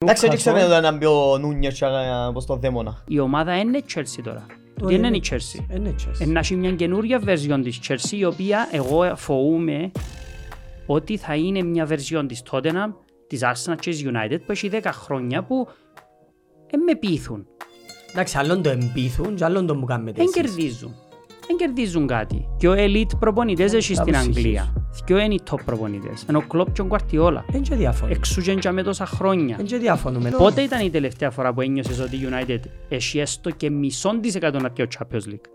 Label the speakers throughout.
Speaker 1: Εντάξει, δεν
Speaker 2: Κασόλ.
Speaker 1: ξέρω αν ήταν πιο νούνια και α, πως το δαίμονα.
Speaker 2: Η ομάδα είναι η Chelsea
Speaker 3: Τώρα
Speaker 2: τώρα. Δεν
Speaker 3: είναι-
Speaker 2: είναι η Chelsea.
Speaker 3: Είναι
Speaker 2: Ε,
Speaker 3: ναι, Chelsea.
Speaker 2: Να έχει μια καινούρια version της Chelsea, η οποία εγώ φοβούμαι ότι θα είναι μια version της Tottenham, της Arsenal και της United που έχει 10 χρόνια που δεν με πείθουν,
Speaker 3: Εντάξει, άλλον το εμπίθουν και άλλον το μου κάνετε
Speaker 2: δεν
Speaker 3: εσείς.
Speaker 2: κερδίζουν. Δεν κερδίζουν κάτι. Και ο elite προπονητές έχει
Speaker 3: τα
Speaker 2: στην
Speaker 3: ψυχής.
Speaker 2: Αγγλία. Δυο είναι οι top προπονητές. Ενώ ο Κλόπ και ο Guardiola.
Speaker 3: Εν και διαφωνούμε.
Speaker 2: Εξού και για με τόσα χρόνια.
Speaker 3: Εν Ε, και διαφωνούμε.
Speaker 2: Πότε ήταν η τελευταία φορά που ένιωσες ότι η United έχει έστω και μισόν της εκατό να πιει ο Champions League.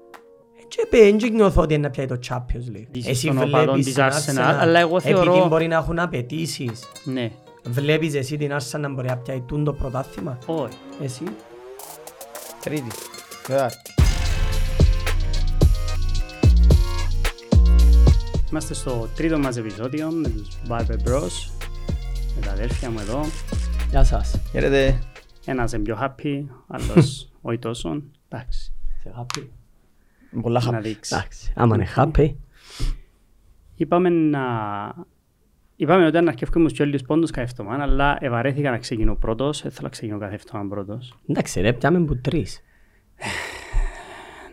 Speaker 3: Εν ε, και πέ- εν και νιώθω ότι είναι να πιάει το Champions League.
Speaker 2: Είσαι
Speaker 3: Εσύ
Speaker 2: των οπαδών
Speaker 3: βλέπεις
Speaker 2: της
Speaker 3: την
Speaker 2: Arsenal,
Speaker 3: Arsenal,
Speaker 2: αλλά εγώ θεωρώ-
Speaker 3: Επειδή μπορεί να έχουν απαιτήσεις.
Speaker 2: Ναι.
Speaker 3: Βλέπεις εσύ την Arsenal να μπορεί να πιάει τούν το πρωτάθλημα.
Speaker 2: Όχι.
Speaker 3: Εσύ.
Speaker 1: Τρίτη.
Speaker 2: Ε,
Speaker 1: Τετάρτη.
Speaker 2: Είμαστε στο τρίτο μας επεισόδιο με τους Barber Bros. Με τα αδέρφια μου εδώ.
Speaker 3: Γεια σας.
Speaker 1: Χαίρετε.
Speaker 2: Ένας είναι πιο happy, άλλος όχι τόσο. Εντάξει,
Speaker 3: Είσαι happy.
Speaker 1: Είμαι Πολλά
Speaker 2: να
Speaker 1: χαμ.
Speaker 2: δείξεις.
Speaker 3: Εντάξει, άμα είναι happy.
Speaker 2: Είπαμε να... Είπαμε ότι αν αρκεύκουμε στους όλους πόντους κάθε εβδομάδα, αλλά ευαρέθηκα να ξεκινώ πρώτος. Δεν θέλω να ξεκινώ κάθε εβδομάδα πρώτος.
Speaker 3: Εντάξει ρε, πιάμε που τρεις.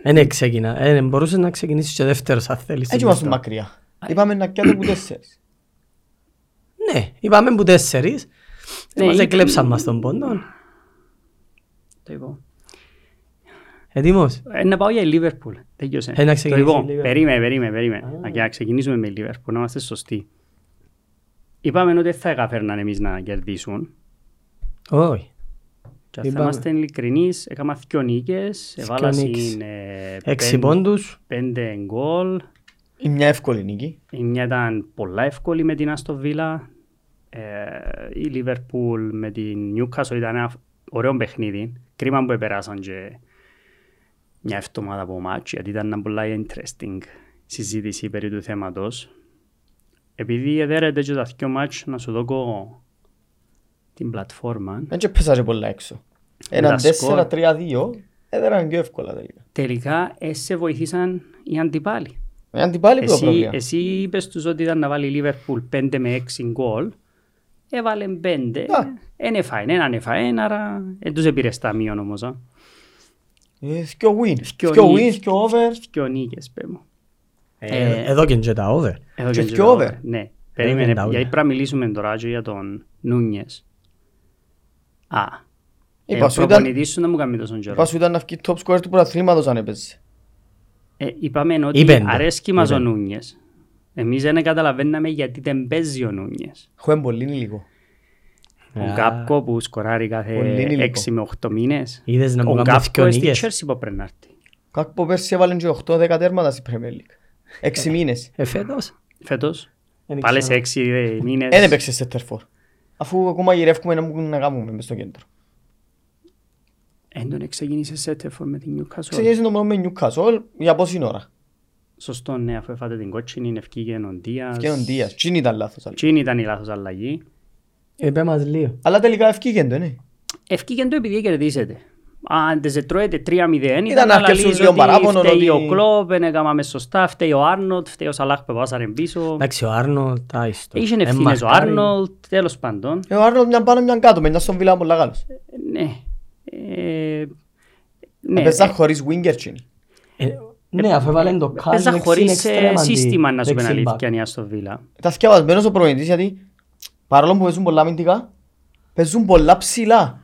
Speaker 3: Εν ξεκινά, εν μπορούσες να ξεκινήσεις και δεύτερος αν θέλεις.
Speaker 1: Έτσι ήμασταν μακριά. Είπαμε να πιάτο που τέσσερις.
Speaker 3: Ναι, είπαμε που τέσσερις.
Speaker 2: Ναι,
Speaker 3: Μας
Speaker 2: ή-
Speaker 3: εκλέψαν μας τον πόντο.
Speaker 2: Το είπα.
Speaker 3: Έτοιμος.
Speaker 2: Ε, να πάω για η Λίβερπουλ. Τέλειωσε.
Speaker 3: Ε, να
Speaker 2: Το
Speaker 3: ξεκινήσεις
Speaker 2: είπα.
Speaker 3: η Liverpool.
Speaker 2: Περίμενε, περίμενε, περίμενε. Να- Να ξεκινήσουμε με η Λίβερπουλ, να είμαστε σωστοί. Είπαμε ότι δεν θα καταφέρναν εμείς να κερδίσουν.
Speaker 3: Όχι.
Speaker 2: Και αν θα
Speaker 3: Είπαμε.
Speaker 2: είμαστε ειλικρινείς, έκανα δυο νίκες, έβαλα
Speaker 3: νίκες.
Speaker 2: συν ε,
Speaker 3: Έξι
Speaker 2: πέν-
Speaker 3: πόντους.
Speaker 2: πέντε γκολ,
Speaker 1: Είναι μια εύκολη νίκη.
Speaker 2: η μια ήταν πολλά εύκολη με την Άστο Βίλα, ε, η Λίβερπουλ με την Newcastle ήταν ένα ωραίο παιχνίδι, κρίμα που επεράσαν και μια εβδομάδα από μάτς, γιατί ήταν ένα πολλά interesting συζήτηση περί του θέματος. Επειδή εδέρεται και τα δυο μάτς, να σου δώκω την πλατφόρμα.
Speaker 1: Δεν και πέσαζε πολλά έξω. Έναν
Speaker 2: τα σκορ.
Speaker 1: 4-3-2. Έδεραν Ε, πιο εύκολα τελικά.
Speaker 2: τελικά ε, σε βοηθήσαν οι αντιπάλοι.
Speaker 1: Έναν την πάλι πιο
Speaker 2: Εσύ,
Speaker 1: πρόβλημα.
Speaker 2: εσύ είπες τους ότι ήταν να βάλει η Λίβερπουλ 5 με 6 γκολ. Έβαλε 5.
Speaker 1: Α.
Speaker 2: Εν έφαεν, έναν έφαεν, άρα δεν τους έπειρες ταμείον όμως. α.
Speaker 1: Ε, Θκιο win.
Speaker 2: Θκιο
Speaker 1: Θκιο
Speaker 2: νίκες.
Speaker 1: win, θκιο over.
Speaker 2: Δυο νίκες πέ μου.
Speaker 3: Ε, Εδώ και είναι τα over.
Speaker 2: Εδώ
Speaker 1: και
Speaker 2: είναι
Speaker 1: δυο
Speaker 2: το-
Speaker 1: over.
Speaker 2: Ναι,
Speaker 3: είναι
Speaker 2: περίμενε.
Speaker 3: τα
Speaker 2: Γιατί
Speaker 3: όλα.
Speaker 2: πρέπει να μιλήσουμε τώρα και για τον Νούνιες. Α, ε,
Speaker 1: Είπα
Speaker 2: ο
Speaker 1: σου ήταν-
Speaker 2: προπονητής σου να μου κάνει τόσο καιρό.
Speaker 1: Είπα σου ήταν να βγει top scorer του πρωταθλήματος αν έπαιζε.
Speaker 2: Ε, είπαμε ότι
Speaker 3: Είπε, ναι.
Speaker 2: αρέσκει μας ο
Speaker 3: Είπε.
Speaker 2: Νούνιες. Εμείς δεν καταλαβαίναμε γιατί δεν παίζει ο Νούνιες.
Speaker 1: Χουέν πολύ λίγο.
Speaker 2: Ο
Speaker 3: Α.
Speaker 2: Γκάπκο που σκοράρει κάθε
Speaker 1: Πολύ είναι
Speaker 2: 6 με 8 μήνες.
Speaker 3: Είδες να μου
Speaker 2: Ο
Speaker 3: κάνουν
Speaker 2: Γκάπκο
Speaker 3: δυο
Speaker 2: είναι στη
Speaker 3: νίκες.
Speaker 2: Chelsea που πρέπει να έρθει.
Speaker 1: Κάπου πέρσι έβαλαν και 8-10 τέρματα στην Premier League. Έξι μήνες.
Speaker 3: Ε, φέτος.
Speaker 2: Φέτος.
Speaker 3: Δεν
Speaker 2: Πάλι σε
Speaker 3: ξέρω.
Speaker 2: 6 μήνες.
Speaker 1: Ε, Δεν έπαιξε σε τερφόρ. Αφού ακόμα γυρεύκουμε να μου να κάνουμε μες στο κέντρο.
Speaker 2: Εν τον ξεκίνησε σε τεφόρ με την Newcastle.
Speaker 1: Ξεκίνησε το μόνος με Newcastle για πόση ώρα.
Speaker 2: Σωστό, ναι, αφού έφατε την κότσινη, ευκήγε ο Ντίας.
Speaker 1: Και ο Ντίας. Τι ήταν λάθος. αλλά.
Speaker 2: Τσίνη ήταν η λάθος αλλαγή.
Speaker 3: Είπε μας λίγο.
Speaker 1: Αλλά τελικά ευκήγεν το, ναι.
Speaker 2: Ευκήγε το επειδή κερδίσετε. Αν δεν σε τρώετε 3-0, ήταν,
Speaker 1: Ήταν
Speaker 2: να
Speaker 1: αρκεψούς
Speaker 2: λαλείς
Speaker 1: λίγο
Speaker 2: ότι
Speaker 1: παράπονο,
Speaker 2: Φταίει
Speaker 1: ότι-
Speaker 2: ο Κλόπ, δεν έκαναμε σωστά, φταίει ο Άρνοτ, φταίει ο Σαλάχ που πάσαρε πίσω.
Speaker 3: Εντάξει, ο Άρνολτ, τα ιστορία.
Speaker 2: Είχε
Speaker 3: Ε,
Speaker 2: ευθύνες ο
Speaker 3: μαρκάρει.
Speaker 2: Άρνολτ, τέλος πάντων.
Speaker 1: Ε, Ο Άρνολτ μια πάνω μια κάτω, με μια στον Βιλά πολλά καλός.
Speaker 2: Ναι. Ε, ναι.
Speaker 1: Παίζα Ε, χωρίς winger τσίνη.
Speaker 3: Ε, Ναι, αφού έβαλε το Κάζ.
Speaker 2: Παίζα
Speaker 3: δεξιν
Speaker 2: χωρίς ε,
Speaker 3: εξτρέμ αντί
Speaker 2: σύστημα να σου πει
Speaker 3: δεξιν μπακ.
Speaker 2: αλήθεια η Άστον Βίλα.
Speaker 1: Τα θυκιαβασμένος ο προπονητής γιατί παρόλο που παίζουν πολλά αμυντικά, παίζουν πολλά ψηλά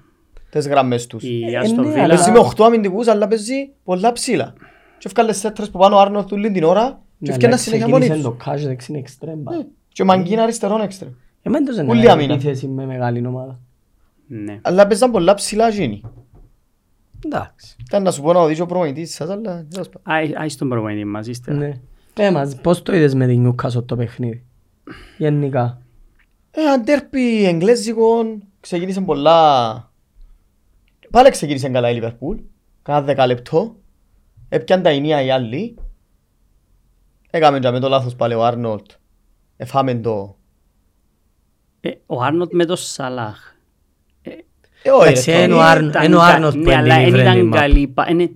Speaker 1: τις γραμμές τους.
Speaker 2: Η
Speaker 3: Ε,
Speaker 2: Άστον
Speaker 3: ναι,
Speaker 2: Βίλα
Speaker 1: Παίζει με 8 αμυντικούς αλλά παίζει πολλά ψηλά. Και έφκαλε σέτρες που πάνω ο Άρνολτ του την ώρα
Speaker 3: Ναι,
Speaker 1: και
Speaker 3: αλλά
Speaker 1: έφκαινε συνέχεια μόνοι
Speaker 3: ξεκίνησε
Speaker 1: τους.
Speaker 3: το Κάζ δεξιν εξτρέμ μπακ.
Speaker 1: Και μαγκίνα αριστερόν έξτρεμ.
Speaker 3: Εμένα τους
Speaker 1: Ούλη
Speaker 3: δεν
Speaker 1: Ναι. άμυνα.
Speaker 3: είναι θέση με μεγάλη ομάδα.
Speaker 2: ναι.
Speaker 1: Αλλά παίζαν πολλά ψηλά γίνει.
Speaker 3: Εντάξει.
Speaker 1: Ήταν να σου πω να οδηγήσω ο προπονητής σας, αλλά τέλος πάντων.
Speaker 2: Άι άι ε, στον προπονητή μας ύστερα.
Speaker 3: Ναι. Πες μας, πώς το είδες με την Νιούκασο το παιχνίδι. Γενικά.
Speaker 1: Ε, αντέρπι εγγλέζικον, ξεκίνησε πολλά... Πάλι ξεκίνησε καλά η Λιβερπούλ, κάνα δεκαλεπτό. Έπιαν τα ενία οι άλλοι. Έκαμε και με το λάθος πάλι ο Άρνολτ. Εφάμε το...
Speaker 2: Ε, Ο Άρνοτ με τον Σαλάχ.
Speaker 1: Ε, όχι,
Speaker 3: Εντάξει,
Speaker 1: ρε,
Speaker 3: εν
Speaker 1: το-
Speaker 3: ο Άρνο-
Speaker 2: Ήταν
Speaker 3: εν ο
Speaker 2: κα-
Speaker 3: Άρνοτ που
Speaker 2: Ναι, αλλά
Speaker 3: είναι η
Speaker 2: δεν
Speaker 3: friendly
Speaker 2: ήταν
Speaker 3: map.
Speaker 2: καλή. πα- ε, ναι.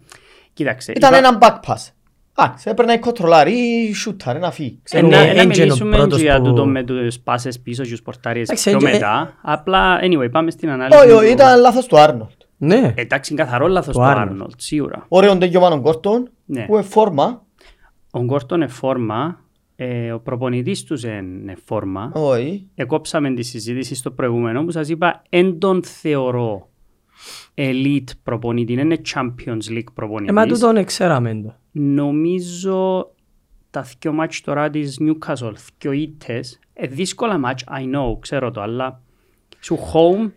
Speaker 2: Κοίταξε.
Speaker 1: Ήταν
Speaker 2: είπα-
Speaker 1: ένα back pass. Α, σε έπαιρνα η κοτρολάρη ή σούταρε να φύγει.
Speaker 2: Ε,
Speaker 1: Ξέρω
Speaker 3: Ναι,
Speaker 2: Να να
Speaker 3: έγινε ο
Speaker 2: μιλήσουμε
Speaker 3: πρώτος
Speaker 2: για
Speaker 3: που-
Speaker 2: τούτο με τους πάσες πίσω και τους πορτάριες
Speaker 3: Εντάξει, ε-
Speaker 2: πιο
Speaker 3: έγινε-
Speaker 2: μετά. Απλά, anyway, πάμε στην ανάλυση.
Speaker 1: Όχι,
Speaker 2: του- Ε,
Speaker 1: όχι, ήταν λάθος του Άρνολτ.
Speaker 3: Ναι.
Speaker 2: Εντάξει, είναι καθαρό λάθος
Speaker 3: Του
Speaker 2: του
Speaker 3: Arnold.
Speaker 2: Άρνολτ, σίγουρα.
Speaker 1: Ωραίον τέτοιο Μάνον Κόρτον,
Speaker 2: Ναι.
Speaker 1: που είναι φόρμα.
Speaker 2: Ο Γκόρτον είναι φόρμα, ε, ο προπονητής τους είναι φόρμα.
Speaker 1: Όχι.
Speaker 2: Εκόψαμε τη συζήτηση στο προηγούμενο που σας είπα, εν τον θεωρώ elite προπονητή, είναι Champions League
Speaker 3: Ε, μα
Speaker 2: προπονητής.
Speaker 3: τούτον ξέραμε το.
Speaker 2: Νομίζω τα δυο μάτς τώρα της Newcastle, δυο ήττες, ε, δύσκολα μάτς, I know, ξέρω το, αλλά σου home,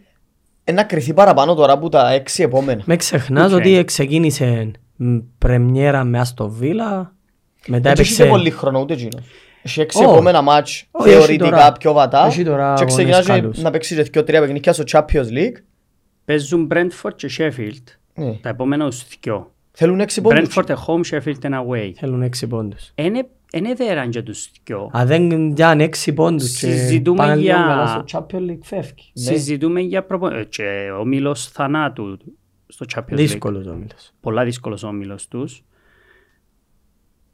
Speaker 1: Ε, να κρυθεί παραπάνω τώρα από τα έξι επόμενα.
Speaker 3: Με ξεχνάς
Speaker 2: Οκ.
Speaker 3: ότι ξεκίνησε μ, πρεμιέρα με Άστο Βίλα, μετά
Speaker 1: Δεν είχε
Speaker 3: έπαιξε...
Speaker 1: πολύ χρόνο ούτε εκείνος. Έχει έξι
Speaker 3: Ω.
Speaker 1: επόμενα μάτς
Speaker 3: Ω, έχει
Speaker 1: θεωρητικά
Speaker 3: τώρα-
Speaker 1: πιο βατά.
Speaker 3: έχει τώρα
Speaker 1: Και ξεκινά
Speaker 3: αγώνες
Speaker 1: και
Speaker 3: καλούς.
Speaker 1: να παίξει και δυο-τρία παιχνίδια στο Champions League.
Speaker 2: παίζουν Brentford και Sheffield,
Speaker 1: Ναι.
Speaker 2: τα επόμενα τους δυο.
Speaker 1: Θέλουν έξι πόντους.
Speaker 2: Brentford at home, Sheffield and away.
Speaker 3: Θέλουν έξι πόντους.
Speaker 2: Είναι ε, δέραν και τους δυο.
Speaker 3: Αν δεν πιάνουν έξι πόντους και
Speaker 2: Συζητούμε
Speaker 3: πάνε λίγο
Speaker 2: για-
Speaker 3: καλά στο Champions League φεύγει.
Speaker 1: Ναι.
Speaker 2: Συζητούμε για προπονητή. Και ο μήλος θανάτου στο Champions League.
Speaker 3: Δύσκολος όμιλος.
Speaker 2: Πολλά δύσκολος ο μήλος τους.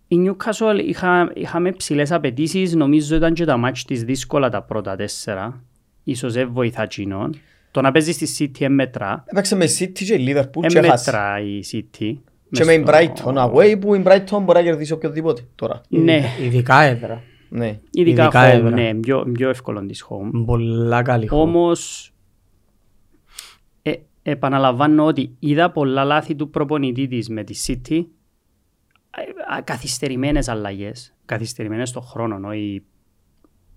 Speaker 2: Η Newcastle είχα, είχαμε ψηλές απαιτήσεις. Νομίζω ήταν και τα μάτς της δύσκολα τα πρώτα τέσσερα. Ίσως δεν βοηθά κοινών. Το να παίζεις στη City εμμετρά.
Speaker 1: Έπαιξε με City και
Speaker 2: Ε,
Speaker 1: Liverpool και έχασε.
Speaker 2: Εμμετρά η City.
Speaker 1: Και
Speaker 2: Μες
Speaker 1: μες η
Speaker 2: στο-
Speaker 1: Brighton away που η Brighton μπορεί να κερδίσει οποιοδήποτε τώρα.
Speaker 2: Ναι,
Speaker 3: Ειδικά έδρα.
Speaker 1: Ναι.
Speaker 2: ειδικά,
Speaker 3: ειδικά
Speaker 2: home,
Speaker 3: έδρα.
Speaker 2: ναι, πιο, πιο εύκολο της home.
Speaker 3: Πολλά καλή χώρα.
Speaker 2: Όμως ε, επαναλαμβάνω ότι είδα πολλά λάθη του προπονητή της με τη City α, α, καθυστερημένες αλλαγές, καθυστερημένες στον χρόνο, όχι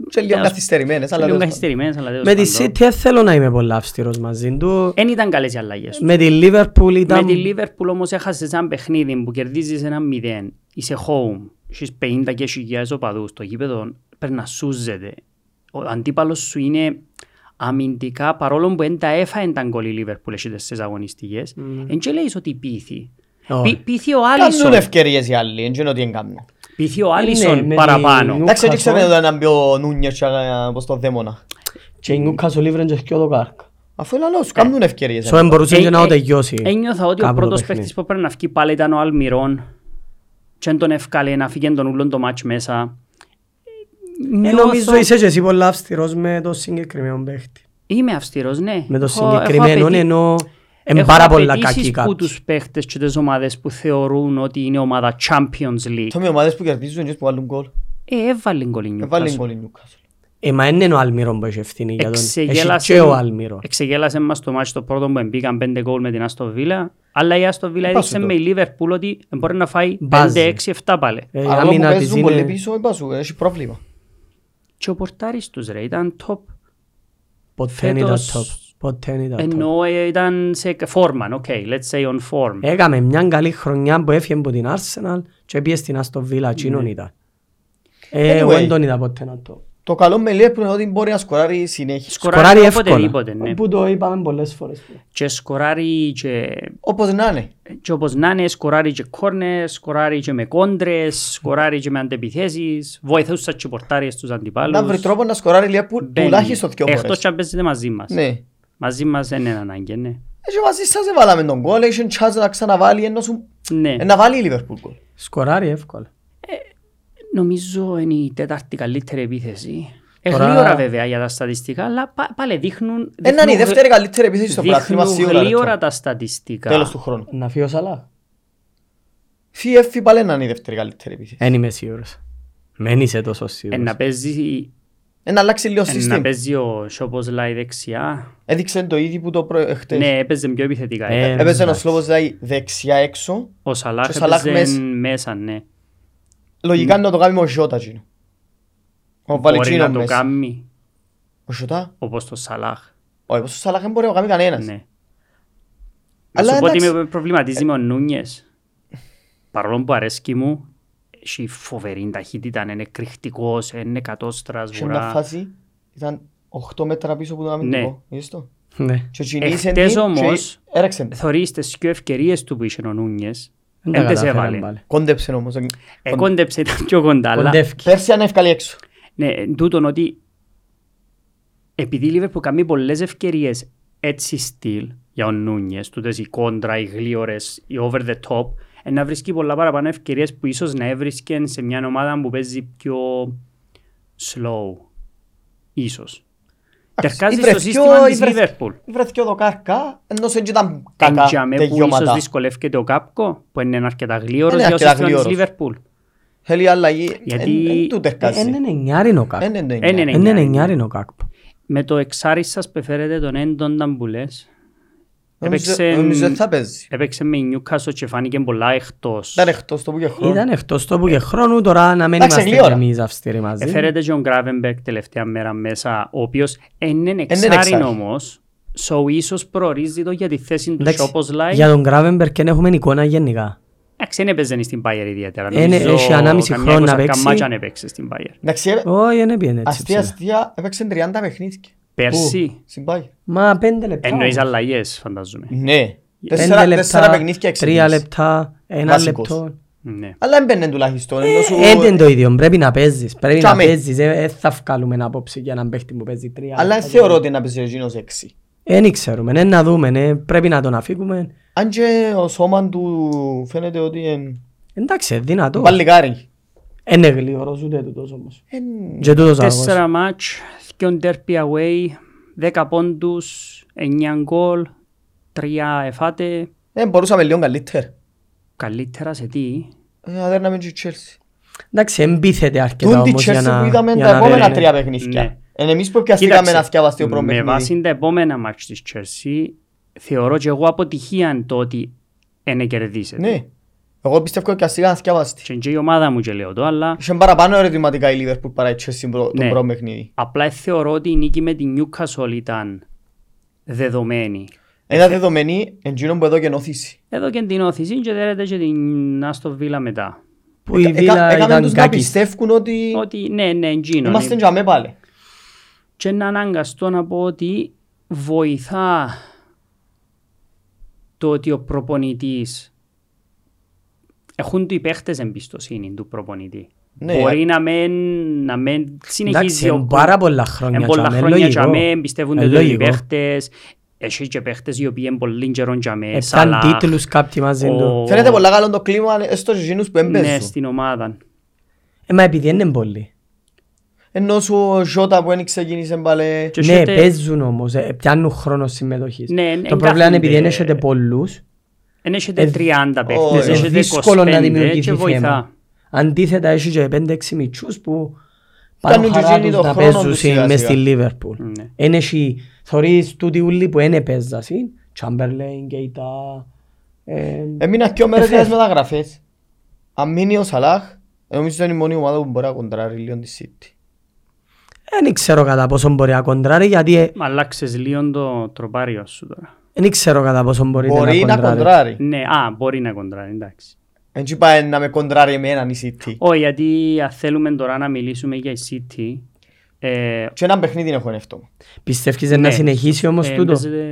Speaker 1: Και λίγο
Speaker 2: Ας-
Speaker 1: καθυστερημένες, αλλά
Speaker 2: λίγο
Speaker 1: τέλος πάντων.
Speaker 2: καθυστερημένες, αλλά τέλος
Speaker 3: Με τη
Speaker 2: πάντων.
Speaker 3: City δεν θέλω να είμαι πολύ αυστηρός μαζί του.
Speaker 2: Δεν ήταν καλές οι αλλαγές.
Speaker 3: Με τη Liverpool
Speaker 2: Με
Speaker 3: ήταν...
Speaker 2: τη Liverpool όμως έχασες ένα παιχνίδι που κερδίζεις ένα μηδέν, είσαι home, έχεις 50 και χιλιάδες οπαδούς, το γήπεδο πρέπει να σούζεται. Ο αντίπαλος σου είναι αμυντικά, παρόλο που δεν τα έφαγε τα γκολ η Liverpool έχεις τέσσερις αγωνιστικές,
Speaker 3: Ναι.
Speaker 2: δεν και λέεις ότι πείθει.
Speaker 3: Όχι.
Speaker 2: Πεί- Πείθει ο
Speaker 1: Κάνουν
Speaker 2: Άλισον,
Speaker 1: ευκαιρίες οι άλλοι, δεν ξέρω ότι δεν κάνουν.
Speaker 2: πείθει ο
Speaker 3: με
Speaker 2: Άλισον
Speaker 3: τη
Speaker 2: παραπάνω.
Speaker 3: Νιου-
Speaker 1: Εντάξει, δεν
Speaker 3: Newcastle.
Speaker 1: ξέρω ότι να μπει ο Νούνιες και, ε, πως το δαίμονα.
Speaker 3: Και η Newcastle Liverpool και και ο Δοκάρκ.
Speaker 1: Αφού είναι λαός, κάνουν ευκαιρίες.
Speaker 3: Σω δεν μπορούσε
Speaker 2: Ε,
Speaker 3: και
Speaker 2: ε,
Speaker 3: να το τελειώσει.
Speaker 2: Ένιωθα ότι ο
Speaker 3: κάπου το
Speaker 2: πρώτος
Speaker 3: παιχνίδι.
Speaker 2: παίχτης που έπρεπε να βγει πάλι ήταν ο Αλμυρόν και δεν τον ευκάλε να φύγει τον ούλον το μάτς μέσα.
Speaker 3: Ε,
Speaker 2: Νιώθω-
Speaker 3: Νομίζω είσαι και εσύ πολύ αυστηρός με το συγκεκριμένο παίχτη.
Speaker 2: Είμαι αυστηρός, ναι.
Speaker 3: Με το
Speaker 2: Έχω- έχω
Speaker 3: συγκεκριμένο ναι,
Speaker 2: απαιτεί-
Speaker 3: ενώ είναι
Speaker 2: έχω
Speaker 3: πάρα πολλά
Speaker 2: απαιτήσεις
Speaker 3: κακοί
Speaker 2: που
Speaker 3: κάποιοι.
Speaker 2: τους παίχτες και τις ομάδες που θεωρούν ότι είναι ομάδα Champions League.
Speaker 1: Τόμοι ομάδες που κερδίζουν είναι που βάλουν γκολ.
Speaker 2: Ε, έβαλε γκολ η Newcastle.
Speaker 1: Βάλουν γκολ η Newcastle.
Speaker 3: Ε, μα δεν είναι ο Αλμύρον που έχει ευθύνη για τον. Έχει
Speaker 2: Εξεγέλασε- Ε,
Speaker 3: και ο Αλμύρον.
Speaker 2: Εξεγέλασε μας το μάτσο το πρώτο που εμπήκαν πέντε γκολ με την Άστο Βίλα, αλλά η Άστο Βίλα έδειξε
Speaker 1: το.
Speaker 2: με η Λίβερπουλ ότι μπορεί να φάει
Speaker 3: Μπάζει.
Speaker 2: 5-6-7 πάλι.
Speaker 3: Ε, η
Speaker 1: Αλλά που
Speaker 3: άμυνα της
Speaker 1: παίζουν πολύ
Speaker 3: είναι
Speaker 1: πίσω, είπα σου, έχει πρόβλημα.
Speaker 2: Και ο πορτάρις τους ρε, ήταν top.
Speaker 3: ποτέ είναι τα
Speaker 2: φέτος-
Speaker 3: top. Ποτέ είναι τα top.
Speaker 2: Ενώ ε, ήταν σε φόρμα, οκ, let's say on form.
Speaker 3: Έκαμε μια καλή χρονιά που έφυγε από την Arsenal και πήγε στην Aston Villa,
Speaker 2: Ναι.
Speaker 3: εκείνον ήταν. Ε, Εγώ
Speaker 1: Anyway.
Speaker 3: δεν τον είδα ποτέ να το.
Speaker 1: Το καλό με λέει είναι ότι μπορεί να σκοράρει συνέχεια.
Speaker 2: Σκοράρει
Speaker 3: Σκοράρει
Speaker 2: οποτεδήποτε, ναι.
Speaker 3: εύκολα. Που το είπαμε πολλές φορές.
Speaker 2: Και σκοράρει και
Speaker 1: Όπως να είναι.
Speaker 2: και όπως να είναι, σκοράρει και κόρνερ, σκοράρει και με κόντρες, σκοράρει και με αντεπιθέσεις, βοηθούσαν και πορτάριες τους αντιπάλους.
Speaker 1: Να βρει τρόπο να σκοράρει λίγο που
Speaker 2: Μπαίνει.
Speaker 1: τουλάχιστον δυο
Speaker 2: Εκτός
Speaker 1: φορές.
Speaker 2: και αν παίζετε μαζί μας.
Speaker 1: Ναι.
Speaker 2: Μαζί μας δεν είναι ανάγκη, ναι.
Speaker 1: Έχει μαζί σας έβαλαμε τον γκολ, έχει chance να ξαναβάλει ενώ σου...
Speaker 2: ναι.
Speaker 1: ε, Να βάλει η Liverpool γκολ.
Speaker 3: Σκοράρει εύκολα.
Speaker 2: Νομίζω είναι η τέταρτη καλύτερη επίθεση.
Speaker 3: Τώρα-
Speaker 2: Εγλίωρα βέβαια για τα στατιστικά, αλλά πα- πάλι δείχνουν...
Speaker 1: Έναν η
Speaker 2: δείχνουν
Speaker 1: δεύτερη καλύτερη επίθεση στο
Speaker 2: δείχνουν
Speaker 1: πράσινο σίγουρα. ρε,
Speaker 2: γλίωρα
Speaker 1: τώρα.
Speaker 2: τα στατιστικά.
Speaker 1: Τέλος του χρόνου.
Speaker 3: Να φύγω σαλά.
Speaker 1: Φύγε, έφυγε πάλι να είναι η δεύτερη καλύτερη επίθεση.
Speaker 3: Δεν είμαι σίγουρος. Μεν είσαι τόσο
Speaker 2: Ε, να
Speaker 3: σίγουρος.
Speaker 2: παίζει,
Speaker 1: Ε, Να αλλάξει λίγο
Speaker 2: ε, να
Speaker 1: σύστημα.
Speaker 2: παίζει ο Σόπος Λάι δεξιά.
Speaker 1: Έδειξε το ήδη που το προ... ε, χτες.
Speaker 2: Ναι, έπαιζε πιο επιθετικά.
Speaker 3: Ε,
Speaker 1: Έπαιζε ο
Speaker 3: εντάξει.
Speaker 1: Σλόβος δηλαδή δεξιά έξω.
Speaker 2: Ο Σαλάχ
Speaker 1: και ο Σαλάχ
Speaker 2: έπαιζε
Speaker 1: μέσα.
Speaker 2: μέσα, ναι.
Speaker 1: Λογικά να το κάνει με ο Ζώτα εκείνο. Ο βάλει
Speaker 2: Μπορεί
Speaker 1: εκείνο
Speaker 2: να το
Speaker 1: μέσα.
Speaker 2: κάνει
Speaker 1: Ο Ζώτα.
Speaker 2: όπως το Σαλάχ.
Speaker 1: Όχι, όπως ο Σαλάχ δεν μπορεί να το κάνει κανένας.
Speaker 2: Ναι. Να
Speaker 1: Αλλά
Speaker 2: σου πω ότι
Speaker 1: εντάξει.
Speaker 2: με προβληματίζει με ο Νούνιες. Παρόλο που αρέσκει μου, έχει φοβερή ταχύτητα, είναι εκρηκτικός, είναι κατώστρας,
Speaker 1: Σε μια
Speaker 2: βουρά.
Speaker 1: φάση ήταν 8 μέτρα πίσω από τον αμυντικό. Είδες το.
Speaker 3: Ναι.
Speaker 1: Και κινήσε
Speaker 2: Εχθές
Speaker 1: την
Speaker 2: όμως-
Speaker 1: και έρεξε την.
Speaker 2: Θωρείς τις πιο ευκαιρίες του που είχε ο Νούνιες.
Speaker 1: Ε,
Speaker 3: Δεν τα
Speaker 2: Δεν τις
Speaker 3: καταφέραν
Speaker 2: έβαλε.
Speaker 3: πάλι.
Speaker 1: Κόντεψε όμως.
Speaker 2: Ε, κόντεψε, ήταν πιο κοντά. αλλά-
Speaker 3: Κοντεύκει.
Speaker 1: Πέρσι αν έφκαλε έξω.
Speaker 2: Ναι, τούτον ότι επειδή η Λίβερπουλ κάνει πολλές ευκαιρίες έτσι στυλ για ο Νούνιες, τούτες οι κόντρα, οι γλίωρες, οι over the top, ε, να βρίσκει πολλά παραπάνω ευκαιρίες που ίσως να έβρισκε σε μια ομάδα που παίζει πιο slow. Ίσως.
Speaker 1: Εντάξει,
Speaker 2: Τερκάζει
Speaker 1: ήβρε
Speaker 2: στο
Speaker 1: δυο-
Speaker 2: σύστημα της
Speaker 1: ήβρε-
Speaker 2: Liverpool.
Speaker 1: Ήβρε δυο δοκάρκα, ενώ σε ήταν
Speaker 2: Κακά,
Speaker 1: κακά
Speaker 2: Τζαμέ που ίσως
Speaker 1: τελειώματα.
Speaker 2: δυσκολεύεται ο Κάπκο, που είναι ένα αρκετά γλίωρος
Speaker 1: Είναι
Speaker 2: για το
Speaker 1: αρκετά
Speaker 2: σύστημα της
Speaker 1: γλίωρος.
Speaker 2: Liverpool.
Speaker 1: Θέλει αλλαγή.
Speaker 2: Γιατί-
Speaker 1: Εν Ε, του
Speaker 3: Ε,
Speaker 1: τερκάζει.
Speaker 3: Είναι εννιάρινο κάκπο.
Speaker 1: Είναι
Speaker 2: Εν είναι
Speaker 3: Είναι
Speaker 2: εννιάρινο.
Speaker 3: εννιάρινο κάκπο.
Speaker 2: Με το εξάρι σας πεφέρετε τον έντον ταμπουλές. Έπαιξε-
Speaker 1: Νομίζω ότι θα παίζει.
Speaker 2: Έπαιξε με Newcastle και φάνηκε πολλά εκτός.
Speaker 1: Ήταν εκτός το που και χρόνο.
Speaker 3: Ήταν εκτός τόπου και χρόνου τώρα να μην
Speaker 1: Εντάξει,
Speaker 3: είμαστε κι
Speaker 1: γλύωρα.
Speaker 3: εμείς αυστηροί μαζί.
Speaker 2: Έφερε τον John Gravenberg τελευταία μέρα μέσα, ο οποίος εν είναι
Speaker 1: εξάρι.
Speaker 2: εξάριν όμως, so ίσως προορίζει το για τη θέση του
Speaker 3: Εντάξει,
Speaker 2: όπως λέει.
Speaker 3: Για τον Gravenberg δεν έχουμε εικόνα γενικά.
Speaker 2: Εντάξει, Ε, δεν έπαιζε στην Bayer ιδιαίτερα.
Speaker 3: Είναι- έχει ανάμιση χρόνο να παίξει.
Speaker 2: Καμάτια αν έπαιξε στην Bayer.
Speaker 1: Εντάξει, ε,
Speaker 3: Όχι, δεν πήγαινε έτσι
Speaker 1: αστεία,
Speaker 3: ψηλά.
Speaker 1: αστεία, έπαιξε 30 παιχνίδια.
Speaker 2: Πέρσι,
Speaker 1: Πού? Στην Bayern.
Speaker 3: Μα πέντε λεπτά.
Speaker 2: εννοείς αλλαγές φαντάζομαι.
Speaker 1: Ναι.
Speaker 3: Πέντε
Speaker 1: Τέσσερα τέσσερα
Speaker 3: λεπτά,
Speaker 1: παιχνίδια
Speaker 3: τρία
Speaker 1: εξήγησε.
Speaker 3: λεπτά, ένα
Speaker 1: Βασικός.
Speaker 3: λεπτό.
Speaker 2: Ναι.
Speaker 1: Αλλά έμπαινε τουλάχιστον. ενώ σου-
Speaker 3: Ε, είναι το ίδιο, πρέπει να παίζεις. Πρέπει να
Speaker 1: Τζαμί.
Speaker 3: παίζεις, δεν θα βγάλουμε ένα απόψη για έναν παίχτη που παίζει τρία.
Speaker 1: Αλλά
Speaker 3: λεπτά.
Speaker 1: θεωρώ ότι να παίζει ο Γίνος έξι.
Speaker 3: Δεν ξέρουμε, δεν να δούμε, ναι, πρέπει να τον αφήκουμε.
Speaker 1: Αν και ο σώμα του φαίνεται ότι είναι
Speaker 3: Εντάξει, ε, δυνατό.
Speaker 1: παλικάρι.
Speaker 3: Είναι γλυωρός ούτε τούτος όμως.
Speaker 1: Ε,
Speaker 3: Και τούτος αγώνα.
Speaker 2: Τέσσερα μάτς, δυο ντέρπι away, δέκα πόντους, εννιά γκολ, τρία εφάτε.
Speaker 1: ε, μπορούσαμε λίγο καλύτερα.
Speaker 2: Καλύτερα σε τι.
Speaker 1: Ε, αδέρναμε και η Chelsea.
Speaker 3: Εντάξει, εμπίθεται αρκετά
Speaker 1: Τούν τη
Speaker 3: όμως για
Speaker 1: Chelsea
Speaker 3: να
Speaker 1: που είδαμε
Speaker 3: για
Speaker 1: τα
Speaker 3: να
Speaker 1: επόμενα
Speaker 3: παίρνει.
Speaker 1: τρία παιχνίδια.
Speaker 2: Ναι.
Speaker 1: Εν εμείς που πιαστήκαμε
Speaker 2: Κοίταξε,
Speaker 1: να θυκιαβαστεί ο πρώτο
Speaker 2: Με
Speaker 1: παιχνίδι.
Speaker 2: βάση τα επόμενα μάτς της Chelsea, θεωρώ και εγώ αποτυχία το ότι δεν κερδίσετε.
Speaker 1: Ναι. Εγώ πιστεύω και αστικά να θυκιαβαστεί.
Speaker 2: Και, και η ομάδα μου και λέω το, αλλά
Speaker 1: Είχε παραπάνω ερωτηματικά η Liverpool παρά η Chelsea προ- το
Speaker 2: Ναι.
Speaker 1: πρώτο παιχνίδι.
Speaker 2: απλά θεωρώ ότι η νίκη με την Newcastle ήταν δεδομένη.
Speaker 1: Ένα δεδομένη εντύνο που εδώ και νόθηση.
Speaker 2: Εδώ και την όθηση και δέρεται και την Άστο Βίλα μετά.
Speaker 3: Που η Βίλα
Speaker 1: ε, Έκαμε
Speaker 3: ήταν
Speaker 1: τους να
Speaker 3: κάκιστη.
Speaker 1: πιστεύουν ότι
Speaker 2: Ότι ναι, ναι, εγγύνο.
Speaker 1: Ε, είμαστε τζαμέ πάλι.
Speaker 2: Και να αναγκαστώ να πω ότι βοηθά το ότι ο προπονητής έχουν οι παίχτες εμπιστοσύνη του προπονητή.
Speaker 1: Ναι.
Speaker 2: Μπορεί να μεν, να μεν συνεχίζει
Speaker 3: Εντάξει, εν πάρα πολλά
Speaker 2: εν
Speaker 3: χρόνια
Speaker 2: πολλά
Speaker 3: τζαμί,
Speaker 2: χρόνια
Speaker 3: λογικό.
Speaker 2: τζαμέ,
Speaker 3: Ε,
Speaker 2: εμπιστεύονται τους οι
Speaker 3: λογικό.
Speaker 2: παίχτες. Έχει και παίχτες οι οποίοι είναι πολύ καιρόν τζαμέ.
Speaker 3: Έπιαν
Speaker 2: Σαλάχ,
Speaker 3: Ε, τίτλους κάποιοι μαζί
Speaker 2: ο-
Speaker 3: του.
Speaker 1: Φαίνεται πολλά καλό το κλίμα έστω στους Γίνους που
Speaker 2: Ναι,
Speaker 1: έμπαιζουν.
Speaker 2: στην ομάδα.
Speaker 3: Ε, Μα επειδή είναι πολλοί.
Speaker 1: Ενώ σου ο Ζώτα που δεν ξεκίνησε πάλι.
Speaker 2: Και
Speaker 3: Ναι,
Speaker 2: έχετε-
Speaker 3: παίζουν όμως, ε, πιάνουν χρόνο συμμετοχής.
Speaker 2: Ναι, εν-
Speaker 3: Το πρόβλημα είναι
Speaker 2: εγκάθονται.
Speaker 1: ε,
Speaker 3: επειδή έχετε πολλούς,
Speaker 2: Εν έχετε
Speaker 3: Ε,
Speaker 2: 30 παίχτες,
Speaker 1: όχι,
Speaker 3: είναι
Speaker 2: έχετε
Speaker 3: δύσκολο να
Speaker 2: 25
Speaker 3: δημιουργηθεί
Speaker 2: και βοηθά.
Speaker 3: θέμα. Αντίθετα, έχει και 5-6 μητσούς που
Speaker 1: Κάνουν
Speaker 3: πάνω
Speaker 1: και
Speaker 3: χαρά
Speaker 1: γίνει
Speaker 3: τους
Speaker 1: το
Speaker 3: να
Speaker 1: χρόνο
Speaker 3: παίζουν
Speaker 1: τους σιγά
Speaker 3: μες
Speaker 1: σιγά.
Speaker 3: στη Λίβερπουλ.
Speaker 2: Ναι.
Speaker 3: Εν έχει, θωρείς τούτοι ούλοι που δεν παίζασαν, Τσάμπερλέιν, Γκέιτα, ε,
Speaker 1: Έμεινα δυο μέρες
Speaker 3: Εφεύγει.
Speaker 1: για τις μεταγραφές. Αν μείνει ο Σαλάχ, ε, νομίζω ότι είναι η μόνη ομάδα που μπορεί να κοντράρει λίγο τη City.
Speaker 3: δεν ξέρω κατά πόσο μπορεί να κοντράρει, γιατί ε,
Speaker 2: Μα Αλλάξες λίγο το τροπάριο σου τώρα.
Speaker 3: δεν ξέρω κατά πόσο μπορεί
Speaker 1: Μπορεί να κοντράρει.
Speaker 2: Ναι, α, μπορεί να κοντράρει, εντάξει.
Speaker 1: Εν τσι πάει να με κοντράρει εμένα η City.
Speaker 2: Όχι, γιατί αν θέλουμε τώρα να μιλήσουμε για η City. Ε,
Speaker 1: Και έναν παιχνίδι έχω αυτό.
Speaker 3: Πιστεύεις να
Speaker 2: Ναι.
Speaker 3: συνεχίσει όμως
Speaker 2: ε,
Speaker 3: τούτο.
Speaker 2: παίζεται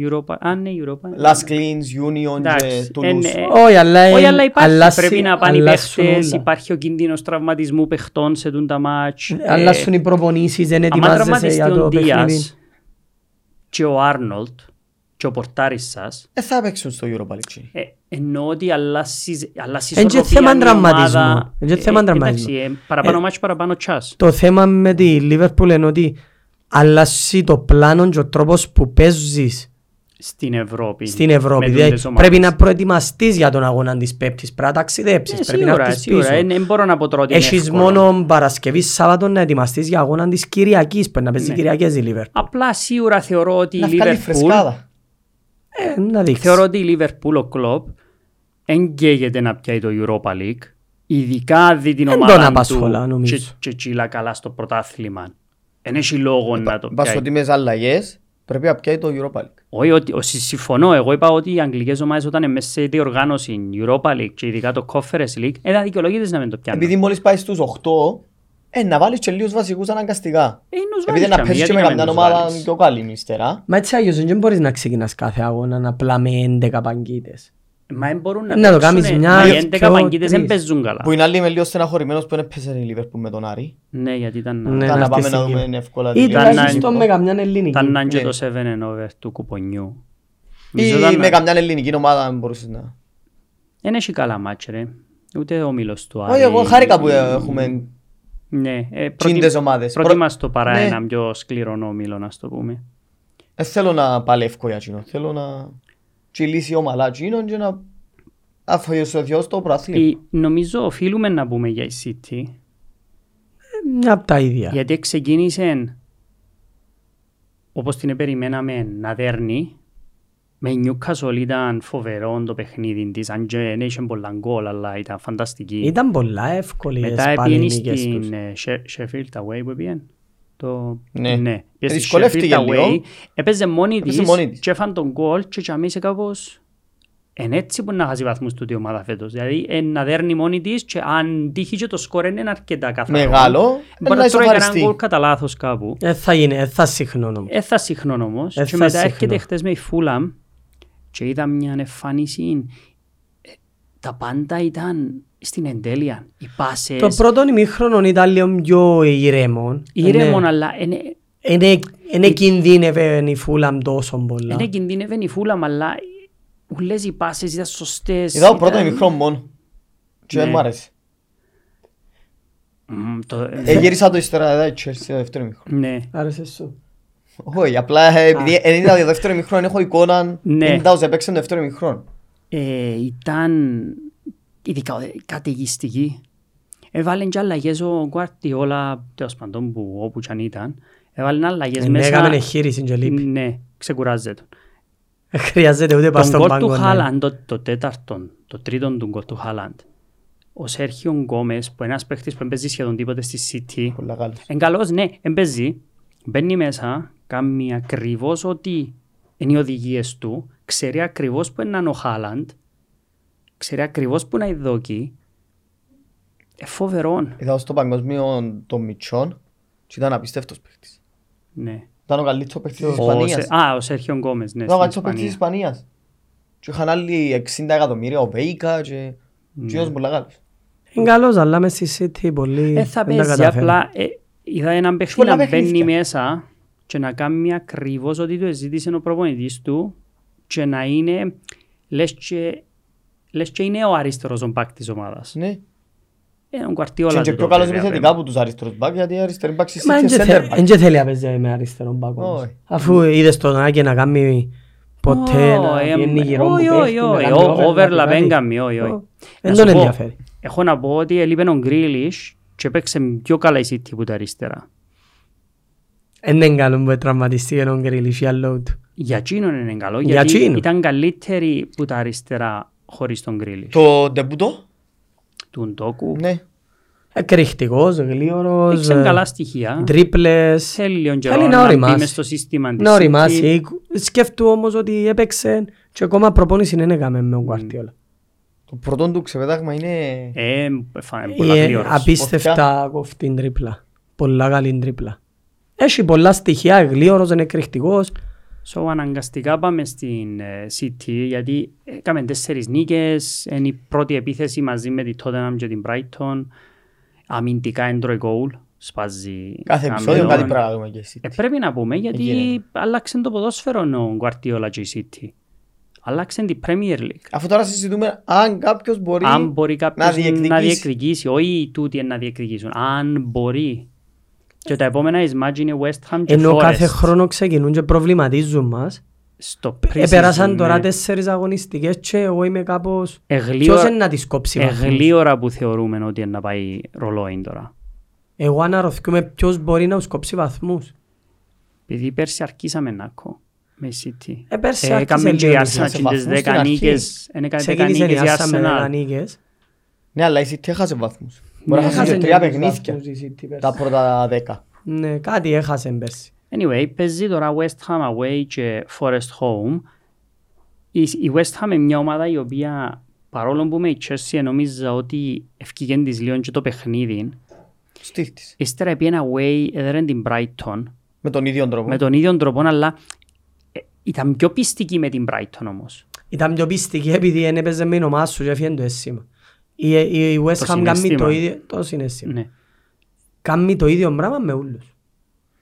Speaker 2: Europa. Α, ναι, Europa.
Speaker 1: Last Cleans, Union και
Speaker 2: Εντάξει, εν,
Speaker 1: Toulouse.
Speaker 2: ε,
Speaker 3: Όχι, αλλά
Speaker 2: Όχι,
Speaker 3: ε,
Speaker 2: αλλά υπάρχει.
Speaker 3: αλλάσσει-
Speaker 2: πρέπει να πάνε οι
Speaker 3: αλλάσσουν
Speaker 2: παίχτες,
Speaker 3: όλα.
Speaker 2: υπάρχει ο κίνδυνος τραυματισμού παιχτών σε τούν τα μάτς. Ε,
Speaker 3: Αλλάσουν οι προπονήσεις, δεν
Speaker 2: Άμα
Speaker 3: ετοιμάζεσαι
Speaker 2: τραυματιστεί
Speaker 3: για το
Speaker 2: ο
Speaker 3: παιχνίδι.
Speaker 2: Ντίας και ο Άρνολτ και ο πορτάρης σας,
Speaker 1: Ε, θα παίξουν στο Europa League. τσί.
Speaker 2: Ε, εννοώ ότι αλλάσεις αλλάσεις
Speaker 3: Εν και
Speaker 2: ισορροπία
Speaker 3: θέμα
Speaker 2: η
Speaker 3: τραυματισμού.
Speaker 2: ομάδα.
Speaker 3: Εν και
Speaker 2: Ε,
Speaker 3: θέμα
Speaker 2: ε,
Speaker 3: τραυματισμού.
Speaker 2: εντάξει, ε, παραπάνω μάτς, παραπάνω τσάς.
Speaker 3: Το θέμα με τη Λίβερπουλ είναι ότι αλλάζει το πλάνο και ο τρόπος που παίζεις
Speaker 2: Στην Ευρώπη.
Speaker 3: στην Ευρώπη.
Speaker 2: με
Speaker 3: Δηλαδή,
Speaker 2: τούτες ομάδες.
Speaker 3: πρέπει να προετοιμαστείς για τον αγώνα της Πέπτης, πρέπει να ταξιδέψεις,
Speaker 2: Ναι,
Speaker 3: πρέπει να
Speaker 2: σίγουρα,
Speaker 3: έρθεις
Speaker 2: σίγουρα. Ε,
Speaker 3: πίσω.
Speaker 2: Δεν μπορώ να ναι. πω τώρα ότι είναι
Speaker 3: Έχεις
Speaker 2: εύκολο.
Speaker 3: μόνο Παρασκευής, Σάββατο να ετοιμαστείς για αγώνα της Κυριακής, πρέπει να παίζει
Speaker 2: Ναι.
Speaker 3: Κυριακές η Λίβερπουλ.
Speaker 2: Απλά σίγουρα θεωρώ ότι η
Speaker 1: Να βγάλει
Speaker 2: Liverpool
Speaker 1: φρεσκάδα.
Speaker 3: Ε, να δείξεις.
Speaker 2: Θεωρώ ότι η Liverpool ο Κλόπ δεν καίγεται να πιάει το Europa League. Ειδικά αν δει την
Speaker 3: Εν
Speaker 2: ομάδα
Speaker 3: τον απασχολά,
Speaker 2: του
Speaker 3: νομίζω.
Speaker 2: και- και τσίλα καλά στο πρωτάθλημα. Δεν έχει
Speaker 1: Ε,
Speaker 2: λόγο να το
Speaker 1: Βάσω
Speaker 2: πιάει.
Speaker 1: ότι με τις αλλαγές πρέπει να πιάει το Europa League.
Speaker 2: Όχι, ότι, ο- συ- συμφωνώ. Εγώ είπα ότι οι αγγλικές ομάδες όταν είναι μέσα σε διοργάνωση Europa League και ειδικά το Conference League, δεν δικαιολογείται να μην το πιάνουν.
Speaker 1: Επειδή μόλις πάει στους 8, ε, να βάλεις και λίγους βασικούς αναγκαστικά.
Speaker 2: Ε, νους
Speaker 1: Επειδή
Speaker 2: βάλεις
Speaker 1: να
Speaker 2: καμία,
Speaker 1: παίζεις και
Speaker 2: γιατί
Speaker 1: με
Speaker 2: να μην
Speaker 1: καμιά
Speaker 2: τους
Speaker 1: ομάδα
Speaker 2: βάλεις.
Speaker 1: πιο καλή ύστερα.
Speaker 3: Μα έτσι αλλιώς δεν μπορείς να ξεκινάς κάθε αγώνα απλά με 11 παγκίτες.
Speaker 2: Μα δεν μπορούν να,
Speaker 1: Ναι,
Speaker 3: Να το
Speaker 2: παίξουνε.
Speaker 3: κάνεις μια,
Speaker 2: Μα οι
Speaker 3: δυο,
Speaker 2: 11 παγκίτες δεν
Speaker 3: τρεις.
Speaker 2: παίζουν καλά.
Speaker 1: Που είναι άλλη με λίγο στεναχωρημένος που είναι πέσανε η Liverpool με τον Άρη.
Speaker 2: Ναι, γιατί ήταν,
Speaker 3: Ναι.
Speaker 1: Ήταν να
Speaker 3: αυτή
Speaker 1: πάμε
Speaker 3: η
Speaker 1: να
Speaker 3: στιγμή.
Speaker 1: δούμε εύκολα.
Speaker 3: Ή
Speaker 1: την Liverpool.
Speaker 3: τουλάχιστον με καμιά ελληνική.
Speaker 2: ήταν αν και
Speaker 1: Ναι.
Speaker 2: το 7 and over του κουπονιού. Νομίζω
Speaker 1: Ή
Speaker 2: ήταν-
Speaker 1: με καμιά ελληνική ομάδα αν μπορούσες να...
Speaker 2: Δεν έχει καλά μάτς ρε. Ούτε ο Μίλος του
Speaker 1: Όχι, εγώ χάρηκα που ε, έχουμε
Speaker 2: Ναι, ε, προτι-
Speaker 1: τσίντες ομάδες.
Speaker 2: προτιμάς το παρά
Speaker 1: Ναι.
Speaker 2: έναν πιο σκληρό όμιλο να στο πούμε.
Speaker 1: Δεν ε, θέλω να παλεύω για εκείνο. Θέλω να τσιλήσει ομαλά εκείνον και να αφαιοσιωθώ στο προαθλήμα.
Speaker 2: Ε, νομίζω οφείλουμε να πούμε για η City,
Speaker 3: Ε, Μια από τα ίδια.
Speaker 2: γιατί ξεκίνησε όπως την περιμέναμε να δέρνει. Με Newcastle ήταν φοβερό το παιχνίδι της, αν και δεν είχε πολλά γκολ, αλλά ήταν φανταστική.
Speaker 3: Ήταν πολλά εύκολη
Speaker 2: Μετά
Speaker 3: πάλι
Speaker 2: έπιενε
Speaker 3: οι νίκες τους.
Speaker 2: στην ε, She- Sheffield away που έπιεν. Το...
Speaker 1: Ναι.
Speaker 2: Πήγε στη
Speaker 1: Δυσκολεύτηκε
Speaker 2: Sheffield
Speaker 1: λίγο.
Speaker 2: away. Έπαιζε μόνη
Speaker 1: Έπαιζε
Speaker 2: της
Speaker 1: μόνη της.
Speaker 2: και έφαν τον γκολ και τσαμίσε κάπως εν έτσι που να χάσει βαθμούς τούτη η ομάδα φέτος. Δηλαδή ε, να δέρνει μόνη της και αν τύχει και το σκορ είναι αρκετά καθαρό.
Speaker 1: Μεγάλο, να
Speaker 2: Μπορεί να τρώει κανέναν
Speaker 1: ισοφαριστεί.
Speaker 2: γκολ κατά λάθος κάπου.
Speaker 3: Ε, θα γίνει, ε, θα συχνώνω.
Speaker 2: Ε, θα συχνών όμως.
Speaker 3: Ε,
Speaker 2: και
Speaker 3: θα
Speaker 2: μετά
Speaker 3: συχνώ.
Speaker 2: έρχεται χτες με η Φούλαμ και είδα μια εμφάνιση. Ε, Τα πάντα ήταν στην εντέλεια. Οι πάσες,
Speaker 3: Το πρώτο ημίχρονο ήταν λίγο πιο ηρέμο.
Speaker 2: Ήρεμον,
Speaker 3: Ναι.
Speaker 2: αλλά είναι-
Speaker 3: Είναι κινδύνευε η Φούλαμ τόσο πολλά.
Speaker 2: είναι κινδύνευε η φούλα, μου, αλλά ούλες οι πάσες ήταν σωστές.
Speaker 1: Είδα το πρώτο
Speaker 2: ήταν-
Speaker 1: μικρό μόνο. Και δεν
Speaker 2: Ναι.
Speaker 1: μου άρεσε.
Speaker 2: Μμμ, το-
Speaker 1: Ε, Γύρισα το ύστερα, είδα η Chelsea το δεύτερο μικρό.
Speaker 2: Ναι.
Speaker 3: Άρεσε σου.
Speaker 1: Όχι, απλά ε, επειδή δεν είδα το δεύτερο μικρό, έχω εικόνα.
Speaker 2: Ναι.
Speaker 1: Δεν είδα όσο έπαιξε το δεύτερο μικρό.
Speaker 2: Ε, Ήταν ειδικά ε, καταιγιστική. Έβαλε και αλλαγές ο Γκουαρτιόλα, τέλος πάντων, που όπου κι αν ήταν. Έβαλε αλλαγές μέσα.
Speaker 3: Ε, ναι, Έκαμε εγχείρηση και λείπει.
Speaker 2: Ναι, ξεκουράζεται.
Speaker 3: Χρειάζεται ούτε πας
Speaker 2: Τον
Speaker 3: στον
Speaker 2: γκολ του
Speaker 3: πάγκο. ναι.
Speaker 2: Χάλαντ, το, το τέταρτον, το τρίτον του γκολ του Χάλαντ, ο Σέρχιο Γκόμες, που είναι ένας παίχτης που δεν παίζει σχεδόν τίποτε στη City,
Speaker 1: Πολλά καλό.
Speaker 2: Εν καλός, ναι, εν παίζει. Μπαίνει μέσα, κάνει ακριβώς ό,τι είναι οι οδηγίες του, ξέρει ακριβώς που είναι ο Χάλαντ, ξέρει ακριβώς που είναι η Δόκη. Ε, φοβερόν.
Speaker 1: Είδα στο παγκοσμίο των Μιτσών και ήταν απίστευτος παίχτης.
Speaker 2: Ναι.
Speaker 1: Ήταν ο καλύτερος παίχτης της
Speaker 2: Ο,
Speaker 1: Ισπανίας.
Speaker 2: Σε- α, ο Σέρχιο Γκόμες, ναι,
Speaker 1: Ήταν ο
Speaker 2: στην
Speaker 1: καλύτερος παίχτης της
Speaker 2: Ισπανία.
Speaker 1: Ισπανίας. Και είχαν άλλοι 60 εκατομμύρια, ο Βέικα και...
Speaker 2: Ναι.
Speaker 1: Και ήταν πολλά καλός.
Speaker 3: Είναι καλός, αλλά μες στη City πολύ...
Speaker 2: Ε, θα
Speaker 3: δεν τα
Speaker 2: παίζει,
Speaker 3: καταφέρνει.
Speaker 2: απλά ε, είδα έναν παίχτη
Speaker 1: Πολλά
Speaker 2: να μπαίνει
Speaker 1: παιχνίδια.
Speaker 2: μέσα και να κάνει ακριβώς ό,τι του ζήτησε ο προπονητής του και να είναι, λες και, λες και είναι ο αριστερός ο μπακ της ομάδας.
Speaker 1: Ναι.
Speaker 2: Ε, ο
Speaker 1: Και
Speaker 2: Γκουαρτιόλα
Speaker 1: είναι και
Speaker 2: του
Speaker 1: πιο
Speaker 2: το
Speaker 1: καλός
Speaker 2: βέβαια,
Speaker 1: επιθετικά από τους αριστερούς μπακ, γιατί οι αριστεροί μπακ στη
Speaker 3: Μα
Speaker 1: City
Speaker 3: εν και
Speaker 1: είναι
Speaker 3: θε-
Speaker 1: center
Speaker 3: εν
Speaker 1: back.
Speaker 3: και θέλει να παίζει με αριστερόν πάγκο.
Speaker 1: Όχι.
Speaker 3: Αφού είδες τον Άκη να κάνει ποτέ να
Speaker 2: Όχι,
Speaker 3: βγαίνει
Speaker 2: εμ,
Speaker 3: γύρω μου
Speaker 2: ε, όχι,
Speaker 3: παίχτη,
Speaker 2: όχι,
Speaker 3: να
Speaker 2: όχι,
Speaker 3: κάνει
Speaker 2: ο-
Speaker 3: overlap,
Speaker 2: ε, overlap ε,
Speaker 3: κάτι.
Speaker 2: δεν κάνει, όχι, όχι.
Speaker 3: Δεν
Speaker 2: Να
Speaker 3: τον
Speaker 2: σου πω,
Speaker 3: ενδιαφέρει.
Speaker 2: Έχω να πω ότι έλειπε ο Γκρίλις και παίξε πιο καλά η City που τα αριστερά.
Speaker 3: Εν Είναι καλό Ε, που τραυματιστεί ο Γκρίλης ή άλλο του.
Speaker 2: Για εκείνον είναι καλό,
Speaker 3: Για
Speaker 2: γιατί
Speaker 3: εκείνον.
Speaker 2: ήταν καλύτερη που τα αριστερά χωρίς τον Γκρίλις.
Speaker 1: Το ντεμπούτο,
Speaker 2: Του Ντόκου.
Speaker 1: ναι.
Speaker 3: Ε, Κρυχτικός, γλίωρος,
Speaker 2: Δείξαν
Speaker 3: ε,
Speaker 2: καλά στοιχεία.
Speaker 3: τρίπλες.
Speaker 2: Θέλει λίγο καιρό
Speaker 3: Θέλει να
Speaker 2: να μπει
Speaker 3: οριμάσει.
Speaker 2: μες στο σύστημα της
Speaker 3: Να
Speaker 2: City.
Speaker 3: οριμάσει. Σκέφτου όμως ότι έπαιξε και ακόμα προπόνηση δεν έκαμε με τον Κουαρτιόλα.
Speaker 1: Το πρώτο του ξεπετάγμα είναι...
Speaker 2: Ε, φάνε πολλά
Speaker 3: Ε,
Speaker 2: γρήγορος.
Speaker 3: Απίστευτα κοφτή τρίπλα. Πολλά καλή τρίπλα. Έχει πολλά στοιχεία, γλίωρος, είναι κρυχτικός.
Speaker 2: So, αναγκαστικά πάμε στην ε, City γιατί ε, έκαμε τέσσερις νίκες, είναι η πρώτη επίθεση μαζί με τη Tottenham και την Brighton. Αμυντικά έντρωε γκολ, σπάζει
Speaker 1: Κάθε επεισόδιο
Speaker 2: χαμηλόν.
Speaker 1: κάτι πρέπει να δούμε και εσύ.
Speaker 2: Ε, πρέπει να πούμε γιατί
Speaker 1: Γίνεται.
Speaker 2: άλλαξε το ποδόσφαιρο ο Guardiola και η City. Άλλαξε την Premier League.
Speaker 1: Αφού τώρα συζητούμε αν κάποιος μπορεί...
Speaker 2: Αν μπορεί κάποιος να διεκδικήσει,
Speaker 1: διεκδικήσει.
Speaker 2: όχι τούτοι να διεκδικήσουν, αν μπορεί. Και τα επόμενα εις μάτζ είναι West Ham και
Speaker 3: Ενώ κάθε
Speaker 2: Forest.
Speaker 3: χρόνο ξεκινούν και προβληματίζουν μας.
Speaker 2: Στο pre-season,
Speaker 3: Επέρασαν τώρα
Speaker 2: ναι. Ε,
Speaker 3: τέσσερις αγωνιστικές και εγώ είμαι κάπως...
Speaker 2: Εγλίωρα-
Speaker 3: Ποιος είναι να τις κόψει
Speaker 2: ε,
Speaker 3: βαθμούς.
Speaker 2: Εγλίωρα που θεωρούμε ότι είναι να πάει ρολόι τώρα.
Speaker 3: Εγώ αναρωθούμε ποιος μπορεί να τους κόψει βαθμούς.
Speaker 2: Επειδή πέρσι αρκίσαμε να κο. Με City.
Speaker 3: Ε, πέρσι
Speaker 2: Ε,
Speaker 3: άρχισε
Speaker 2: Έκαμε και η
Speaker 3: λίγο
Speaker 2: Arsenal
Speaker 3: να
Speaker 1: σε
Speaker 2: και τις
Speaker 1: βαθμούς
Speaker 2: 10
Speaker 1: στην αρχή.
Speaker 2: νίκες. Είναι κάτι 10
Speaker 3: Ξεκίνησε
Speaker 2: νίκες
Speaker 3: η
Speaker 2: η
Speaker 3: Άσσα με δέκα
Speaker 2: Arsenal.
Speaker 3: νίκες.
Speaker 1: Ναι, αλλά η City έχασε βαθμούς.
Speaker 2: Ναι,
Speaker 1: Μπορεί να χάσει
Speaker 3: Ναι, Έχασε
Speaker 1: και τρία
Speaker 3: νίκες
Speaker 1: παιχνίδια
Speaker 3: βαθμούς η City πέρσι.
Speaker 1: τα πρώτα δέκα.
Speaker 3: Ναι, κάτι έχασε πέρσι.
Speaker 2: Anyway, παίζει τώρα West Ham away και Forest home. Η, η West Ham είναι μια ομάδα η οποία παρόλο που με η Chelsea νόμιζα ότι ευκήγεν της λίγο και το παιχνίδι.
Speaker 1: Στήχτης.
Speaker 2: Ύστερα επί ένα away έδεραν την Brighton
Speaker 1: Με τον ίδιο τρόπο.
Speaker 2: με τον ίδιο τρόπο αλλά ε, ήταν πιο πιστική με την Brighton όμως.
Speaker 3: Ήταν πιο πίστικη επειδή δεν έπαιζε με η ομάδα σου και έφυγε το αίσθημα. Η, η, η West Ham κάνει το
Speaker 2: συναίσθημα.
Speaker 3: ίδιο, το συναίσθημα.
Speaker 2: Ναι.
Speaker 3: Κάνει το ίδιο πράγμα με όλους. Ε,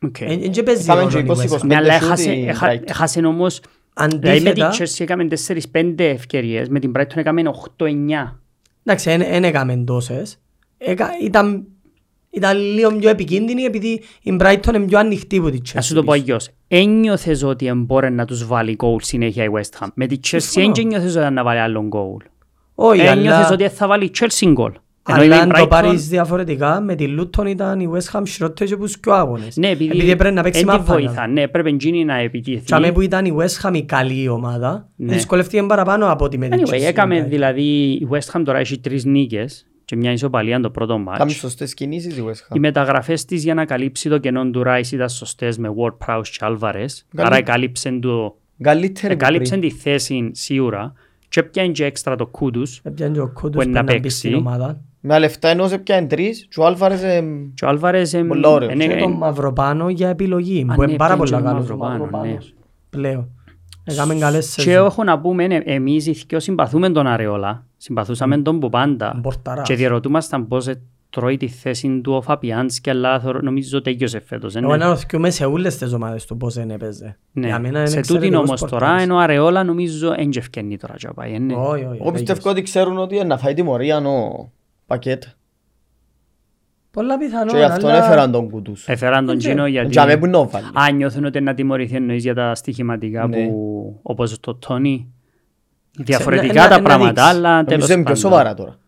Speaker 2: Okay.
Speaker 3: Εν εν και παίζει
Speaker 1: Έκαμε
Speaker 3: ρόλο
Speaker 1: και
Speaker 3: η West Ham.
Speaker 1: 20-25
Speaker 2: Ναι, αλλά
Speaker 1: shoot
Speaker 2: έχασε-
Speaker 1: η
Speaker 2: έχα-
Speaker 1: Brighton.
Speaker 2: έχασε όμως Δηλαδή με την
Speaker 3: Αντίθετα,
Speaker 2: Chelsea έκαμε 4-5 ευκαιρίες, με την Brighton έκαμε 8-9.
Speaker 3: εντάξει, δεν έκαμε τόσες. Έκα- Ήταν, ήταν λίγο πιο επικίνδυνη επειδή η Brighton είναι πιο ανοιχτή από τη Chelsea.
Speaker 2: Να σου το πω ε, αλλιώς. Ένιωθες ότι εμπόρε να τους βάλει γκολ συνέχεια η West Ham. Με τη Chelsea
Speaker 3: Συμφωνώ.
Speaker 2: δεν ένιωθες ότι να βάλει άλλον γκολ.
Speaker 3: Όχι,
Speaker 2: Ένιωθες
Speaker 3: αλλά,
Speaker 2: ότι θα βάλει η Chelsea γκολ. Ενώ
Speaker 3: αλλά
Speaker 2: η
Speaker 3: αν το
Speaker 2: Brighton-
Speaker 3: πάρεις διαφορετικά, με τη Luton ήταν η West Ham χειρότερη και τους πιο άγωνες.
Speaker 2: Ναι, επειδή,
Speaker 3: επειδή πρέπει να παίξει
Speaker 2: εν τη
Speaker 3: μάπα.
Speaker 2: βοήθα. Ναι, πρέπει εκείνη να επιτύχει.
Speaker 3: Τσάμε που ήταν η West Ham η καλή ομάδα,
Speaker 2: Ναι.
Speaker 3: δυσκολευτήκαν παραπάνω από ότι με την
Speaker 2: Anyway,
Speaker 3: Chelsea.
Speaker 2: έκαμε δηλαδή η West Ham τώρα έχει τρεις νίκες και μια ισοπαλία το πρώτο
Speaker 1: Κάμε
Speaker 2: μάτς.
Speaker 1: σωστές κινήσεις η West
Speaker 2: Οι
Speaker 1: Ham.
Speaker 2: μεταγραφές της για να καλύψει το κενό του Rice ήταν σωστές με Ward Prowse και Alvarez.
Speaker 1: Καλή-
Speaker 2: Άρα εκάλυψε το-
Speaker 1: Καλύτερη από
Speaker 2: εκάλυψε
Speaker 1: πριν.
Speaker 2: τη θέση σίγουρα και πιάνει και έξτρα το κούτους.
Speaker 3: Έπιανε Ε, και ο Κούντους
Speaker 2: Που να
Speaker 3: που να μπει
Speaker 2: παίξει.
Speaker 3: στην ομάδα.
Speaker 1: Με λεφτά ενός έπιαν τρεις και ο Άλβαρες ε,
Speaker 2: Ε,
Speaker 1: εμ,
Speaker 2: Και ο Alvarez εμ,
Speaker 1: Πολλά ωραίος.
Speaker 2: είναι-
Speaker 3: Και τον Μαυροπάνο για επιλογή, που
Speaker 2: Ε, ναι,
Speaker 3: είναι πάρα
Speaker 2: πιάνει
Speaker 3: πολλά
Speaker 2: και τον
Speaker 3: καλός ο
Speaker 2: Μαυροπάνο,
Speaker 3: Μαυροπάνος. Πλέον. Έκαμε καλές
Speaker 2: ναι. Και
Speaker 3: σεζόν.
Speaker 2: έχω να πούμε, ναι, εμείς οι δυο συμπαθούμε τον Αρεόλα, συμπαθούσαμε τον που πάντα
Speaker 3: Μπορταράς.
Speaker 2: και διερωτούμασταν πώς ε, τρώει τη θέση του ο Φαπιάνσκι, αλλά θεωρώ- νομίζω τέγιωσε φέτος.
Speaker 3: Εγώ
Speaker 2: Είναι.
Speaker 3: να ρωθιούμαι σε όλες τις ομάδες του πώς δεν έπαιζε. Για μένα
Speaker 2: ναι. Ναι.
Speaker 3: είναι
Speaker 2: Σε τούτην
Speaker 3: εξαιρετικός
Speaker 2: όμως τώρα,
Speaker 3: πορτάρας.
Speaker 2: ενώ ο Αρεόλα νομίζω δεν ευκαινεί τώρα και πάει. είναι.
Speaker 3: Όχι, όχι,
Speaker 1: Εγώ πιστεύω
Speaker 3: τέλειος.
Speaker 1: ότι ξέρουν ότι ε, να φάει τιμωρία ο πακέτ.
Speaker 3: Πολλά πιθανόν,
Speaker 1: Και γι' αυτό
Speaker 3: αλλά-
Speaker 1: έφεραν τον κουτούς.
Speaker 2: Έφεραν τον
Speaker 3: Ναι.
Speaker 2: Τζίνο γιατί...
Speaker 1: Για με που να βάλει.
Speaker 2: Α, νιώθουν ότι Ε, να τιμωρηθεί εννοείς για τα στοιχηματικά
Speaker 1: Ναι.
Speaker 2: που όπως το Τόνι.
Speaker 3: να-
Speaker 2: Διαφορετικά
Speaker 3: να-
Speaker 2: τα
Speaker 3: να
Speaker 2: πράγματα,
Speaker 3: δείξεις.
Speaker 2: αλλά τέλος
Speaker 1: Νομίζω είναι πιο
Speaker 2: πάντων.
Speaker 1: σοβαρά τώρα.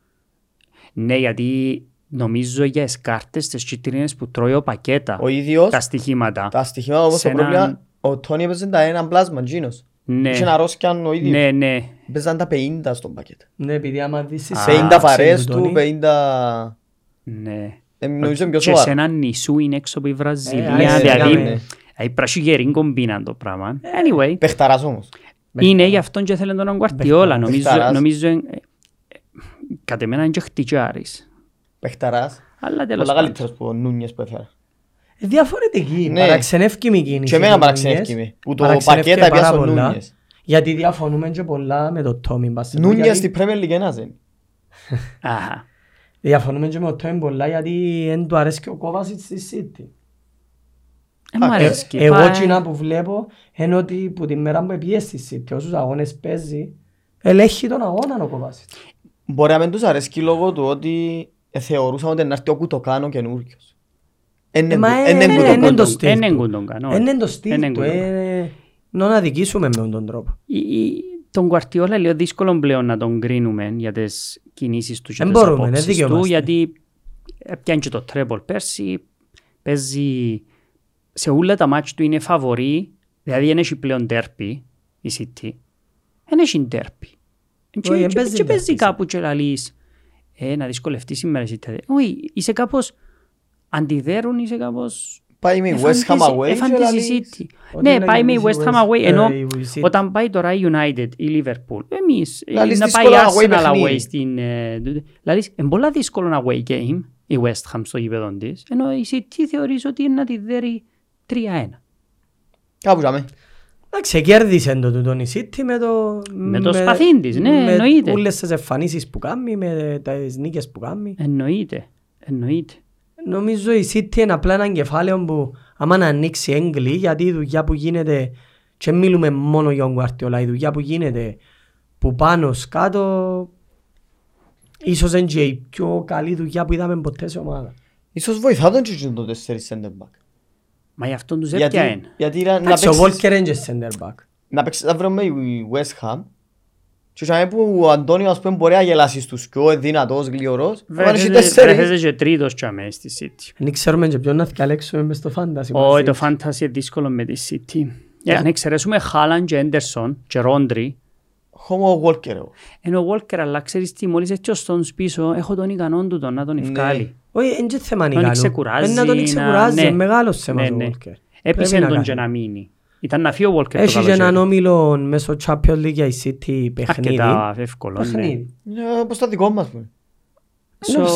Speaker 2: Ναι, γιατί νομίζω για τις κάρτες, τις κίτρινες που τρώει ο πακέτα,
Speaker 1: Ο ίδιος,
Speaker 2: τα στοιχήματα.
Speaker 1: τα στοιχεία όμως
Speaker 2: σε
Speaker 1: το
Speaker 2: έναν-
Speaker 1: πρόβλημα, ο Τόνι έπαιζε τα έναν πλάσμα, Τζίνος.
Speaker 2: Ναι,
Speaker 1: Είχε να ρόσκιαν ο ίδιος.
Speaker 2: ναι, ναι.
Speaker 1: Παίζαν τα 50 στον πακέτ.
Speaker 3: Ναι, επειδή άμα δεις τις
Speaker 2: Α,
Speaker 1: 50 βαρές
Speaker 3: του
Speaker 1: του,
Speaker 3: Τόνι.
Speaker 1: 50...
Speaker 2: ναι.
Speaker 1: Ε, Νομίζω είναι πιο ναι,
Speaker 2: Και σε
Speaker 1: σοβαρά.
Speaker 2: ένα νησού είναι έξω από η Βραζιλία,
Speaker 3: άσε,
Speaker 2: δηλαδή...
Speaker 1: έκαμε.
Speaker 2: ε, Υπάρχει γερή κομπίνα το πράγμα. Anyway,
Speaker 1: Παιχταράς όμως.
Speaker 2: είναι γι' αυτόν και θέλει τον Γκουαρτιόλα. Νομίζω,
Speaker 1: Παιχταράς.
Speaker 2: νομίζω, ε, ε, κατ' εμένα είναι και χτυκιάρης.
Speaker 1: Παιχταράς.
Speaker 2: Αλλά τέλος
Speaker 1: Πολλά
Speaker 2: πάντων.
Speaker 1: καλύτερος που ο Νούνιες που έφερα.
Speaker 3: Διαφορετική,
Speaker 1: Ναι.
Speaker 3: παραξενεύκει με κίνηση.
Speaker 1: Και εμένα
Speaker 3: του
Speaker 1: παραξενεύκει
Speaker 3: Νούνιες.
Speaker 1: με. Που το
Speaker 3: Παραξενεύκε
Speaker 1: πακέτα
Speaker 3: πάρα
Speaker 1: πιάσε ο
Speaker 3: πολλά,
Speaker 1: Νούνιες.
Speaker 3: Γιατί διαφωνούμε και πολλά με τον Τόμι. μπας σε πω,
Speaker 1: Νούνιες
Speaker 3: γιατί
Speaker 1: στην Premier League ένας είναι.
Speaker 2: Αχα.
Speaker 3: Διαφωνούμε και με τον Τόμι πολλά γιατί δεν του αρέσει και ο Κόβασιτς στη City.
Speaker 2: Ε, μ'
Speaker 1: Α,
Speaker 3: Ε,
Speaker 2: αρέσει.
Speaker 3: Εγώ
Speaker 2: Πάει-
Speaker 3: κοινά που βλέπω είναι ότι που την μέρα που πιέσει στη City όσους αγώνες παίζει ελέγχει τον αγώνα ο Κόβασιτς.
Speaker 1: Μπορεί να μην τους αρέσκει λόγω του ότι ε, θεωρούσαν ότι να έρθει ο Κουτοκάνο καινούργιος. Εν
Speaker 3: Ε, μα, ε,
Speaker 1: εν- εν-
Speaker 3: ε,
Speaker 1: εν-
Speaker 3: εν- εν-
Speaker 1: εν-
Speaker 3: το
Speaker 2: Κοντον-
Speaker 3: στυλ
Speaker 2: εν
Speaker 3: του.
Speaker 2: έγκουν τον κανόνα.
Speaker 3: Είναι το στυλ
Speaker 2: Εν
Speaker 3: του.
Speaker 2: έγκουν τον
Speaker 3: ε, Να να δικήσουμε με τον τρόπο.
Speaker 2: Η- η- τον Guardiola λίγο δύσκολο πλέον να τον κρίνουμε για τις κινήσεις τους και
Speaker 3: Δεν
Speaker 2: τις
Speaker 3: Ε, μπορούμε, δεν
Speaker 2: απόψεις του,
Speaker 3: δικαιούμαστε.
Speaker 2: γιατί ε, πιάνει και το τρέμπολ πέρσι, παίζει σε όλα τα μάτια του είναι φαβορή, δηλαδή δεν έχει πλέον τέρπι η City. Δεν έχει τέρπι.
Speaker 3: Όχι,
Speaker 2: Και,
Speaker 3: δεν
Speaker 2: και,
Speaker 3: παίζει
Speaker 2: και παίζει
Speaker 3: derby,
Speaker 2: κάπου και λαλείς, ε, να δυσκολευτεί σήμερα η City. Όχι, είσαι κάπως αντιδέρουν, είσαι κάπως
Speaker 1: Πάει
Speaker 3: ε,
Speaker 1: με η West Ham
Speaker 2: Εφάντιζε-
Speaker 1: away και
Speaker 2: εφάντιζε
Speaker 1: λέει,
Speaker 2: η City.
Speaker 3: Ότι
Speaker 2: Ναι,
Speaker 3: να
Speaker 2: πάει με η
Speaker 3: κερδίσει
Speaker 2: West
Speaker 3: η
Speaker 2: Ham away,
Speaker 3: West-
Speaker 2: ενώ
Speaker 3: ε, η City.
Speaker 2: όταν πάει τώρα η United, η Liverpool, εμείς, ε,
Speaker 1: Λαλείς
Speaker 2: να πάει η
Speaker 1: δύσκολο away
Speaker 2: Arsenal
Speaker 1: παιχνίδι.
Speaker 2: away στην... ε, τούτη. Δηλαδή, είναι πολλά δύσκολο away game η West Ham στο γήπεδο της, ενώ η City θεωρείς ότι είναι να τη δέρει 3-1.
Speaker 1: Κάπου για
Speaker 3: Εντάξει, κέρδισε το τούτον η City με το...
Speaker 2: Με το σπαθήν της, ναι,
Speaker 3: με
Speaker 2: εννοείται.
Speaker 3: όλες τις εμφανίσεις που κάνει, με τις νίκες που κάνει.
Speaker 2: Εννοείται, εννοείται.
Speaker 3: Νομίζω η City είναι απλά ένα κεφάλαιο που άμα να ανοίξει έγκλη, γιατί η δουλειά που γίνεται, και δεν μιλούμε μόνο για τον Guardiola, η δουλειά που γίνεται που πάνω σκάτω, ίσως είναι και η πιο καλή δουλειά που είδαμε ποτέ σε ομάδα.
Speaker 1: Ίσως βοηθά τον Τζιτζιν το 4 center back.
Speaker 2: Μα γι' αυτόν τους
Speaker 1: Γιατί,
Speaker 2: έπιαεν.
Speaker 1: γιατί να, να
Speaker 3: Εντάξει, ο
Speaker 1: παίξεις,
Speaker 3: Walker είναι και center back.
Speaker 1: να παίξεις αύριο με η West Ham και όταν που ο Αντώνιο ας πούμε μπορεί να γελάσει στους πιο ε, δυνατός γλυωρός άμα έχει
Speaker 2: Βρέθεσαι
Speaker 1: τέσσερις
Speaker 2: και τρίτος κι αμέσως στη City.
Speaker 3: Δεν ξέρουμε και ποιον να διαλέξουμε μες στο fantasy.
Speaker 2: Όχι,
Speaker 3: μας.
Speaker 2: το fantasy είναι δύσκολο με τη City. Για να εξαιρέσουμε Χάλαν και Έντερσον και Ρόντρι,
Speaker 1: Χόμο Walker εγώ.
Speaker 2: Ενώ ο Walker, αλλά ξέρεις τι, μόλις έτσι ο Stones πίσω, έχω τον ικανόν του τον να
Speaker 3: Ναι.
Speaker 2: τον ευκάλει.
Speaker 3: Όχι, είναι και θέμα
Speaker 2: Να τον
Speaker 3: νικάλου.
Speaker 2: ξεκουράζει.
Speaker 3: Είναι να τον ξεκουράζει,
Speaker 2: ναι.
Speaker 3: είναι μεγάλος θέμα ο
Speaker 2: ναι.
Speaker 3: Walker.
Speaker 2: Έπεισε
Speaker 3: Πρέπει να
Speaker 2: τον
Speaker 3: κάνει.
Speaker 2: και να μείνει. Ήταν να φύγει ο Walker το
Speaker 3: Έχει και έναν
Speaker 2: καλοκαίρι.
Speaker 3: όμιλο μέσω Champions League για η City παιχνίδι.
Speaker 2: Αρκετά εύκολο, ναι.
Speaker 3: Παιχνίδι.
Speaker 1: Είναι Ε, όπως το δικό μας. πούμε.
Speaker 2: So,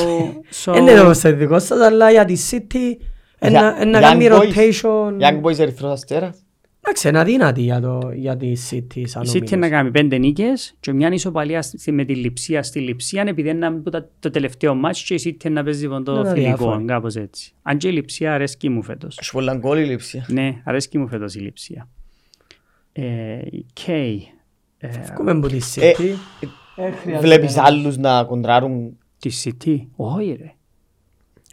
Speaker 2: so,
Speaker 3: Δεν είναι το δικό σας, αλλά για τη City ένα-
Speaker 1: Για-
Speaker 3: ένα
Speaker 1: Young
Speaker 3: κάνει
Speaker 1: Boys.
Speaker 3: rotation.
Speaker 1: Young Boys Ερυθρός Αστέρας.
Speaker 3: Εντάξει, είναι αδύνατη για, το, για τη City σαν
Speaker 2: η City να
Speaker 3: όμιλος.
Speaker 2: κάνει πέντε νίκες και μια ισοπαλία στη- με τη λειψία στη λειψία επειδή είναι από τα- το τελευταίο μάτς και η City να παίζει με
Speaker 3: Ναι,
Speaker 2: το
Speaker 3: ναι,
Speaker 2: φιλικό,
Speaker 3: διάφορα.
Speaker 2: κάπως έτσι. Αν και η λειψία αρέσκει μου φέτος.
Speaker 1: Έχει πολλά γκολ η λήψη.
Speaker 2: Ναι, αρέσκει μου φέτος η λειψία. Ε, η Κέι ε,
Speaker 3: Φεύγουμε από τη
Speaker 1: Ε,
Speaker 3: City.
Speaker 1: Βλέπεις άλλους να κοντράρουν.
Speaker 2: τη City. Όχι ρε.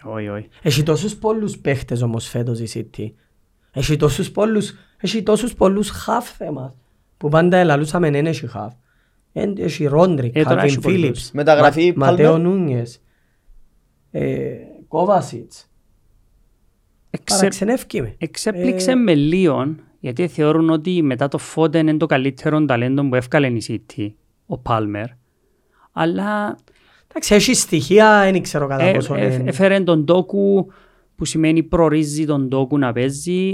Speaker 2: Όχι, όχι.
Speaker 3: Έχει τόσους πολλούς παίχτες όμως φέτος η City. Έχει τόσους πολλούς, έχει τόσους πολλούς χαφ εμάς. Που πάντα ελαλούσαμε δεν έχει χαφ. Εν- Έχει Ρόντρικ,
Speaker 2: Ε, τώρα
Speaker 3: Καλβιν
Speaker 2: έχει πολλούς.
Speaker 3: Φίλιπς,
Speaker 1: Μεταγραφή
Speaker 3: Μα- Ματέο
Speaker 1: Palmer.
Speaker 3: Νούνιες, ε, Κόβασιτς.
Speaker 2: Εξε...
Speaker 3: Παραξενεύκει με.
Speaker 2: Ε- Εξέπληξε
Speaker 3: Ε,
Speaker 2: με λίγο γιατί θεωρούν ότι μετά το Φόντεν είναι το καλύτερο ταλέντο που έφκαλε η City, ο Πάλμερ. Αλλά
Speaker 3: Εντάξει, έχει στοιχεία, δεν ξέρω κατά
Speaker 2: ε,
Speaker 3: πόσο
Speaker 2: ε,
Speaker 3: είναι.
Speaker 2: έφερε τον Τόκου που σημαίνει προορίζει τον Τόκου να παίζει.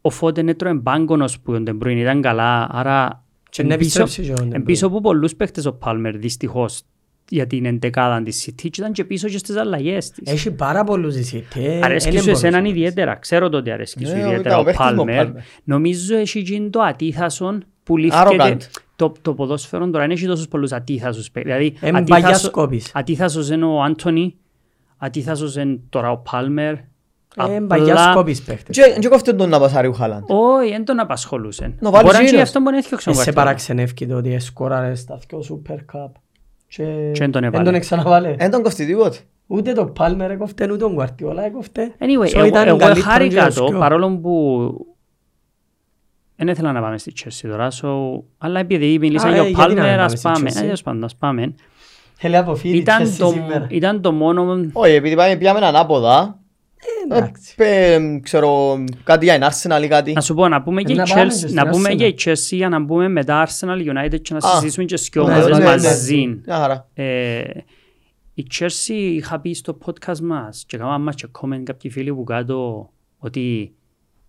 Speaker 2: Ο Φόντεν έτρωε μπάγκον ως που τον πρώην ήταν καλά, άρα
Speaker 3: Και να επιστρέψει και ο De Bruyne.
Speaker 2: εν πίσω από πολλούς παίχτες ο Πάλμερ δυστυχώς για την εντεκάδα της City και ήταν και πίσω και στις αλλαγές της.
Speaker 3: Έχει πάρα πολλούς η City. ε,
Speaker 2: ε, Αρέσκει
Speaker 3: δεν
Speaker 2: σου εσέναν
Speaker 3: μπορείς.
Speaker 2: ιδιαίτερα. Ξέρω το ότι αρέσκει σου
Speaker 1: Ναι,
Speaker 2: ιδιαίτερα
Speaker 1: ήταν ο
Speaker 2: ο
Speaker 1: παίχτης μου ο
Speaker 2: Πάλμερ.
Speaker 1: Palmer.
Speaker 2: Νομίζω έχει γίνει το ατίθασον που
Speaker 1: Arrogant.
Speaker 2: λήφθηκε. Το, το ποδόσφαιρο τώρα δεν έχει τόσους πολλούς ατίθασους. παί- Δηλαδή,
Speaker 3: Εν
Speaker 2: ατίθασο-
Speaker 3: παγιάσκοπης.
Speaker 2: ατίθασος είναι ο Άντωνη, ατίθασος είναι τώρα ο Πάλμερ.
Speaker 3: Ε,
Speaker 2: Απλά-
Speaker 3: Μπαγιάς κόπης παίχτες.
Speaker 1: Και και κόφτε τον να πασάρει ο Χάλαντ.
Speaker 2: Όχι, δεν τον απασχολούσε.
Speaker 1: Να βάλει
Speaker 2: Μπορεί να είναι και
Speaker 1: γύρω.
Speaker 2: αυτό που έφτιαξε
Speaker 3: Ε,
Speaker 2: ο
Speaker 3: σε
Speaker 2: Γουαρτιόλα.
Speaker 3: παραξενεύκει το ότι εσκόραρες τα δυο Super Cup και
Speaker 2: Και εν τον
Speaker 3: δεν
Speaker 2: έβαλε.
Speaker 3: τον ξαναβάλε.
Speaker 1: Δεν τον κόφτε τίποτε.
Speaker 3: Ούτε το Palmer έκοφτε, ούτε τον Guardiola έκοφτε.
Speaker 2: Anyway,
Speaker 3: So
Speaker 2: εγώ,
Speaker 3: ήταν
Speaker 2: εγώ
Speaker 3: καλύτερο και
Speaker 2: χάρηκα
Speaker 3: τους
Speaker 2: το,
Speaker 3: δυο.
Speaker 2: παρόλο που δεν ήθελα να πάμε στη Chelsea τώρα, so... αλλά επειδή μιλήσαμε
Speaker 3: Α,
Speaker 2: για
Speaker 3: ε,
Speaker 2: ο
Speaker 3: γιατί να
Speaker 2: Palmer,
Speaker 3: πάμε
Speaker 2: ας
Speaker 3: στη
Speaker 2: πάμε.
Speaker 3: Chelsea?
Speaker 2: Ε, τέλος πάντων, ας πάμε.
Speaker 3: Θέλει αποφύγει τη
Speaker 2: Ήταν
Speaker 3: Chelsea
Speaker 2: το, Ε,
Speaker 3: σήμερα.
Speaker 2: ήταν το μόνο...
Speaker 1: Όχι, επειδή πάμε πιάμε ανάποδα.
Speaker 3: Ε, Εντάξει.
Speaker 1: Ε, ξέρω, κάτι για την Arsenal ή κάτι.
Speaker 2: Να σου πω, να πούμε και,
Speaker 3: Ε, Να
Speaker 2: η
Speaker 3: πάμε και
Speaker 2: Chelsea,
Speaker 3: στην
Speaker 2: να πούμε
Speaker 3: Arsenal.
Speaker 2: και η Chelsea για να πούμε μετά Arsenal United και να
Speaker 1: Α,
Speaker 2: συζητήσουμε και στις
Speaker 3: ναι,
Speaker 2: ομάδες
Speaker 3: ναι, ναι.
Speaker 2: μαζί.
Speaker 1: Μια χαρά.
Speaker 2: Ε, η Chelsea είχα πει στο podcast μας και κάναμε μας και comment κάποιοι φίλοι που κάτω ότι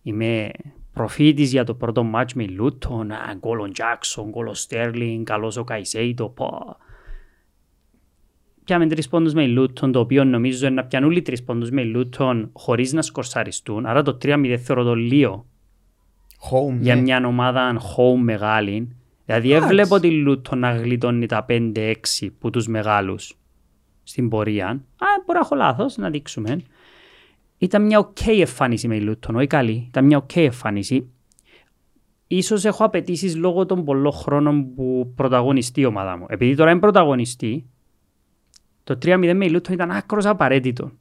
Speaker 2: είμαι προφήτης για το πρώτο μάτς με Λούτον, α, γκολ ο Τζάκσον, γκολ ο Στέρλιν, καλός ο Καϊσέιτο, πω. Πιάμε τρεις πόντους με Λούτον, το οποίο νομίζω είναι να πιάνουν όλοι τρεις πόντους με Λούτον χωρίς να σκορσαριστούν, άρα το 3-0 θεωρώ το λίγο
Speaker 1: Home,
Speaker 2: για
Speaker 1: ναι.
Speaker 2: μια ομάδα home μεγάλη. Δηλαδή έβλεπω τη Λούτο να γλιτώνει τα 5-6 που τους μεγάλους στην πορεία. Α, μπορεί να έχω λάθος, να δείξουμε. Ήταν μια οκ εμφάνιση με η Λούτον, όχι καλή. Ήταν μια οκ εμφάνιση. Ίσως έχω απαιτήσεις λόγω των πολλών χρόνων που πρωταγωνιστεί η ομάδα μου. Επειδή τώρα είναι πρωταγωνιστή, το 3-0 με η Λούτον ήταν άκρος απαραίτητο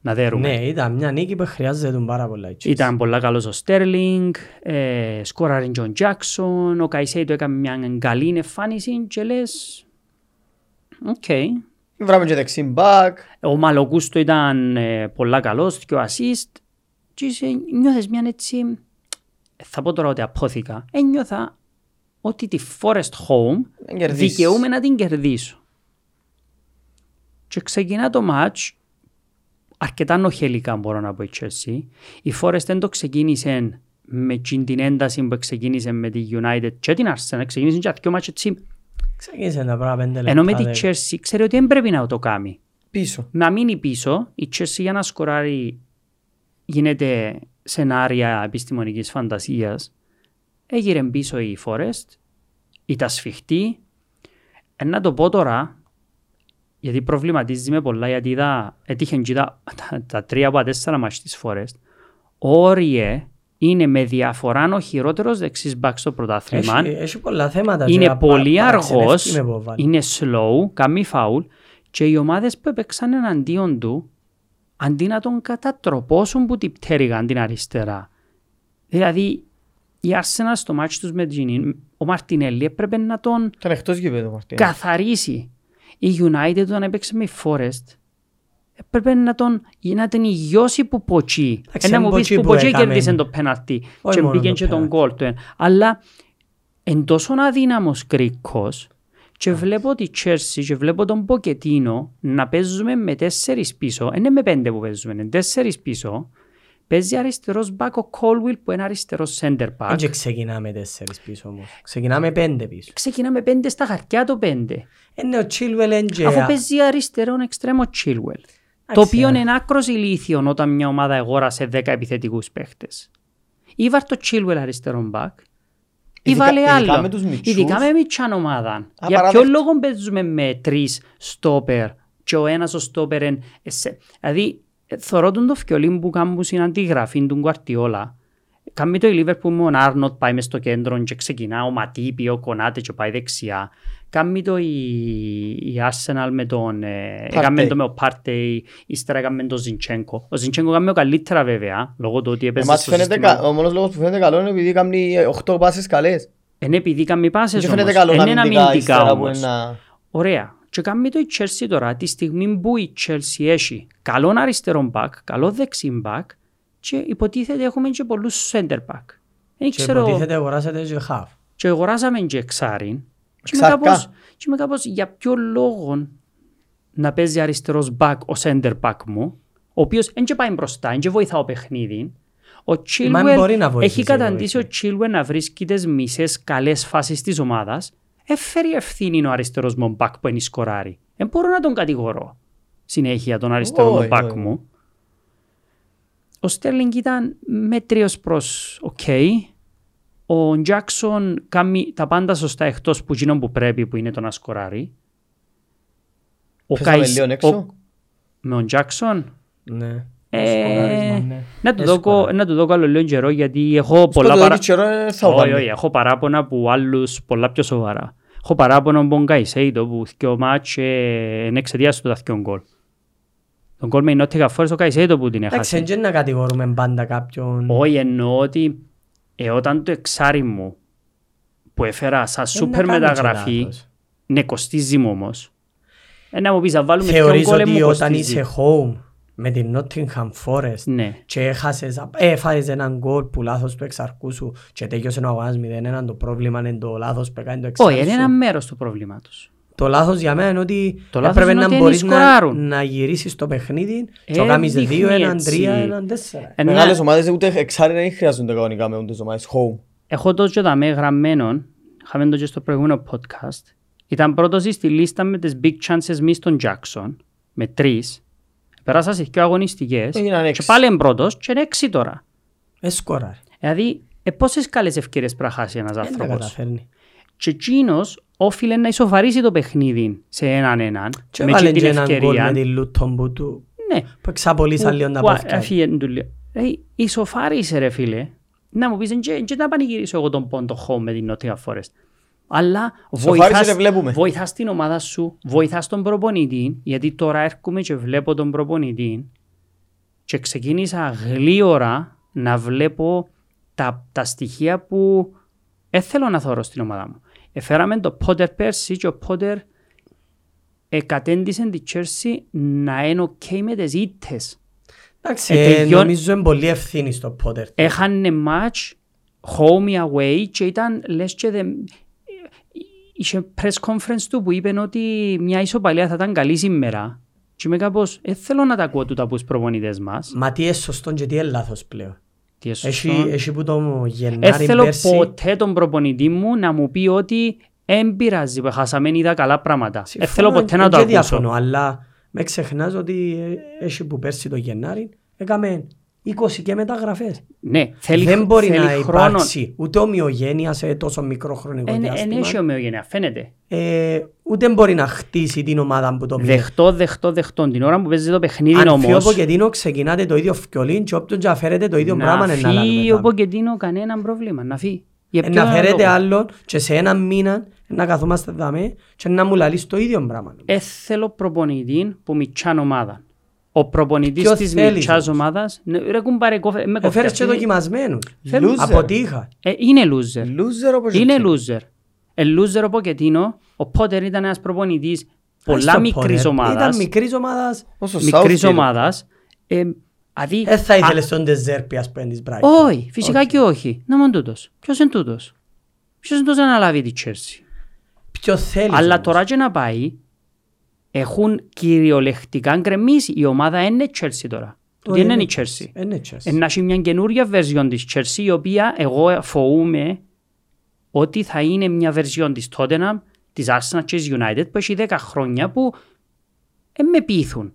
Speaker 2: να δέρουμε.
Speaker 3: Ναι, ήταν μια νίκη που χρειάζεται τον πάρα πολλά. η Chelsea.
Speaker 2: Ήταν πολλά καλός ο Στέρλινγκ, ε, σκόραρε Τζον Τζάκσον, ο Καϊσέιτο έκανε μια καλή εμφάνιση και λες... Οκ.
Speaker 1: Βράμε και δεξί μπακ.
Speaker 2: Ο Μαλοκούστο ήταν ε, πολλά καλός και ο assist. Και είσαι, νιώθες μια έτσι... Θα πω τώρα ότι απόθηκα. Ένιωθα ότι τη Forest Home
Speaker 1: Δεν κερδίσεις.
Speaker 2: δικαιούμαι να την κερδίσω. Και ξεκινά το μάτς αρκετά νοχελικά μπορώ να πω η Chelsea. Η Forest δεν το ξεκίνησε με τζιν την ένταση που ξεκίνησε με τη United και την Arsenal. Ξεκίνησε και δύο μάτς έτσι.
Speaker 3: Ξεκίνησε τα πράγματα πέντε λεπτά.
Speaker 2: Ενώ με τη
Speaker 3: δε.
Speaker 2: Chelsea ξέρει ότι δεν πρέπει να το κάνει.
Speaker 1: Πίσω.
Speaker 2: Να μείνει πίσω, η Chelsea για να σκοράρει γίνεται σενάρια επιστημονικής φαντασίας. Έγειρε πίσω η Forest, ήταν σφιχτή. Ε, να το πω τώρα, γιατί προβληματίζει με πολλά, γιατί είδα, έτυχε και είδα τα, τα τρία από τα τέσσερα μάτς της Forest. Ο Όριε είναι με διαφορά ο χειρότερος δεξής μπακ στο
Speaker 3: Έχει-
Speaker 2: πρωτάθλημα.
Speaker 3: Έχει πολλά θέματα.
Speaker 2: Είναι
Speaker 3: τώρα,
Speaker 2: πολύ
Speaker 3: πα-
Speaker 2: αργός,
Speaker 3: παραξενεύκει με που βάλει.
Speaker 2: είναι slow, κάνει φάουλ και οι ομάδες που έπαιξαν εναντίον του, αντί να τον κατατροπώσουν που την πτέρυγαν την αριστερά. Δηλαδή, η Arsenal στο μάτσο τους με την ο Μαρτινέλη έπρεπε να τον
Speaker 1: Ήταν εκτός γήπεδο, Μαρτίνα.
Speaker 2: καθαρίσει. Η United όταν έπαιξε με η Forest, έπρεπε να τον, να την υγιώσει που ποτσί.
Speaker 3: Εντάξει,
Speaker 2: Ένα
Speaker 3: εν
Speaker 2: μου πεις
Speaker 3: ποτσί
Speaker 2: που
Speaker 3: που
Speaker 2: ποτσί
Speaker 3: έκαμε.
Speaker 2: κέρδισε το πέναλτι
Speaker 3: Όχι
Speaker 2: και
Speaker 3: μόνο
Speaker 2: μπήκε
Speaker 3: το
Speaker 2: και τον
Speaker 3: πέναλτι.
Speaker 2: γκολ του. ε. Αλλά εν τόσο αδύναμος κρίκος και βλέπω τη Chelsea και βλέπω τον Ποκετίνο να παίζουμε με τέσσερις πίσω, είναι με πέντε που παίζουμε, είναι τέσσερις πίσω, παίζει αριστερός μπακ ο Colwell που είναι αριστερός center back.
Speaker 3: Δεν ξεκινάμε τέσσερις πίσω όμως. Ξεκινάμε πέντε πίσω.
Speaker 2: Ξεκινάμε πέντε στα χαρτιά το πέντε.
Speaker 3: Είναι ο Chilwell Engea.
Speaker 2: Αφού παίζει αριστερόν εξτρέμο Chilwell. Το οποίο είναι άκρος ηλίθιο όταν μια ομάδα αγόρασε 10 επιθετικούς παίχτες. Ή βάρ το Chilwell αριστερόν μπακ, ή
Speaker 1: Ειδικά-
Speaker 2: βάλε
Speaker 1: ειδικά
Speaker 2: άλλο.
Speaker 1: με τους μικρούς.
Speaker 2: Ειδικά με μητσάν ομάδα. Για
Speaker 1: παράδεκτο.
Speaker 2: ποιο λόγο παίζουμε με τρεις στόπερ και ο ένας ο στόπερ εν. εσε- Δηλαδή, ε, θωρώ τον το φιολί που κάνουν στην αντιγραφή του Γκουαρτιόλα. Καμή το η Λίβερπουλ με τον Άρνοτ πάει μες στο κέντρο και ξεκινά ο Ματίπι, ο Κονάτε και πάει δεξιά. Καμή το η, η Arsenal με τον... ε,
Speaker 1: Partey.
Speaker 2: Έκαμε το με ο Πάρτεϊ, ύστερα έκαμε τον Ζιντσέγκο. Ο Ζιντσέγκο έκαμε ο καλύτερα βέβαια, λόγω του ότι έπαιζε
Speaker 1: Εμάς
Speaker 2: στο
Speaker 1: φαίνεται
Speaker 2: σύστημα.
Speaker 1: κα- Ο μόνος λόγος που φαίνεται καλό είναι επειδή κάνει 8 πάσες καλές.
Speaker 2: Είναι Ε, ναι, επειδή έκαμε πάσες
Speaker 1: Και
Speaker 2: όμως. ε, ναι,
Speaker 1: φαίνεται καλό
Speaker 2: Είναι
Speaker 1: να μην δικά
Speaker 2: αμυντικά
Speaker 1: ύστερα που
Speaker 2: όμως.
Speaker 1: ένα...
Speaker 2: Ωραία. Και κάνει το η Chelsea τώρα, τη στιγμή που η Chelsea έχει καλόν αριστερό back, καλό δεξί back και υποτίθεται έχουμε και πολλούς center back.
Speaker 3: Και
Speaker 2: Δεν ξέρω,
Speaker 3: υποτίθεται αγοράσατε και χαφ.
Speaker 2: και αγοράσαμε και εξάριν και με,
Speaker 1: Εξάρκα.
Speaker 2: κάπως, και με κάπως για ποιο λόγο να παίζει αριστερός back ο center back μου, ο οποίος δεν και πάει μπροστά, δεν και βοηθά ο παιχνίδι. Ο
Speaker 3: Μα μπορεί να
Speaker 2: Chilwell
Speaker 3: βοηθήσει,
Speaker 2: έχει καταντήσει ο
Speaker 3: δεν
Speaker 2: Chilwell να βρίσκει τις μισές καλές φάσεις της ομάδας. Έφερε ευθύνη ο αριστερός μου back που είναι σκοράρει. Δεν μπορώ να τον κατηγορώ συνέχεια τον αριστερό
Speaker 1: Όχι,
Speaker 2: μου back
Speaker 1: όχι.
Speaker 2: μου. Ο Στέρλινγκ ήταν μέτριος προς οκ. Ο Τζάκσον κάνει τα πάντα σωστά εκτός που γίνον που πρέπει που είναι το να σκοράρει. Ο
Speaker 1: Πέσαμε
Speaker 2: Καϊς-
Speaker 1: λίγο έξω.
Speaker 2: ο- Με τον Τζάκσον.
Speaker 3: Ναι.
Speaker 2: Ε,
Speaker 3: ναι.
Speaker 2: να του
Speaker 3: Εύκολα.
Speaker 2: δω- να του δω καλό λίγο καιρό γιατί έχω
Speaker 1: Στο
Speaker 2: πολλά παρά...
Speaker 1: τελικό καιρό ε, θα
Speaker 2: Όχι, όχι,
Speaker 1: πάμε.
Speaker 2: έχω παράπονα που άλλους πολλά πιο σοβαρά. Έχω παράπονα από τον Καϊσέιτο που ο μάτς ε, είναι εξαιτίας του τα δυο γκολ. Τον γκολ με η Νότια Φόρες ο Καϊσέιτο που την
Speaker 3: Εντάξει,
Speaker 2: έχασε.
Speaker 3: δεν είναι να κατηγορούμε πάντα κάποιον.
Speaker 2: Όχι, εννοώ ότι ε, όταν το εξάρι μου που έφερα σαν
Speaker 3: Δεν
Speaker 2: σούπερ
Speaker 3: Ε, να κάνω και
Speaker 2: μεταγραφή,
Speaker 3: λάθος.
Speaker 2: ναι, κοστίζει μου όμως. Ένα μου πεις να βάλουμε ποιον
Speaker 3: Θεωρείς
Speaker 2: γκολ μου
Speaker 3: ότι όταν
Speaker 2: κοστίζει.
Speaker 3: είσαι home με την Nottingham Forest
Speaker 2: Ναι.
Speaker 3: και έχασες, απ- έφαγες έναν γκολ που λάθος του εξαρκού σου και τέλειωσε ο αγώνας 0-1 το πρόβλημα είναι το λάθος που έκανε το εξάρκου
Speaker 2: Όχι, είναι ένα μέρος του προβλήματος.
Speaker 3: Το λάθος για μένα είναι ότι
Speaker 2: Το λάθος
Speaker 3: έπρεπε
Speaker 2: είναι ότι
Speaker 3: να
Speaker 2: δεν
Speaker 3: μπορείς να,
Speaker 2: σκοράρουν.
Speaker 3: να γυρίσεις το παιχνίδι και
Speaker 2: Ε,
Speaker 3: το κάνεις
Speaker 2: δείχνει
Speaker 3: 2, 1,
Speaker 2: έτσι. Ε,
Speaker 3: 3, 1, 4.
Speaker 2: Ένα-
Speaker 1: Ε, Μεγάλες ομάδες ούτε εξάρι δεν χρειάζονται κανονικά με τις ομάδες. Home.
Speaker 2: Έχω το και δαμέ γραμμένο, είχαμε το και στο προηγούμενο podcast. Ήταν πρώτος στη λίστα με τις big chances μη στον Jackson, με τρεις. Πέρασα σε δύο αγωνιστικές
Speaker 1: Έγιναν
Speaker 2: και
Speaker 1: έξι.
Speaker 2: πάλι είναι πρώτος και είναι έξι τώρα.
Speaker 3: Ε, Εσκοράρει.
Speaker 2: Δηλαδή, ε, πόσες καλές ευκαιρίες πρέπει να χάσει ένας
Speaker 3: Ε, Δεν τα
Speaker 2: άνθρωπος.
Speaker 3: καταφέρνει.
Speaker 2: και εκείνος όφιλε να ισοφαρίσει το παιχνίδι σε έναν έναν
Speaker 3: Και
Speaker 2: με εκείνη
Speaker 3: βάλε
Speaker 2: την
Speaker 3: και έναν γκολ
Speaker 2: ευκαιρία.
Speaker 3: με τη Λούτον που του
Speaker 2: Ναι.
Speaker 3: που εξαπολύσαν λίγο τα
Speaker 2: Που- που
Speaker 3: πόφκια.
Speaker 2: έφυγε του λέω. Ε, Ισοφάρισε ρε φίλε. Να μου πεις, «Εν και να πανηγυρίσω εγώ τον πόντο home με την Νότια Φόρεστ. Αλλά
Speaker 1: Ισοφάρισε,
Speaker 2: βοηθάς,
Speaker 1: ρε, βλέπουμε.
Speaker 2: βοηθάς την ομάδα σου, βοηθάς τον προπονητή, γιατί τώρα έρχομαι και βλέπω τον προπονητή και ξεκίνησα γλίωρα να βλέπω τα, τα στοιχεία που δεν θέλω να θωρώ στην ομάδα μου. Εφέραμε το Πότερ πέρσι και ο Πότερ εκατέντησε τη Chelsea να είναι ok με τις ήττες.
Speaker 3: Εντάξει,
Speaker 2: Ε,
Speaker 3: ε,
Speaker 2: τελειών-
Speaker 3: νομίζω είναι πολύ ευθύνη στο Πότερ.
Speaker 2: Έχανε match home ή away και ήταν λες και δεν... Είχε press conference του που είπε ότι μια ισοπαλία θα ήταν καλή σήμερα. Και είμαι κάπως, δεν θέλω να τα ακούω τούτα από τους προπονητές μας.
Speaker 3: Μα τι είναι σωστό και τι είναι λάθος πλέον.
Speaker 2: Τι είναι σωστό.
Speaker 3: Έχει, ε, έχει που το
Speaker 2: Δεν
Speaker 3: Γενάρη
Speaker 2: θέλω
Speaker 3: πέρσι
Speaker 2: ποτέ τον προπονητή μου να μου πει ότι δεν πειράζει που χάσαμε είδα καλά πράγματα. Δεν ε, θέλω
Speaker 3: Συμφωνώ,
Speaker 2: ποτέ να
Speaker 3: και
Speaker 2: το ακούσω.
Speaker 3: διαφωνώ, αλλά με ξεχνάς ότι ε, έχει που πέρσι το Γενάρη έκαμε 20 και μεταγραφές.
Speaker 2: Ναι, θέλει,
Speaker 3: Δεν μπορεί
Speaker 2: θέλει
Speaker 3: να
Speaker 2: χρόνο.
Speaker 3: υπάρξει ούτε ομοιογένεια σε τόσο μικρό χρονικό
Speaker 2: Εν- Ε, ναι, εν έχει
Speaker 3: διάστημα.
Speaker 2: ομοιογένεια, φαίνεται.
Speaker 3: Ε, ούτε μπορεί να χτίσει την ομάδα που το μείνει.
Speaker 2: Δεχτώ, δεχτώ, δεχτώ. Την ώρα που παίζει το παιχνίδι
Speaker 3: Αν φύγει ο
Speaker 2: όμως,
Speaker 3: Ποκετίνο ξεκινάτε το ίδιο φιολίν και όποιον και αφαιρέτε το ίδιο πράγμα
Speaker 2: να
Speaker 3: είναι να λάβουμε
Speaker 2: φύγει ο
Speaker 3: τα.
Speaker 2: Πογκεντίνο κανένα πρόβλημα. Να φύγει. Για
Speaker 3: Ε,
Speaker 2: ποιο
Speaker 3: Να φέρετε
Speaker 2: λόγο.
Speaker 3: άλλον και σε ένα μήνα να καθόμαστε δαμέ και να μου λαλείς το ίδιο πράγμα.
Speaker 2: Ε, θέλω προπονητή που μιτσάν ομάδα. Ο προπονητής
Speaker 3: Ποιος
Speaker 2: της
Speaker 3: θέλεις
Speaker 2: μιτσάς
Speaker 3: όμως?
Speaker 2: ομάδας, ναι, ρε κουμπάρε, κόφε- με κόφτε,
Speaker 3: Έφερες Ε, και
Speaker 2: αυτή-
Speaker 3: δοκιμασμένους.
Speaker 1: Θέλω- Loser.
Speaker 3: Αποτύχα.
Speaker 2: Ε, Είναι loser.
Speaker 1: Loser όπως
Speaker 2: Είναι
Speaker 1: και-
Speaker 2: loser. Ε, loser ο Ποκετίνο. Ο Πότερ ήταν ένας προπονητής πολλά
Speaker 3: Στο
Speaker 2: μικρής
Speaker 3: Πόνερ. Ήταν
Speaker 2: ομάδας.
Speaker 3: μικρής ομάδας.
Speaker 1: Όσο
Speaker 2: Μικρής
Speaker 1: Southfield.
Speaker 2: ομάδας. Ε, δηλαδή-
Speaker 3: Δεν θα
Speaker 2: Α,
Speaker 3: ήθελες τον Τεζέρπη ας πούμε της Brighton.
Speaker 2: Όχι, φυσικά και όχι. Να μόνο τούτος. Ποιος είναι τούτος. Ποιος είναι τούτος να αναλάβει τη Chelsea.
Speaker 3: Ποιο θέλεις
Speaker 2: Αλλά
Speaker 3: όμως.
Speaker 2: τώρα και να πάει, έχουν κυριολεκτικά γκρεμίσει. Η ομάδα είναι η Chelsea τώρα.
Speaker 3: Τώρα
Speaker 2: Δεν είναι
Speaker 3: είναι
Speaker 2: η Chelsea.
Speaker 3: Ε, ναι, Chelsea.
Speaker 2: Ε, Να έχει μια καινούργια version της Chelsea, η οποία εγώ φοβούμαι ότι θα είναι μια version της Tottenham, της Arsenal και της United που έχει 10 χρόνια που δεν με πείθουν.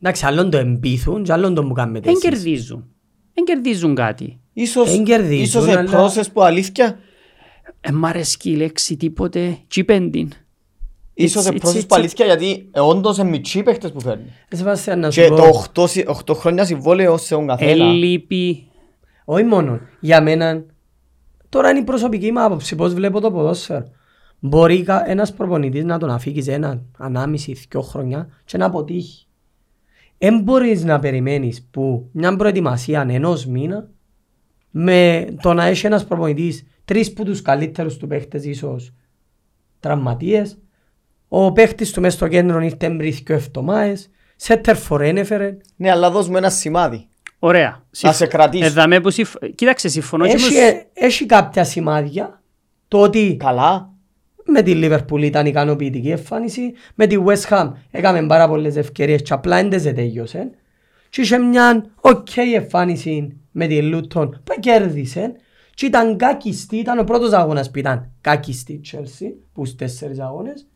Speaker 3: Εντάξει, άλλον το εμπίθουν και άλλον το μου κάνετε
Speaker 2: Δεν
Speaker 3: εσείς.
Speaker 2: κερδίζουν. Δεν κερδίζουν κάτι.
Speaker 1: Ίσως,
Speaker 3: Δεν κερδίζουν,
Speaker 1: ίσως
Speaker 3: αλλά-
Speaker 1: επρόσες που αλήθεια.
Speaker 2: Ε, μ' αρέσκει η λέξη τίποτε τσίπεντιν.
Speaker 1: Ίσως
Speaker 2: It's-
Speaker 1: επρόσες
Speaker 2: it's-
Speaker 1: που
Speaker 2: it's-
Speaker 1: αλήθεια γιατί ε, όντως είναι μητσί παίχτες που φέρνει.
Speaker 3: Ε, Σεβαστιάν, να σου
Speaker 1: Και
Speaker 3: πω.
Speaker 1: το 8, χρόνια συμβόλαιο σε τον καθένα.
Speaker 2: Ελείπει
Speaker 3: Όχι μόνο. Για μένα, τώρα είναι η προσωπική μου άποψη. Πώς βλέπω το ποδόσφαιρο. Μπορεί ένας προπονητής να τον αφήκει ένα, ανάμιση, δυο χρόνια και να αποτύχει. Δεν μπορείς να περιμένεις που μια προετοιμασία ενός μήνα με το να έχει ένας προπονητής τρεις που τους καλύτερους του παίχτες ίσως τραυματίες. Ο παίχτης του μέσα στο κέντρο ήρθε μπριθκιο εβδομάδε. Σέτερ φορέν έφερε.
Speaker 1: Ναι, αλλά δώσ' μου ένα σημάδι.
Speaker 2: Ωραία.
Speaker 1: Να σε κρατήσω.
Speaker 2: Εδαμέ που συμφ... Κοίταξε, συμφωνώ και
Speaker 3: Έχει, ε-
Speaker 2: με...
Speaker 3: έχει κάποια σημάδια το ότι
Speaker 1: Καλά.
Speaker 3: με τη Λίβερπουλ ήταν ικανοποιητική εμφάνιση, με τη West Ham έκαμε πάρα πολλές ευκαιρίες και απλά δεν σε τέλειωσε. Και είχε μια οκ εμφάνιση με τη Λούτον που κέρδισε και ήταν κάκιστη, ήταν ο πρώτος αγώνας που ήταν κάκιστη η Chelsea, που στους τέσσερις αγώνες,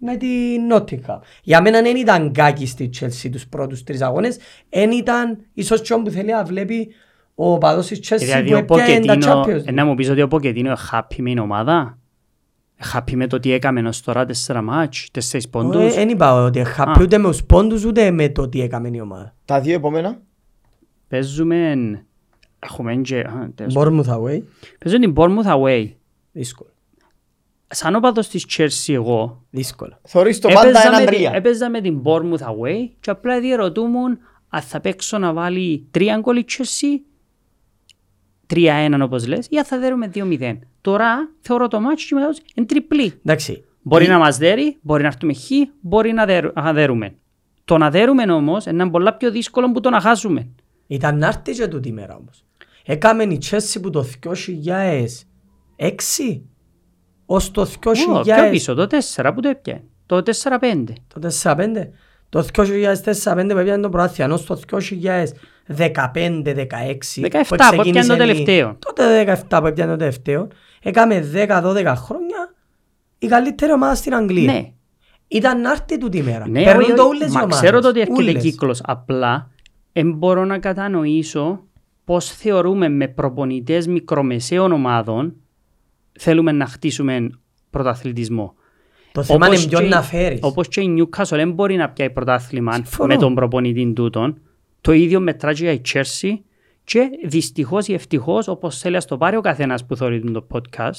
Speaker 3: με τη Νότιχα. Για μένα δεν ήταν κάκιστη η Chelsea τους πρώτους τρεις αγώνες, δεν ήταν ίσως και όπου θέλει να βλέπει ο παδός της Chelsea
Speaker 2: Δηλαδή
Speaker 3: που
Speaker 2: ο
Speaker 3: έπιανε τα
Speaker 2: Ποκετίνο, Ε,
Speaker 3: Champions League.
Speaker 2: να μου πεις ότι ο Ποκετίνο είναι happy με την ομάδα. Happy με το τι έκαμε ως τώρα τέσσερα μάτς, τέσσερις πόντους.
Speaker 3: Δεν Ε, είπα ότι χαπεί
Speaker 2: Α.
Speaker 3: ούτε με τους πόντους ούτε με το τι έκαμε η ομάδα.
Speaker 1: Τα δύο επόμενα.
Speaker 2: Παίζουμε... Έχουμε και... α, τέλος.
Speaker 3: Bournemouth away,
Speaker 2: Παίζουμε την Bournemouth away.
Speaker 3: δύσκολο.
Speaker 2: Σαν ο παδός της Chelsea εγώ,
Speaker 3: Δύσκολο.
Speaker 1: Θωρείς το πάντα
Speaker 2: έπαιζα
Speaker 1: έναν
Speaker 2: με, την,
Speaker 1: τρία.
Speaker 2: έπαιζα με την Bournemouth away και απλά διερωτούμουν αν θα παίξω να βάλει τρία γκολ η Chelsea, τρία έναν όπως λες, ή αν θα δέρουμε δύο μηδέν. Τώρα θεωρώ το μάτσο και μετά τους είναι τριπλή.
Speaker 3: Εντάξει,
Speaker 2: Μπορεί να μας δέρει, μπορεί να έρθουμε χ, μπορεί να, δέρου, να δέρουμε. Το να δέρουμε όμως είναι ένα πολλά πιο δύσκολο που το να χάσουμε.
Speaker 3: ήταν να έρθει και τούτη η μέρα όμως. Έκαμε η Chelsea που το 2006 ως το
Speaker 2: Ω, πιο
Speaker 3: 2000
Speaker 2: πίσω, το 4 που το έπιανε. Το 4-5.
Speaker 3: το 2005. Το 2004-2005 που έπιανε το προάθλιο, ως το 2015-16
Speaker 2: 17 που έπιανε το τελευταίο.
Speaker 3: Τότε 17 που έπιανε το τελευταίο. Έκαμε 10-12 χρόνια η καλύτερη ομάδα στην Αγγλία.
Speaker 2: Ναι,
Speaker 3: Ήταν να έρθει τούτη η μέρα.
Speaker 2: Ναι,
Speaker 3: Παίρνουν
Speaker 2: όχι,
Speaker 3: το
Speaker 2: όχι.
Speaker 3: όλες οι
Speaker 2: Μα
Speaker 3: ομάδες.
Speaker 2: ξέρω το ότι έρχεται
Speaker 3: Όλες.
Speaker 2: κύκλος. Απλά δεν μπορώ να κατανοήσω πώς θεωρούμε με προπονητές μικρομεσαίων ομάδων θέλουμε να χτίσουμε πρωταθλητισμό.
Speaker 3: Το θέμα
Speaker 2: Όπως
Speaker 3: είναι ποιον
Speaker 2: και-
Speaker 3: να φέρεις.
Speaker 2: Όπως και η Newcastle δεν μπορεί να πιάει πρωτάθλημα
Speaker 3: Συμφωνώ.
Speaker 2: με τον προπονητή τούτον. Το ίδιο μετράει και η Chelsea και δυστυχώς ή ευτυχώς όπως θέλει να το πάρει ο καθένας που θεωρεί το podcast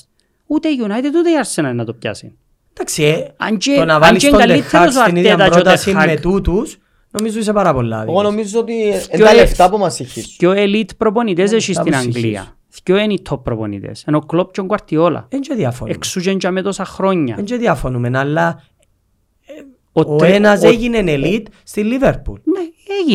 Speaker 2: ούτε η United ούτε η Arsenal να το πιάσει.
Speaker 3: Εντάξει, ε,
Speaker 2: Αν και,
Speaker 3: το να
Speaker 2: αν
Speaker 3: βάλεις
Speaker 2: και
Speaker 3: τον
Speaker 2: καλύτερος
Speaker 3: Τεχάκ
Speaker 2: ο
Speaker 3: στην ίδια
Speaker 2: Arteta και ο
Speaker 3: πρόταση
Speaker 2: Ten Hag,
Speaker 3: με τούτους, νομίζω είσαι πάρα πολλά.
Speaker 1: Εγώ
Speaker 3: δίκαιος.
Speaker 1: νομίζω ότι ε,
Speaker 2: Δυο
Speaker 1: τα
Speaker 2: ε-
Speaker 1: λεφτά που μας έχεις.
Speaker 2: Δυο elite προπονητές έχει
Speaker 3: Ε, θα
Speaker 2: στην
Speaker 3: μου συγχύσεις.
Speaker 2: Αγγλία. Δυο είναι οι top προπονητές. Ενώ ο Κλόπ και ο Γκουαρτιόλα.
Speaker 3: Εν και διαφωνούμε.
Speaker 2: Εξού και εντιαμε τόσα χρόνια.
Speaker 3: Εν και διαφωνούμε, αλλά Ε, ο
Speaker 2: τρι-
Speaker 3: ένας
Speaker 2: ο-
Speaker 3: έγινε Ε, elite στη Λίβερπουλ.
Speaker 2: Ναι,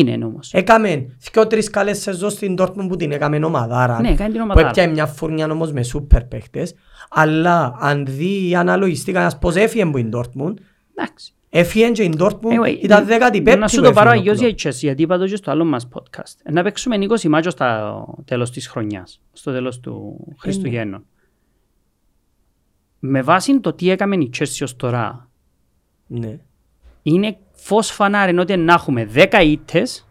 Speaker 2: έγινε όμως.
Speaker 3: Έκαμε δυο-τρεις καλές σεζόν στην Dortmund που την έκαμε ομαδάρα.
Speaker 2: Ναι, κάνει την
Speaker 3: Που
Speaker 2: ομάδα.
Speaker 3: έπιανε μια φουρνιά όμως με σούπερ παίχτες. Αλλά αν δει ή αναλογιστεί κανένας πώς έφυγε που η Dortmund,
Speaker 2: Εντάξει.
Speaker 3: έφυγε και η Dortmund
Speaker 2: Anyway,
Speaker 3: ήταν 15η που
Speaker 2: Να σου το πάρω
Speaker 3: έφυγε ο
Speaker 2: αγιώς για
Speaker 3: Klopp.
Speaker 2: η Chelsea, γιατί είπα το και στο άλλο μας podcast. Ε, Να παίξουμε 20 μάτσο στο τέλος της χρονιάς, στο τέλος του Χριστουγέννων. Με βάση το τι έκαμε η Chelsea ως τώρα,
Speaker 3: Ναι.
Speaker 2: είναι φως φανάρι ότι να έχουμε 10 ήττες,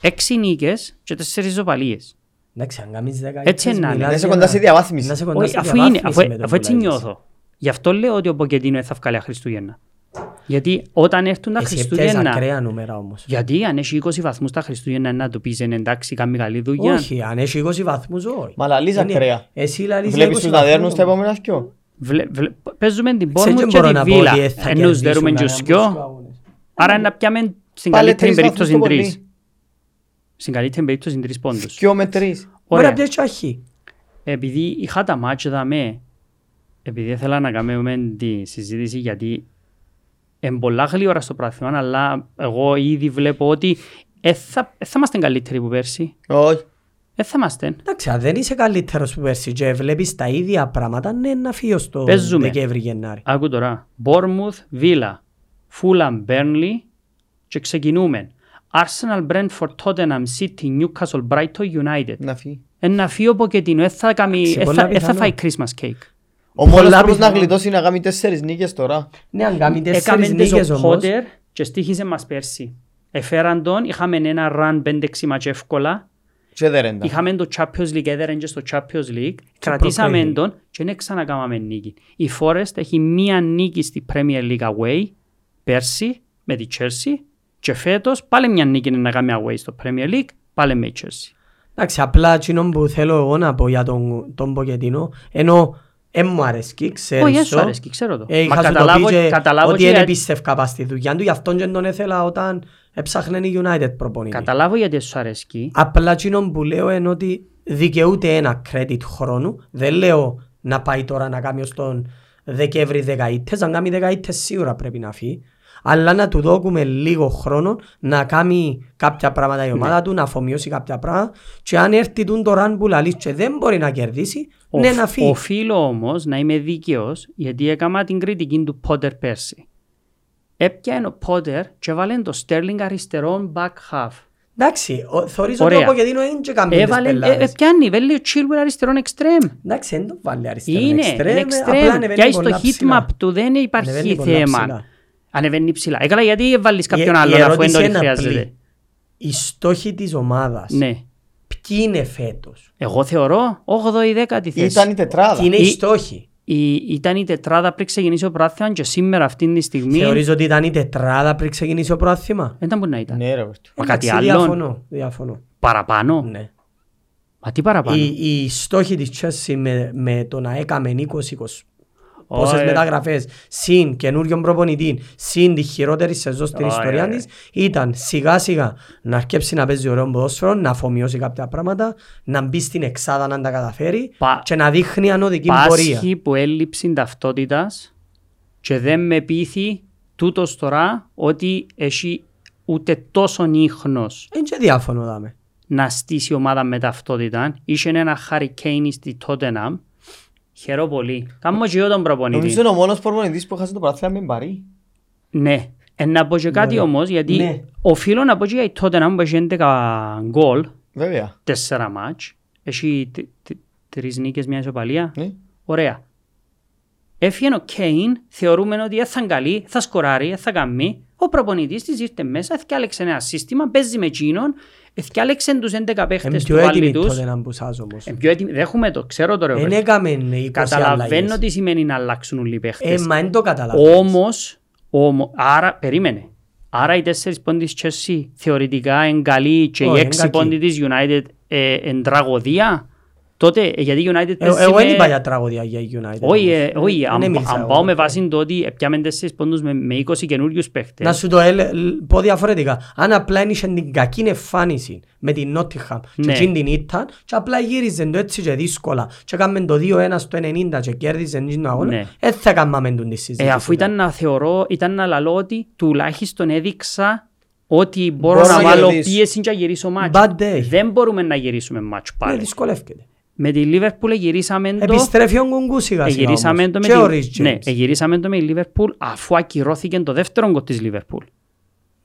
Speaker 2: 6 νίκες και 4 ισοπαλίες.
Speaker 3: Εντάξει, αν κάνεις δέκα
Speaker 2: Έτσι
Speaker 3: ήττες,
Speaker 2: να είναι.
Speaker 1: Να
Speaker 3: μιλάς
Speaker 1: είσαι
Speaker 3: για
Speaker 1: κοντά σε
Speaker 3: Λοιπόν,
Speaker 1: διαβάθμιση.
Speaker 3: Να είσαι κοντά
Speaker 2: Όχι,
Speaker 3: σε
Speaker 2: αφού, είναι,
Speaker 3: διαβάθμιση
Speaker 2: αφού,
Speaker 3: με τον
Speaker 2: αφού έτσι
Speaker 3: που λάζεις.
Speaker 2: νιώθω. Γι' αυτό λέω ότι ο Ποκετίνο θα βγάλει Χριστούγεννα. Γιατί όταν έρθουν τα
Speaker 3: Εσύ έπιασες
Speaker 2: Χριστούγεννα.
Speaker 3: Ε, ακραία νούμερα όμως.
Speaker 2: Γιατί αν έχει 20 βαθμούς τα Χριστούγεννα να του πεις «Ε, εντάξει, κάνει καλή δουλειά.
Speaker 3: Όχι, αν έχει 20 βαθμούς όχι.
Speaker 1: Μα λαλείς
Speaker 3: Είναι-
Speaker 1: ακραία.
Speaker 3: Εσύ λαλείς
Speaker 1: Βλέπεις
Speaker 3: 20
Speaker 1: τους να δέρνουν
Speaker 3: βαθμούς.
Speaker 1: στα επόμενα δυο.
Speaker 2: Βλε- βλε- παίζουμε την
Speaker 3: Ξέρεις
Speaker 2: πόρμου
Speaker 3: τι
Speaker 2: και
Speaker 3: μπορώ
Speaker 2: τη
Speaker 3: να πω
Speaker 2: βίλα.
Speaker 3: ότι ε, θα
Speaker 2: Ενούς
Speaker 3: κερδίσουν
Speaker 2: δέρουμε και
Speaker 3: κανέναν
Speaker 2: τους
Speaker 3: από τους
Speaker 2: δυο.
Speaker 3: αγώνες.
Speaker 2: Άρα είναι να πιάμε στην
Speaker 1: Πάλι
Speaker 2: καλύτερη
Speaker 1: τρεις βαθμούς
Speaker 2: περίπτωση
Speaker 1: το
Speaker 2: τρεις.
Speaker 1: πολύ.
Speaker 2: Στην καλύτερη περίπτωση τρεις πόντους.
Speaker 1: Δυο με τρεις.
Speaker 3: Μπορεί να
Speaker 2: Ωραία.
Speaker 3: πιέσεις και αρχή.
Speaker 2: επειδή είχα τα μάτια δαμέ, επειδή ήθελα να κάνουμε τη συζήτηση γιατί εν πολλά γλύωρα στο πράθυμα, αλλά εγώ ήδη βλέπω ότι ε, θα, ε, θα είμαστε καλύτεροι που πέρσι.
Speaker 1: Όχι.
Speaker 2: Ε, θα είμαστε.
Speaker 3: Εντάξει, αν δεν είσαι καλύτερος που πέρσι και βλέπεις τα ίδια πράγματα, ναι, να φύγεις στο
Speaker 2: Παίζουμε.
Speaker 3: Δεκέμβρη-Γενάρη.
Speaker 2: Άκου τώρα. Bournemouth, Villa, Fulham, Burnley και ξεκινούμε. Arsenal, Brentford, Tottenham, City, Newcastle, Brighton, United.
Speaker 1: Να φύγει.
Speaker 2: Ένα φύο Ποκετίνο, ε, θα, κάνει,
Speaker 3: Σε
Speaker 2: ε,
Speaker 3: πολλά
Speaker 2: θα, ε, θα
Speaker 3: πιθανό.
Speaker 2: φάει Christmas cake.
Speaker 1: Ο μόνος
Speaker 3: Πολλά
Speaker 1: τρόπος να
Speaker 3: πιθανό.
Speaker 1: γλιτώσει είναι να κάνει τέσσερις νίκες τώρα.
Speaker 2: Ε,
Speaker 3: Ναι, αν κάνει
Speaker 2: Έκαμε
Speaker 3: τέσσερις νίκες
Speaker 2: τις ο
Speaker 3: όμως,
Speaker 2: Πότερ και στήχησε μας πέρσι. Εφέραν τον, είχαμε ένα run 5-6 μάτς εύκολα.
Speaker 1: Και δερέντα.
Speaker 2: Είχαμε το Champions League, έδεραν και στο Champions League. Κρατήσαμε
Speaker 3: προκρίνει.
Speaker 2: τον και δεν ξανακάμαμε νίκη. Η Forest έχει μία νίκη στη Premier League away πέρσι με τη Chelsea και φέτος πάλι μία νίκη είναι να κάνει away στο Premier League, πάλι με η Chelsea.
Speaker 3: Εντάξει, απλά εκείνο που θέλω εγώ να πω για τον, τον Ποκετίνο, ενώ δεν μου αρέσκει, ξέρεις
Speaker 2: Όχι, δεν
Speaker 3: το.
Speaker 2: σου αρέσκει, ξέρω το.
Speaker 3: Ε, είχα
Speaker 2: Μα
Speaker 3: σου το
Speaker 2: καταλάβω-
Speaker 3: πει και
Speaker 2: καταλάβω
Speaker 3: ότι
Speaker 2: και
Speaker 3: δεν
Speaker 2: γιατί-
Speaker 3: επίστευκα πας στη δουλειά του, γι' αυτόν και τον ήθελα όταν έψαχνε η United προπονητή.
Speaker 2: Καταλάβω γιατί σου αρέσκει.
Speaker 3: Απλά εκείνο που λέω είναι ότι δικαιούται ένα credit χρόνου. Δεν λέω να πάει τώρα να κάνει ως τον Δεκέμβρη δεκαήτες. Αν κάνει δεκαήτες σίγουρα πρέπει να φύγει. Αλλά να του δώκουμε λίγο χρόνο να κάνει κάποια πράγματα η
Speaker 2: Ναι.
Speaker 3: ομάδα του, να αφομοιώσει κάποια πράγματα και αν έρθει τον το ραν που λαλείς και δεν μπορεί να κερδίσει,
Speaker 2: Ο-
Speaker 3: ναι να φύγει.
Speaker 2: Οφείλω όμως να είμαι δίκαιος γιατί έκανα την κριτική του Πότερ πέρσι. Έπιανε ο Πότερ και έβαλε το Στέρλινγκ αριστερόν back half.
Speaker 3: Εντάξει, ο- θωρείς ότι ο
Speaker 2: Ωραία.
Speaker 3: Ποκετίνο δεν και κάνει τις
Speaker 2: Έβαλε, ε,
Speaker 3: πελάτες.
Speaker 2: έπιανε, βέλε ο Chilwell αριστερόν εξτρέμ.
Speaker 3: Εντάξει, δεν το βάλει αριστερό
Speaker 2: Είναι,
Speaker 3: εξτρέμ,
Speaker 2: είναι
Speaker 3: απλά
Speaker 2: εξτρέμ.
Speaker 3: ανεβαίνει
Speaker 2: Και στο
Speaker 3: πολλά
Speaker 2: heatmap
Speaker 3: ψηλά.
Speaker 2: του δεν
Speaker 3: Ανεβαίνει
Speaker 2: υπάρχει
Speaker 3: πολλά
Speaker 2: θέμα.
Speaker 3: ψηλά.
Speaker 2: Ανεβαίνει ψηλά. Ε, καλά, γιατί βάλεις
Speaker 3: Η-
Speaker 2: κάποιον
Speaker 3: η
Speaker 2: άλλον αφού
Speaker 3: ερώτηση
Speaker 2: έντονη
Speaker 3: είναι απλή.
Speaker 2: χρειάζεται.
Speaker 3: Οι στόχοι της ομάδας,
Speaker 2: Ναι.
Speaker 3: ποιοι είναι φέτος,
Speaker 2: Εγώ θεωρώ 8η ή 10η θέση.
Speaker 1: Ήταν η τετράδα.
Speaker 3: ποιοι είναι οι
Speaker 2: Η-
Speaker 3: στόχοι.
Speaker 2: Η, ήταν η τετράδα πριν ξεκινήσει ο πράθυαν και σήμερα αυτή τη στιγμή.
Speaker 3: Θεωρείς ότι ήταν η τετράδα πριν ξεκινήσει ο πρόθυμα.
Speaker 2: Δεν ήταν που να ήταν.
Speaker 1: Ναι, ρε, Βερτο.
Speaker 2: Μα κάτι
Speaker 3: Εντάξει,
Speaker 2: άλλο.
Speaker 3: Διαφωνώ, διαφωνώ.
Speaker 2: Παραπάνω.
Speaker 3: Ναι.
Speaker 2: Μα τι παραπάνω.
Speaker 3: Οι, οι στόχοι της Chelsea με, με το να έκαμε 20-20 πόσες
Speaker 2: Ωε.
Speaker 3: μεταγραφές, συν καινούριον προπονητή, συν τη χειρότερη σεζόν στην
Speaker 2: Ωε,
Speaker 3: ιστορία
Speaker 2: ωε.
Speaker 3: της, ήταν σιγά σιγά να αρκέψει να παίζει ωραίο ποδόσφαιρο, να αφομοιώσει κάποια πράγματα, να μπει στην εξάδα να τα καταφέρει
Speaker 2: Πα-
Speaker 3: και να δείχνει ανωδική πορεία.
Speaker 2: Πάσχει που έλλειψη ταυτότητας και δεν με πείθει τούτος τώρα ότι έχει ούτε τόσο ίχνος
Speaker 3: Είναι και διάφωνο δάμε.
Speaker 2: να στήσει ομάδα με ταυτότητα. Είχε ένα Harry Kane στη Tottenham. Χαιρό πολύ. Κάμω και εγώ τον
Speaker 1: Νομίζω
Speaker 2: προπονητή.
Speaker 1: είναι ο μόνος προπονητής που έχασε το πρωτάθλημα με μπαρή.
Speaker 2: Ναι. Ε, να πω και κάτι όμως, γιατί
Speaker 3: Ναι.
Speaker 2: οφείλω να πω και για η Tottenham που έχει 11 γκολ,
Speaker 1: Βέβαια.
Speaker 2: 4 μάτς. Έχει τ- τ- τρεις νίκες, μια ισοπαλία.
Speaker 1: Ναι.
Speaker 2: Ωραία. Έφυγε ο Κέιν, θεωρούμε ότι θα είναι καλή, θα σκοράρει, θα κάνει. Ο προπονητής της ήρθε μέσα, έφτιαξε ένα σύστημα, παίζει με εκείνον, έφτιαξε τους 11
Speaker 3: Είναι
Speaker 2: παίχτες του
Speaker 3: πιο
Speaker 2: βάλει
Speaker 3: έτοιμοι
Speaker 2: τους.
Speaker 3: τότε να μπουσάζω όμως.
Speaker 2: Ε, πιο έτοιμοι. Δέχομαι το, ξέρω το ρε.
Speaker 3: Δεν
Speaker 2: Ρόμπερτ.
Speaker 3: έκαμε 20
Speaker 2: Καταλαβαίνω
Speaker 3: ναι, αλλαγές.
Speaker 2: τι σημαίνει να αλλάξουν όλοι οι
Speaker 3: Ε,
Speaker 2: παίχτες.
Speaker 3: μα δεν το καταλαβαίνεις.
Speaker 2: Όμως, όμο- άρα, περίμενε. Άρα οι τέσσερις πόντοι της Chelsea θεωρητικά είναι καλοί και οι
Speaker 3: Όχι, είναι
Speaker 2: έξι
Speaker 3: κακοί.
Speaker 2: πόντοι της United ε, εν τραγωδία. Τότε, ε, γιατί η United
Speaker 3: Ε,
Speaker 2: παίζει
Speaker 3: Εγώ δεν
Speaker 2: με-
Speaker 3: είπα για τραγωδία για η United.
Speaker 2: όχι, ε,
Speaker 3: όμως.
Speaker 2: όχι,
Speaker 3: Δεν
Speaker 2: αν,
Speaker 3: μίλησα
Speaker 2: αν
Speaker 3: εγώ.
Speaker 2: πάω με βάση το ότι πιάμε τέσσερις πόντους με, με 20 καινούριους παίχτες.
Speaker 3: Να σου το έλε- λ- πω διαφορετικά. Αν απλά είχε την κακή εμφάνιση με την Nottingham και
Speaker 2: Ναι.
Speaker 3: εκείνη την ήταν και απλά γύριζε το έτσι και δύσκολα και έκαμε το 2-1 στο 90 και κέρδιζε την αγώνα,
Speaker 2: Ναι.
Speaker 3: δεν θα έκαναμε τον τη συζήτηση.
Speaker 2: ε, αφού ήταν να θεωρώ, ήταν να λαλώ ότι τουλάχιστον έδειξα ότι μπορώ,
Speaker 1: Μπορώ
Speaker 2: να,
Speaker 1: να
Speaker 2: βάλω
Speaker 1: κερδίσω.
Speaker 2: πίεση και να γυρίσω μάτς.
Speaker 3: Bad day.
Speaker 2: Δεν μπορούμε να γυρίσουμε μάτς
Speaker 3: Ναι,
Speaker 2: πάλι.
Speaker 3: ε, δυσκολεύκεται.
Speaker 2: με τη Λίβερπουλ γυρίσαμε το...
Speaker 3: Επιστρέφει ο Γκουγκού σιγά σιγά
Speaker 2: Εγυρίσαμε
Speaker 3: όμως.
Speaker 2: το, με
Speaker 3: Και ο
Speaker 2: τη...
Speaker 3: Rich
Speaker 2: ναι,
Speaker 3: James.
Speaker 2: εγυρίσαμε το με τη Λίβερπουλ αφού ακυρώθηκε το δεύτερο γκολ της Λίβερπουλ.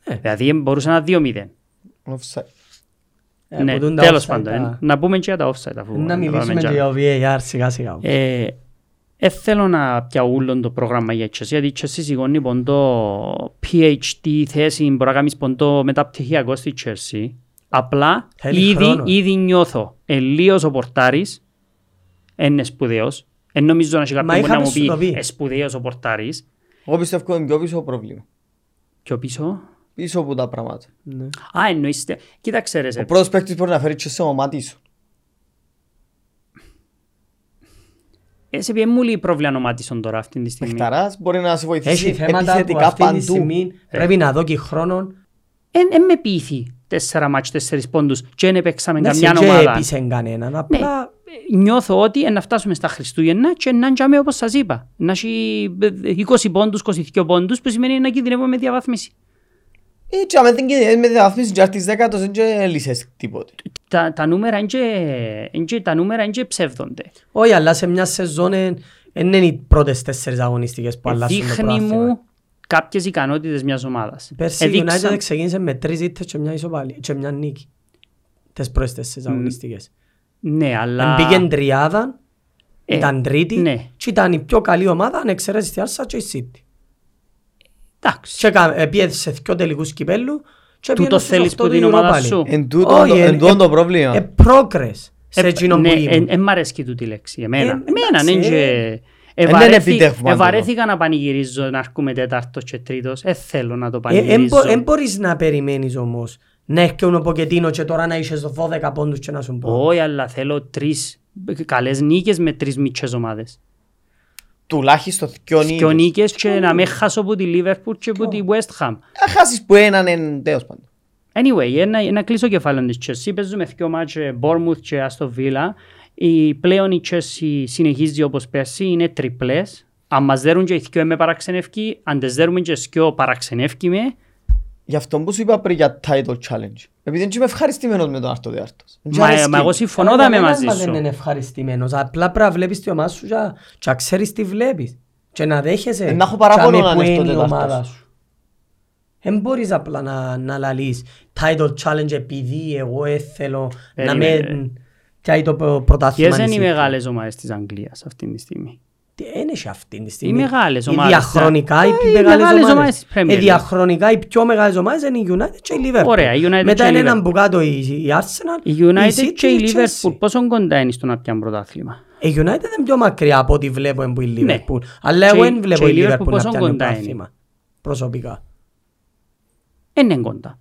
Speaker 3: Ε.
Speaker 2: Δηλαδή μπορούσε να 2-0.
Speaker 1: Offside.
Speaker 3: Ε,
Speaker 2: ναι,
Speaker 3: που τούν τα
Speaker 2: τέλος
Speaker 3: offside
Speaker 2: πάντων.
Speaker 3: τα-
Speaker 2: Να πούμε και για τα offside αφού
Speaker 3: Να
Speaker 2: πάμε
Speaker 3: μιλήσουμε
Speaker 2: και
Speaker 3: και για VAR σιγά σιγά. όμως.
Speaker 2: ε, ε, θέλω να πιαούλον το πρόγραμμα για Chelsea, γιατί η Chelsea σηκώνει ποντό PhD θέση, μπορεί να κάνεις ποντό μεταπτυχιακό στη Chelsea. Απλά
Speaker 3: Θέλει
Speaker 2: ήδη,
Speaker 3: χρόνος.
Speaker 2: ήδη νιώθω ελίος ο Πορτάρης, είναι σπουδαίος. Εν νομίζω να έχει
Speaker 3: Μα
Speaker 2: κάποιον που να
Speaker 3: είχαμε
Speaker 2: μου
Speaker 3: σου το πει.
Speaker 2: πει «Ε, σπουδαίος ο Πορτάρης.
Speaker 1: Εγώ πιστεύω είναι πιο πίσω πρόβλημα.
Speaker 2: Πιο πίσω.
Speaker 1: Πίσω από τα πράγματα.
Speaker 2: Ε,
Speaker 3: Ναι.
Speaker 2: Α, εννοείστε. ε, Κοίταξε ρε.
Speaker 3: Ε-
Speaker 1: Ο
Speaker 2: σε-
Speaker 1: πρώτος παίκτης μπορεί να φέρει και σε ομάτι σου.
Speaker 2: Ε, σε ποιον μου λέει πρόβλημα ονομάτισον τώρα αυτή τη στιγμή.
Speaker 1: Παιχταράς μπορεί να σε βοηθήσει
Speaker 3: Έχει θέματα που
Speaker 1: επιθετικά
Speaker 3: αυτή τη
Speaker 1: παντού.
Speaker 3: στιγμή
Speaker 2: Ε.
Speaker 3: πρέπει να δω και χρόνο
Speaker 2: Εν, εν με πείθει τέσσερα μάτς, τέσσερις πόντους και εν επέξαμε
Speaker 3: να
Speaker 2: καμιά
Speaker 3: Ναι, σε
Speaker 2: ομάδα.
Speaker 3: έπεισε κανέναν.
Speaker 2: Ναι,
Speaker 3: Απλά
Speaker 2: νιώθω ότι ε, να φτάσουμε στα Χριστούγεννα και να τζάμε όπως σας είπα. Να έχει ε, 20 πόντους, 22 πόντους που σημαίνει να κινδυνεύουμε με διαβάθμιση.
Speaker 1: Ε, και άμα δεν κινδυνεύεις με διαβαθμίσεις και άρτης δέκατος δεν και λύσες τίποτε.
Speaker 3: Ε-
Speaker 2: Τα, τα νούμερα είναι και- είναι και, τα νούμερα είναι και ψεύδονται.
Speaker 3: Όχι, αλλά σε μια σεζόν εν- εν είναι οι πρώτες τέσσερις αγωνιστικές που αλλάσουν το
Speaker 2: Δείχνει
Speaker 3: πρωτάθλημα.
Speaker 2: μου κάποιες ικανότητες μιας ομάδας.
Speaker 3: Πέρσι η
Speaker 2: Εδείξαν-
Speaker 3: United ξεκίνησε με τρεις ήττες και μια, ισοπαλία, και μια νίκη. Τις πρώτες τέσσερις αγωνιστικές.
Speaker 2: Ναι, αλλά...
Speaker 3: Εν πήγε τριάδα,
Speaker 2: Ε,
Speaker 3: ήταν τρίτη
Speaker 2: ναι.
Speaker 3: και ήταν η πιο καλή ομάδα αν εξαιρέσεις τη Άρσα και η City.
Speaker 2: Εντάξει.
Speaker 3: Και κα- ε, πήγε σε δυο τελικούς κυπέλλου και
Speaker 2: Τούτο
Speaker 3: πήγαινε στους
Speaker 2: θέλεις
Speaker 3: οκτώ
Speaker 2: που
Speaker 3: του
Speaker 2: την ομάδα
Speaker 3: Europa
Speaker 2: σου.
Speaker 3: League.
Speaker 1: Εν τούτον
Speaker 3: Όχι,
Speaker 1: το-
Speaker 3: ε,
Speaker 1: εν
Speaker 3: ε,
Speaker 1: τούτον το πρόβλημα.
Speaker 3: ε, progress σε εκείνον που
Speaker 2: ναι,
Speaker 3: ήμουν.
Speaker 2: εν, εν μ' αρέσκει τούτη λέξη. Εμένα.
Speaker 3: Ε,
Speaker 2: Εμένα,
Speaker 3: εντάξει,
Speaker 2: ναι,
Speaker 3: ε.
Speaker 2: και...
Speaker 1: είναι επιτεύγμα τούτο.
Speaker 2: Ευαρέθηκα να πανηγυρίζω να αρκούμε τέταρτος και τρίτος. Ε, θέλω να το
Speaker 3: Ε, εν μπο-
Speaker 2: πανηγυρίζω.
Speaker 3: Εν μπορείς να περιμένεις όμως να έρχεται ο Ποκετίνο και τώρα να είσαι 12 πόντους και να σου πω.
Speaker 2: Όχι, αλλά θέλω τρεις καλές νίκες με τρεις μικρές ομάδες.
Speaker 1: Τουλάχιστον
Speaker 2: Δυο
Speaker 1: θκιονί.
Speaker 2: νίκες και να με χάσω από τη Liverpool και από τη West Ham.
Speaker 1: Να Ε, χάσεις που έναν εν τέλος πάντων.
Speaker 2: Anyway, ε, να, να κλείσω κεφάλαιο της Chelsea. Παίζουμε δυο μάτς ε, Bournemouth και Aston Villa. Η, πλέον η Chelsea συνεχίζει όπως πέρσι, είναι τριπλές. Αν μας δέρουν και οι δυο με παραξενεύκει, αν τες δέρουμε και οι δυο παραξενεύκει με,
Speaker 1: Γι' αυτό που σου είπα πριν για title challenge. Επειδή δεν είμαι ευχαριστημένος με τον Άρτο Διάρτος. Δεν
Speaker 2: Μα, ε,
Speaker 1: τσ' αρέσκει.
Speaker 2: μα εγώ συμφωνώ δαμε μαζί
Speaker 3: Δεν είναι
Speaker 2: σου.
Speaker 3: ευχαριστημένος. Απλά πρέπει να βλέπεις τη ομάδα σου και- και να ξέρεις τι βλέπεις. Και να δέχεσαι.
Speaker 1: Ε, να έχω παράπονο
Speaker 3: τσάμε
Speaker 1: να
Speaker 3: που
Speaker 1: είναι στο
Speaker 3: είναι η
Speaker 1: τετάρτος.
Speaker 3: ομάδα σου. Δεν μπορείς απλά να, να λαλείς title challenge επειδή εγώ ε, θέλω να
Speaker 2: Περίμενε.
Speaker 3: με πιάει το πρω- πρωτάθλημα.
Speaker 2: Ποιες είναι οι
Speaker 3: νησί.
Speaker 2: μεγάλες ομάδες της Αγγλίας αυτή τη στιγμή.
Speaker 3: Τι είναι σε αυτή τη στιγμή.
Speaker 2: Οι μεγάλες
Speaker 3: Οι
Speaker 2: ομάδες.
Speaker 3: διαχρονικά οι
Speaker 2: Ε,
Speaker 3: πιο
Speaker 2: οι
Speaker 3: μεγάλες
Speaker 2: μεγάλες ομάδες
Speaker 3: ομάδες.
Speaker 2: της Premier
Speaker 3: Ε,
Speaker 2: League.
Speaker 3: διαχρονικά οι πιο μεγάλες ομάδες είναι η United και η Liverpool.
Speaker 2: Ωραία, η United και
Speaker 3: Μετά
Speaker 2: η
Speaker 3: είναι
Speaker 2: Liverpool.
Speaker 3: έναν που κάτω η, η Arsenal,
Speaker 2: Η United
Speaker 3: City
Speaker 2: και η
Speaker 3: Chelsea. Ε,
Speaker 2: Liverpool πόσο κοντά είναι στο να πιάνουν πρωτάθλημα.
Speaker 3: Η United είναι πιο μακριά από ό,τι βλέπω από η
Speaker 2: Ναι.
Speaker 3: Liverpool. Αλλά
Speaker 2: Και
Speaker 3: εγώ
Speaker 2: η-
Speaker 3: δεν βλέπω
Speaker 2: και η
Speaker 3: η
Speaker 2: Liverpool
Speaker 3: Liverpool να
Speaker 2: πόσο
Speaker 3: πιάνει
Speaker 2: κοντά
Speaker 3: πρωτάθλημα. Προσωπικά.
Speaker 2: Δεν είναι κοντά.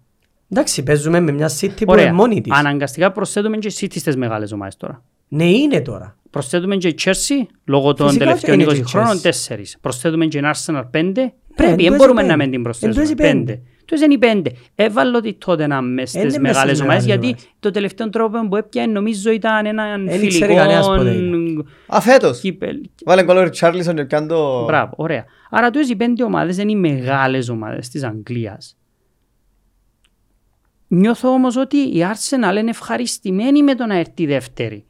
Speaker 3: Εντάξει, παίζουμε με μια City που είναι
Speaker 2: Ωραία.
Speaker 3: μόνη της.
Speaker 2: Αναγκαστικά προσθέτουμε και City στις μεγάλες ομάδες τώρα.
Speaker 3: Ναι, είναι τώρα.
Speaker 2: Προσθέτουμε και η Chelsea λόγω των
Speaker 3: Φυσικά και
Speaker 2: τελευταίων
Speaker 3: είναι
Speaker 2: 20
Speaker 3: και η
Speaker 2: χρόνων
Speaker 3: Chelsea. Ναι,
Speaker 2: 4. Προσθέτουμε και η Arsenal 5.
Speaker 3: εν
Speaker 2: Πρέπει,
Speaker 3: τω
Speaker 2: δεν
Speaker 3: έτσι
Speaker 2: μπορούμε
Speaker 3: πέντε.
Speaker 2: να μην την
Speaker 3: Εν τω
Speaker 2: προσθέσουμε.
Speaker 3: έτσι
Speaker 2: 5.
Speaker 3: πέντε.
Speaker 2: Του είναι η 5. Έβαλω τη τότε να είμαι στις
Speaker 3: είναι μέσα
Speaker 2: μεγάλες
Speaker 3: στις μεγάλες
Speaker 2: ομάδες γιατί
Speaker 3: ομάδες.
Speaker 2: το τελευταίο τρόπο που έπιανε νομίζω ήταν έναν
Speaker 3: Εν ήξερε κανένας ποτέ
Speaker 2: φιλικό
Speaker 1: Α, φέτος.
Speaker 2: κύπελ.
Speaker 1: Βάλε κόλλο Ριτσάρλισον και πιάνε το...
Speaker 2: Μπράβο, ωραία. Άρα τούτες οι πέντε ομάδες είναι οι μεγάλες ομάδες της Αγγλίας. Νιώθω όμως ότι η Arsenal είναι ευχαριστημένη με το να έρθει δεύτερη.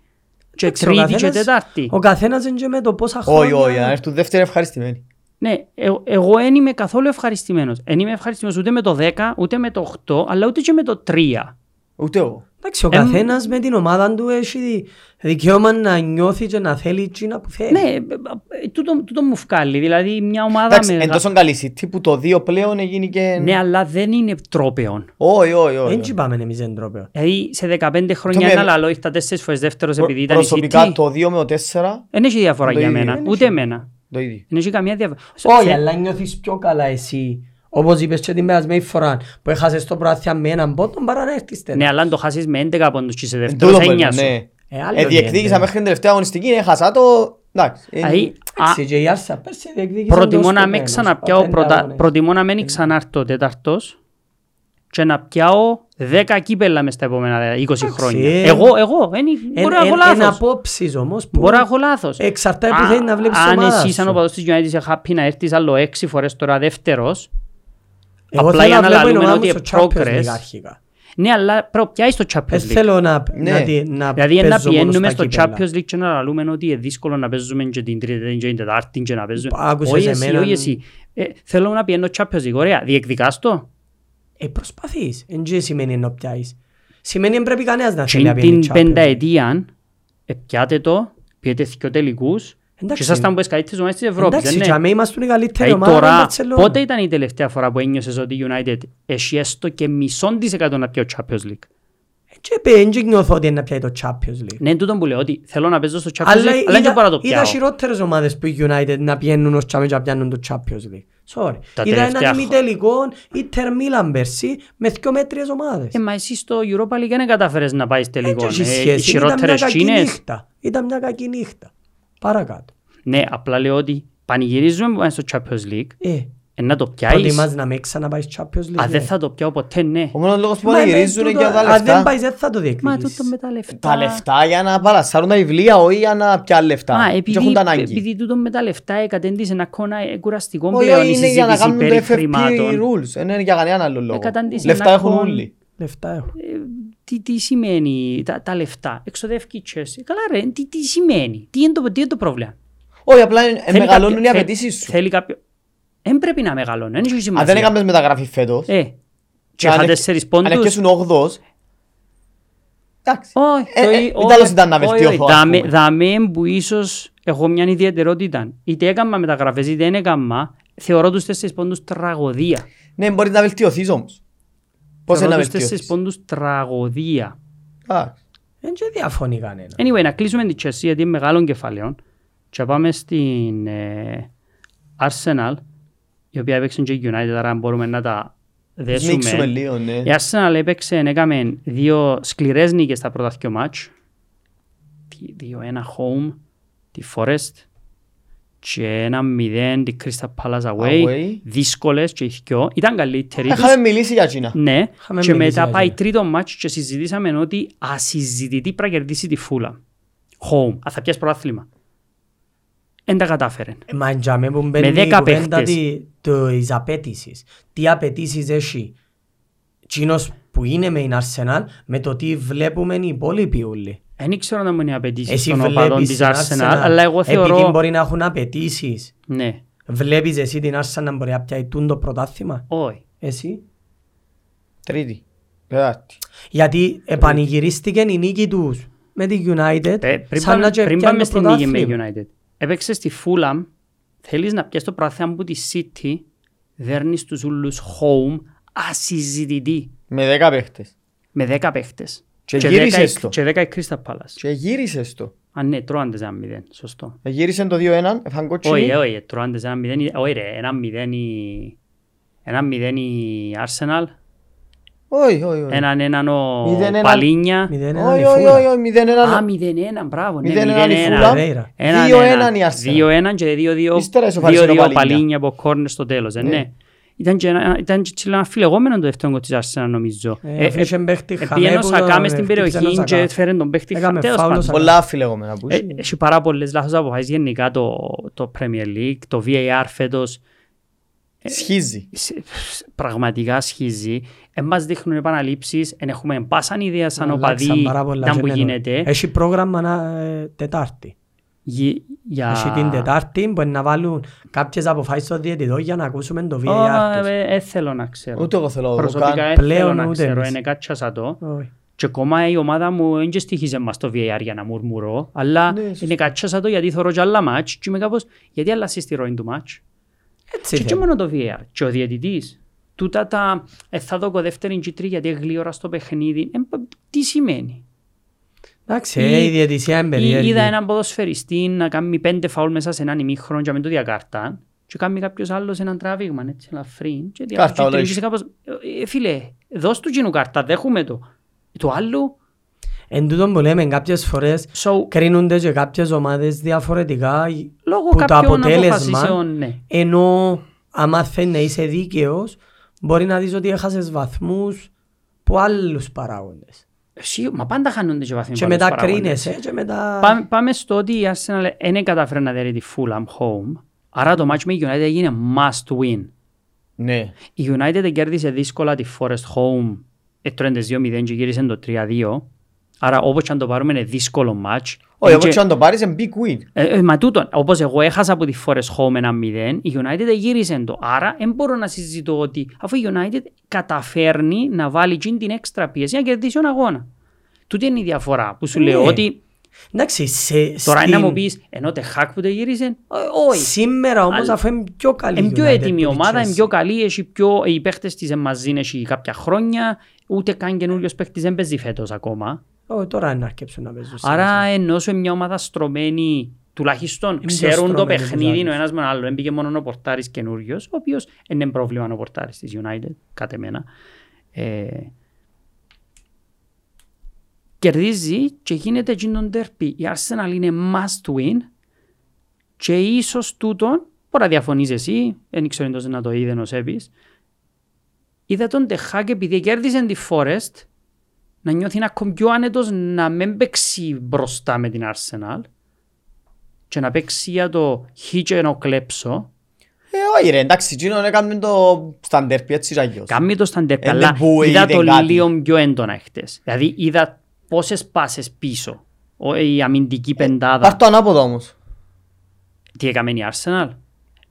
Speaker 2: Και
Speaker 3: Εντάξει, ο
Speaker 2: τρίτη και
Speaker 3: καθένας-
Speaker 2: τετάρτη.
Speaker 3: Ο καθένας είναι και με το πόσα
Speaker 1: Όχι,
Speaker 3: χρόνια.
Speaker 1: όχι, αν έρθουν δεύτερη ευχαριστημένη.
Speaker 2: Ναι, ε- εγώ δεν είμαι καθόλου ευχαριστημένος. Δεν είμαι ευχαριστημένος ούτε με το 10, ούτε με το 8, αλλά ούτε και με το 3.
Speaker 1: Ούτε εγώ.
Speaker 3: Εντάξει, ο
Speaker 2: Εμ-
Speaker 3: καθένας με την ομάδα του έχει δικαίωμα να νιώθει και να θέλει εκείνα που θέλει.
Speaker 2: Ναι, ε, ε, τούτο, τούτο μου βγάλει. Δηλαδή μια ομάδα
Speaker 1: Εντάξει, εν
Speaker 2: μεγάλη.
Speaker 1: τόσο καλή City που το δύο πλέον έγινε και...
Speaker 2: Ναι, αλλά δεν είναι τρόπεον.
Speaker 1: Όχι, όχι, όχι.
Speaker 3: Δεν τσιπάμε εμείς εν τρόπαιο.
Speaker 2: Δηλαδή σε 15
Speaker 1: Το
Speaker 2: χρόνια
Speaker 1: με-
Speaker 2: ένα λαλό ήρθα 4 φορές δεύτερος
Speaker 1: Προ-
Speaker 2: επειδή ήταν η
Speaker 1: Προσωπικά
Speaker 2: City.
Speaker 1: το 2 με το 4
Speaker 2: Δεν έχει διαφορά
Speaker 1: Το
Speaker 2: για
Speaker 1: ίδιο.
Speaker 2: μένα.
Speaker 1: Δεν
Speaker 2: Ούτε εμένα.
Speaker 1: το ίδιο.
Speaker 2: Δεν έχει καμία διαφορά.
Speaker 3: Όχι, αλλά νιώθεις πιο καλά εσύ. Όπως είπες και την περασμένη φορά που έχασες το προάθεια με έναν πόντο παρά να έρθεις τέτοιο.
Speaker 2: Ναι, αλλά αν το χάσεις με 11 πόντους και σε
Speaker 1: Εν
Speaker 2: δεύτερο
Speaker 1: τούτο
Speaker 2: θα
Speaker 1: παίρνω,
Speaker 2: νοιάσου.
Speaker 1: ναι.
Speaker 3: Ε, άλλο
Speaker 1: Ε, διεκδίκησα
Speaker 3: γίνεται.
Speaker 1: μέχρι την τελευταία αγωνιστική, έχασα το... Εντάξει. ε,
Speaker 2: Δηλαδή, α,
Speaker 3: ναι. Εντάξει, και η Άρσα πέρσι διεκδίκησε
Speaker 2: προτιμώ
Speaker 3: το
Speaker 2: να με
Speaker 3: σκοπό,
Speaker 2: ξαναπιάω
Speaker 3: πέντε
Speaker 2: πρωτα-
Speaker 3: αγώνες.
Speaker 2: προτιμώ να μην ξανάρθω τέταρτος και να πιάω 10 κύπελα μες στα επόμενα 20 χρόνια.
Speaker 3: ε.
Speaker 2: Εγώ, εγώ, εν- μπορώ να
Speaker 3: Εν-
Speaker 2: έχω
Speaker 3: εν- εν
Speaker 2: λάθος.
Speaker 3: απόψεις όμως που
Speaker 2: Μπορώ να έχω λάθος.
Speaker 3: εξαρτάται
Speaker 2: Α-
Speaker 3: που θέλει να βλέπεις την
Speaker 2: Αν
Speaker 3: ομάδας
Speaker 2: εσύ σαν
Speaker 3: σου.
Speaker 2: οπαδός της United είσαι happy να έρθεις άλλο 6 φορές τώρα δεύτερος,
Speaker 3: Εγώ
Speaker 2: απλά
Speaker 3: θέλω
Speaker 2: για
Speaker 3: να
Speaker 2: να
Speaker 3: βλέπω
Speaker 2: λαλούμε
Speaker 3: η ομάδα
Speaker 2: ότι
Speaker 3: μου
Speaker 2: ε,
Speaker 3: στο Champions
Speaker 2: progress.
Speaker 3: League αρχικά.
Speaker 2: ναι, αλλά πρέπει να πιάσεις το Champions
Speaker 3: Ε,
Speaker 2: League.
Speaker 3: θέλω να,
Speaker 1: Ναι.
Speaker 3: να, τη- να
Speaker 2: Δηλαδή να
Speaker 3: παίζω μόνο
Speaker 2: πιένουμε
Speaker 3: στα
Speaker 2: στο
Speaker 3: κύπελλα.
Speaker 2: Champions League και να λέμε ότι είναι δύσκολο να παίζουμε και την τρίτη και την τετάρτη και να παίζουμε.
Speaker 3: Άκουσες
Speaker 2: Όχι εσύ,
Speaker 3: εμένα.
Speaker 2: όχι εσύ. Ε, θέλω να πιένω Champions League. Ωραία, διεκδικάς το.
Speaker 3: Ε, προσπαθείς. Εν και σημαίνει να πιάσεις. Σημαίνει εν πρέπει κανένας να θέλει
Speaker 2: Και
Speaker 3: να πιένει
Speaker 2: την
Speaker 3: Champions League.
Speaker 2: πενταετία, ε, πιάτε το, πιέτε δύο τελικούς και
Speaker 3: Εντάξει.
Speaker 2: ήσασταν που καλύτερες ομάδες της Ευρώπης.
Speaker 3: Εντάξει,
Speaker 2: δεν
Speaker 3: για
Speaker 2: είναι.
Speaker 3: μένα είμαστε η καλύτερη
Speaker 2: Δηλαδή,
Speaker 3: ομάδα
Speaker 2: ναι. τώρα,
Speaker 3: η Barcelona.
Speaker 2: πότε ήταν η τελευταία φορά που ένιωσες ότι η United έχει έστω και μισόν της εκατό να πιω Champions League.
Speaker 3: Και είπε, εν και νιώθω ότι είναι να πιάει το Champions League.
Speaker 2: Ναι, τούτον που λέω ότι θέλω να παίζω στο Champions League,
Speaker 3: Αλλά
Speaker 2: αλλά δεν μπορώ να
Speaker 3: είδα,
Speaker 2: το
Speaker 3: είδα
Speaker 2: πιάω.
Speaker 3: χειρότερες ομάδες που η United να πιένουν ως τσάμε και να πιάνουν το Champions League. Sorry.
Speaker 2: Τα
Speaker 3: Είδα
Speaker 2: τελευταία
Speaker 3: έναν
Speaker 2: χο-
Speaker 3: ημιτελικό Ιντερ Μίλαν πέρσι με δυο μέτριες ομάδες.
Speaker 2: Ε, μα εσύ στο Europa League δεν κατάφερες να πάεις
Speaker 3: Δεν
Speaker 2: τελικό.
Speaker 3: έχει
Speaker 2: Ε, οι
Speaker 3: σχέση. Ήταν μια
Speaker 2: χειρότερες
Speaker 3: κακή
Speaker 2: Κίνες.
Speaker 3: νύχτα. Ήταν μια κακή νύχτα. Παρακάτω.
Speaker 2: Ναι, απλά λέω ότι πανηγυρίζουμε που πάμε στο Champions League.
Speaker 3: Ε,
Speaker 2: Ε, να το πιάσεις.
Speaker 3: προτιμάς να με ξαναπάεις Champions League.
Speaker 2: Α,
Speaker 3: ναι.
Speaker 2: δεν θα το πιάω ποτέ, ναι.
Speaker 1: Ο μόνος λόγος που
Speaker 3: Μα, ε,
Speaker 1: πανηγυρίζουν είναι
Speaker 3: τούτο,
Speaker 1: για τα
Speaker 3: Αν δεν
Speaker 1: λεφτά.
Speaker 3: πάεις δεν θα το
Speaker 2: Μα τούτο
Speaker 3: διεκδικήσεις.
Speaker 2: με τα λεφτά.
Speaker 1: Τα λεφτά για να παρασάρουν τα βιβλία, όχι για να πιάνουν λεφτά.
Speaker 2: Α,
Speaker 1: Και
Speaker 2: επειδή,
Speaker 1: έχουν τα ανάγκη.
Speaker 2: επειδή τούτο με τα λεφτά εκατέντησε ένα κόνα ε, κουραστικό
Speaker 1: Όχι,
Speaker 2: πλέον
Speaker 1: όχι,
Speaker 2: η
Speaker 1: είναι για να
Speaker 2: συζήτηση
Speaker 1: κάνουν το
Speaker 2: περί
Speaker 1: FFP
Speaker 2: χρημάτων.
Speaker 1: rules. Δεν είναι για κανέναν άλλο λόγο.
Speaker 2: καταντήσει
Speaker 1: Λεφτά
Speaker 2: να
Speaker 1: έχουν
Speaker 2: κον-
Speaker 1: όλοι.
Speaker 3: Λεφτά έχω.
Speaker 2: Ε, Τι, τι σημαίνει τα, τα λεφτά, εξοδεύει η Chelsea. Καλά ρε, τι, τι σημαίνει, τι είναι το, τι είναι το πρόβλημα.
Speaker 1: Όχι, απλά ε,
Speaker 2: Θέλει
Speaker 1: μεγαλώνουν οι
Speaker 2: κάποιο- θε-
Speaker 1: απαιτήσεις σου.
Speaker 2: Θέλει κάποιο... Δεν πρέπει να μεγαλώνουν, δεν έχει
Speaker 1: Αν δεν
Speaker 2: σημασία.
Speaker 1: έκαμε μεταγραφή φέτος,
Speaker 2: Ε, και
Speaker 1: αν
Speaker 2: είχα
Speaker 1: εκ-
Speaker 2: τέσσερις
Speaker 1: αν
Speaker 2: πόντους.
Speaker 1: έρχεσουν όγδος, εντάξει.
Speaker 2: Όχι,
Speaker 1: Ε,
Speaker 2: το
Speaker 1: ε,
Speaker 2: ή-
Speaker 1: μην τα λέω
Speaker 2: όχι,
Speaker 1: ήταν να
Speaker 2: όχι,
Speaker 1: βελτιωθώ,
Speaker 2: όχι.
Speaker 1: ας
Speaker 2: Δαμε-
Speaker 1: πούμε.
Speaker 2: Δαμε που ίσως έχω μια ιδιαιτερότητα. Είτε έκανα μεταγραφές είτε δεν έκανα, θεωρώ τους τέσσερις πόντους τραγωδία.
Speaker 1: Ναι, μπορείς να βελτιωθείς όμως. Πώς είναι
Speaker 2: Θεωρώ
Speaker 1: να
Speaker 2: τους τέσσερις
Speaker 1: βελτιωθείς.
Speaker 2: πόντους τραγωδία.
Speaker 1: Εντάξει.
Speaker 3: Δεν και διαφωνεί κανένας.
Speaker 2: Anyway, να κλείσουμε την Chelsea γιατί είναι μεγάλων κεφαλαίων και πάμε στην ε, Arsenal η οποία έπαιξε και η United άρα μπορούμε να τα
Speaker 1: Σμίξουμε
Speaker 2: δέσουμε.
Speaker 1: λίγο, ναι.
Speaker 2: Η Arsenal έπαιξε, έκαμε δύο σκληρές νίκες στα πρώτα δύο μάτς. Τι- Δύο ένα home, τη Forest και ένα μηδέν τη Crystal Palace away.
Speaker 1: Away. Ε,
Speaker 2: Δύσκολες και οι δυο. Ήταν καλύτεροι τους.
Speaker 1: Είχαμε μιλήσει για εκείνα.
Speaker 2: Ναι,
Speaker 3: Είχαμε
Speaker 2: και
Speaker 3: μιλήσει
Speaker 2: μετά
Speaker 3: μαζί.
Speaker 2: πάει τρίτο μάτς και συζητήσαμε ότι ασυζητητή πρέπει να κερδίσει τη φούλα. Home, αν θα πιάσει πρωτάθλημα. Εν τα κατάφερε.
Speaker 3: Ε, Μα εντιαμε που μπαίνει η
Speaker 2: δέκα
Speaker 3: κουβέντα
Speaker 2: παίχτες.
Speaker 3: τη- της απέτησης. Τι απαιτήσεις έχει τσίνος που είναι με την Arsenal με το τι βλέπουμε οι υπόλοιποι όλοι.
Speaker 2: Δεν ξέρω να μου είναι απαιτήσεις
Speaker 3: Εσύ
Speaker 2: των οπαδών
Speaker 3: βλέπεις
Speaker 2: της
Speaker 3: την
Speaker 2: Arsenal, αλλά εγώ
Speaker 3: Επειδή
Speaker 2: θεωρώ...
Speaker 3: μπορεί να έχουν απαιτήσεις.
Speaker 2: Ναι,
Speaker 3: Βλέπεις εσύ την Arsenal να μπορεί να πιάει το πρωτάθλημα.
Speaker 2: όχι.
Speaker 3: Εσύ.
Speaker 1: Τρίτη. Τετάρτη.
Speaker 3: Γιατί επανηγυρίστηκε η νίκη τους με τη United
Speaker 2: Ε, πριν
Speaker 3: σαν
Speaker 2: πάμε-
Speaker 3: να και
Speaker 2: πριν
Speaker 3: πιάνει
Speaker 2: πάμε
Speaker 3: το
Speaker 2: στην νίκη με
Speaker 3: πρωτάθλημα.
Speaker 2: United. Έπαιξες στη Fulham, θέλεις να πιάσεις το πρωτάθλημα που τη City, δέρνεις τους ούλους home, ασυζητητή,
Speaker 1: Με δέκα παίχτες.
Speaker 2: με 10 παίχτες.
Speaker 1: Και
Speaker 2: δέκα
Speaker 1: γύρισες
Speaker 2: η-
Speaker 1: το.
Speaker 2: Και 10 η Crystal Palace.
Speaker 1: Και γύρισες το. Ε,
Speaker 2: Α, ναι, τρώαν τις ένα μηδέν, σωστό.
Speaker 1: Γύρισαν το 2-1, έφαγαν κότσινη.
Speaker 2: Όχι, όχι, τρώαν τις ένα μηδέν, η- όχι ρε, ένα μηδέν η- ένα μηδέν η Arsenal,
Speaker 1: Όχι, όχι, όχι.
Speaker 2: έναν έναν ο
Speaker 1: Μηδέν έναν-
Speaker 2: Παλίνια.
Speaker 3: Μηδέν έναν η
Speaker 1: Όχι, όχι,
Speaker 3: φούλα.
Speaker 1: όχι, όχι, 0-1.
Speaker 2: Α, μηδέν έναν, μπράβο, ναι,
Speaker 1: Μηδέν
Speaker 2: μηδέν
Speaker 1: έναν η
Speaker 2: έναν.
Speaker 1: Fulham.
Speaker 3: Ρέιρα.
Speaker 2: Έναν,
Speaker 1: Δύο
Speaker 2: έναν.
Speaker 1: έναν η Arsenal.
Speaker 2: Δύο έναν και δύο δύο,
Speaker 1: Ύστερα
Speaker 2: δύο,
Speaker 1: ισοφάρισε το
Speaker 2: δύο
Speaker 1: Παλίνια.
Speaker 2: παλίνια από κόρνερ στο τέλος. ε, Ναι. Ήταν και ένα, ήταν και τσιλά ένα φιλεγόμενο το δεύτερο γκολ της Arsenal νομίζω.
Speaker 3: Ε, αφήσε παίχτη
Speaker 2: ε,
Speaker 3: χαμέ
Speaker 2: πήγαινε ο
Speaker 3: που
Speaker 2: Σακά
Speaker 3: τον
Speaker 2: μες στην
Speaker 3: χτύπησε ένα
Speaker 2: περιοχή
Speaker 3: Σακά.
Speaker 2: και έφερε τον παίχτη
Speaker 3: Έκαμε
Speaker 2: χαμέ. Τέλος
Speaker 3: φάουλ ο
Speaker 2: πάντων.
Speaker 3: Σακά.
Speaker 1: Πολλά αφιλεγόμενα που
Speaker 2: Ε,
Speaker 1: είσαι.
Speaker 2: Έχει πάρα πολλές λάθος αποφάσεις γενικά το, το Premier League, το VAR φέτος. ε.
Speaker 1: Σχίζει.
Speaker 2: σε- πραγματικά σχίζει. Εν μας δείχνουν επαναλήψεις, εν έχουμε πάσαν ιδέα σαν
Speaker 3: Αλλάξαν
Speaker 2: οπαδοί
Speaker 3: πάρα πολλά
Speaker 2: ήταν που
Speaker 3: και ναι, ναι.
Speaker 2: γίνεται.
Speaker 3: Έχει πρόγραμμα να- ε, Τετάρτη.
Speaker 2: Γι- Για...
Speaker 3: Έχει την Τετάρτη που είναι να βάλουν κάποιες αποφάσεις στο διαιτητό για να ακούσουμε το
Speaker 2: Ω,
Speaker 3: VAR τους.
Speaker 2: ε, ε, θέλω να ξέρω.
Speaker 1: Ούτε εγώ θέλω να το
Speaker 2: Προσωπικά
Speaker 1: κάνω.
Speaker 2: ε,
Speaker 3: Πλέον
Speaker 2: θέλω να
Speaker 3: ούτε
Speaker 2: ξέρω,
Speaker 3: εμείς.
Speaker 2: είναι κάτσα το.
Speaker 3: Όχι.
Speaker 2: Και ακόμα η ομάδα μου δεν και στοιχίζει μας το VAR για να μουρμουρώ, αλλά
Speaker 1: Ναι, σωστά.
Speaker 2: είναι κάτσα το γιατί θεωρώ και άλλα μάτς και είμαι κάπως, γιατί αλλάσεις τη ροή του μάτς.
Speaker 3: Έτσι
Speaker 2: Και, και
Speaker 3: θέλει.
Speaker 2: μόνο το VAR. Και ο διαιτητής. Τούτα τα ε, θα δω κοδεύτερη G3 γιατί είναι γλύωρα στο παιχνίδι. Ε, μπα- τι σημαίνει.
Speaker 3: Εντάξει,
Speaker 2: Ή-
Speaker 3: ε, η διαιτησία είναι
Speaker 2: Ή-
Speaker 3: περίεργη.
Speaker 2: Είδα έναν ποδοσφαιριστή να κάνει πέντε φαουλ μέσα σε έναν ημίχρονο και να μην το διακάρτα και κάνει κάποιος άλλος έναν τραβήγμα έτσι ελαφρύ και
Speaker 1: Κάρτα, όλα
Speaker 2: τριγύρισε
Speaker 1: είσαι.
Speaker 2: κάπως «Ε, φίλε δώσ' του κοινού κάρτα δέχουμε το το άλλο
Speaker 3: Εν τούτον που λέμε κάποιες φορές
Speaker 2: so,
Speaker 3: κρίνονται και κάποιες ομάδες διαφορετικά
Speaker 2: λόγω
Speaker 3: που το
Speaker 2: κάποιων
Speaker 3: αποτέλεσμα
Speaker 2: αποφασίσεων ναι.
Speaker 3: ενώ άμα θέλει να είσαι δίκαιος μπορεί να δεις ότι έχασες βαθμούς που άλλους παράγοντες.
Speaker 2: Εσύ, μα πάντα χάνονται και βαθμοί
Speaker 3: Και
Speaker 2: από τους
Speaker 3: μετά
Speaker 2: παραγόντες.
Speaker 3: κρίνεσαι και μετά...
Speaker 2: Πάμε, πάμε στο ότι η Arsenal δεν καταφέρει να δέρει τη Fulham home άρα το match με η United έγινε must win
Speaker 1: Ναι.
Speaker 2: Η United κέρδισε δύσκολα τη Forest Home. Έτρωνε τις 2-0 και γύρισε το 3-2. Άρα όπως και αν το πάρουμε είναι δύσκολο μάτς.
Speaker 1: Όχι,
Speaker 2: Ε,
Speaker 1: εγώ
Speaker 2: και-
Speaker 1: και αν το πάρεις είναι big win.
Speaker 2: ε, ε, μα τούτον, όπως εγώ έχασα από τη Forest Home ένα 0, η United γύρισε το. Άρα δεν μπορώ να συζητώ ότι αφού η United καταφέρνει να βάλει τζιν την έξτρα πίεση να κερδίσει τον αγώνα. Τούτη είναι η διαφορά που σου
Speaker 3: Ναι.
Speaker 2: λέω ότι
Speaker 3: Εντάξει, σε,
Speaker 2: τώρα είναι
Speaker 3: στην-
Speaker 2: να μου πεις ενώ τε χακ που το γύρισε, ε, όχι.
Speaker 3: Σήμερα όμως
Speaker 2: Αλλά-
Speaker 3: αφού είναι πιο καλή
Speaker 2: Είναι πιο
Speaker 3: United
Speaker 2: έτοιμη η
Speaker 3: που τη
Speaker 2: ομάδα, είναι
Speaker 3: Chelsea.
Speaker 2: πιο καλή, έχει πιο, οι παίχτες της μαζί έχει κάποια χρόνια, ούτε καν καινούριος παίχτης δεν παίζει φέτος ακόμα.
Speaker 3: Ω, τώρα είναι να αρκέψουν να παίζουν.
Speaker 2: Άρα ενώ σου μια ομάδα στρωμένη, τουλάχιστον
Speaker 3: πιο
Speaker 2: ξέρουν το
Speaker 3: στρωμένη τους
Speaker 2: παιχνίδι ο
Speaker 3: άλλους.
Speaker 2: ένας με τον άλλο, δεν πήγε μόνο ο Πορτάρης καινούριος, ο οποίος δεν είναι πρόβλημα ο Πορτάρης της United, κατά εμένα. Ε, κερδίζει και γίνεται γίνον τέρπι. Η Arsenal είναι must win και ίσως τούτον, μπορεί να διαφωνείς εσύ, δεν ξέρω εντός να το είδε ο Σέπης, είδα τον Τεχάκ επειδή κέρδισε τη Forest να νιώθει να ακόμη πιο άνετος να μην παίξει μπροστά με την Arsenal και να παίξει για το χίτσε να κλέψω.
Speaker 1: Ε, όχι ρε, εντάξει, εκείνον έκαμε το σταντέρπι έτσι σαν γιος.
Speaker 2: Κάμει το στα
Speaker 1: Ε,
Speaker 2: ντέρπια,
Speaker 1: δεν
Speaker 2: αλλά
Speaker 1: μπορεί,
Speaker 2: είδα
Speaker 1: δεν
Speaker 2: το
Speaker 1: κάτι.
Speaker 2: λίγο πιο έντονα χτες. Δηλαδή είδα πόσες πάσες πίσω Ο- η αμυντική
Speaker 1: Ε, Πάρ'
Speaker 2: πεντάδα.
Speaker 1: το ανάποδο όμως.
Speaker 2: Τι έκαμε η Arsenal.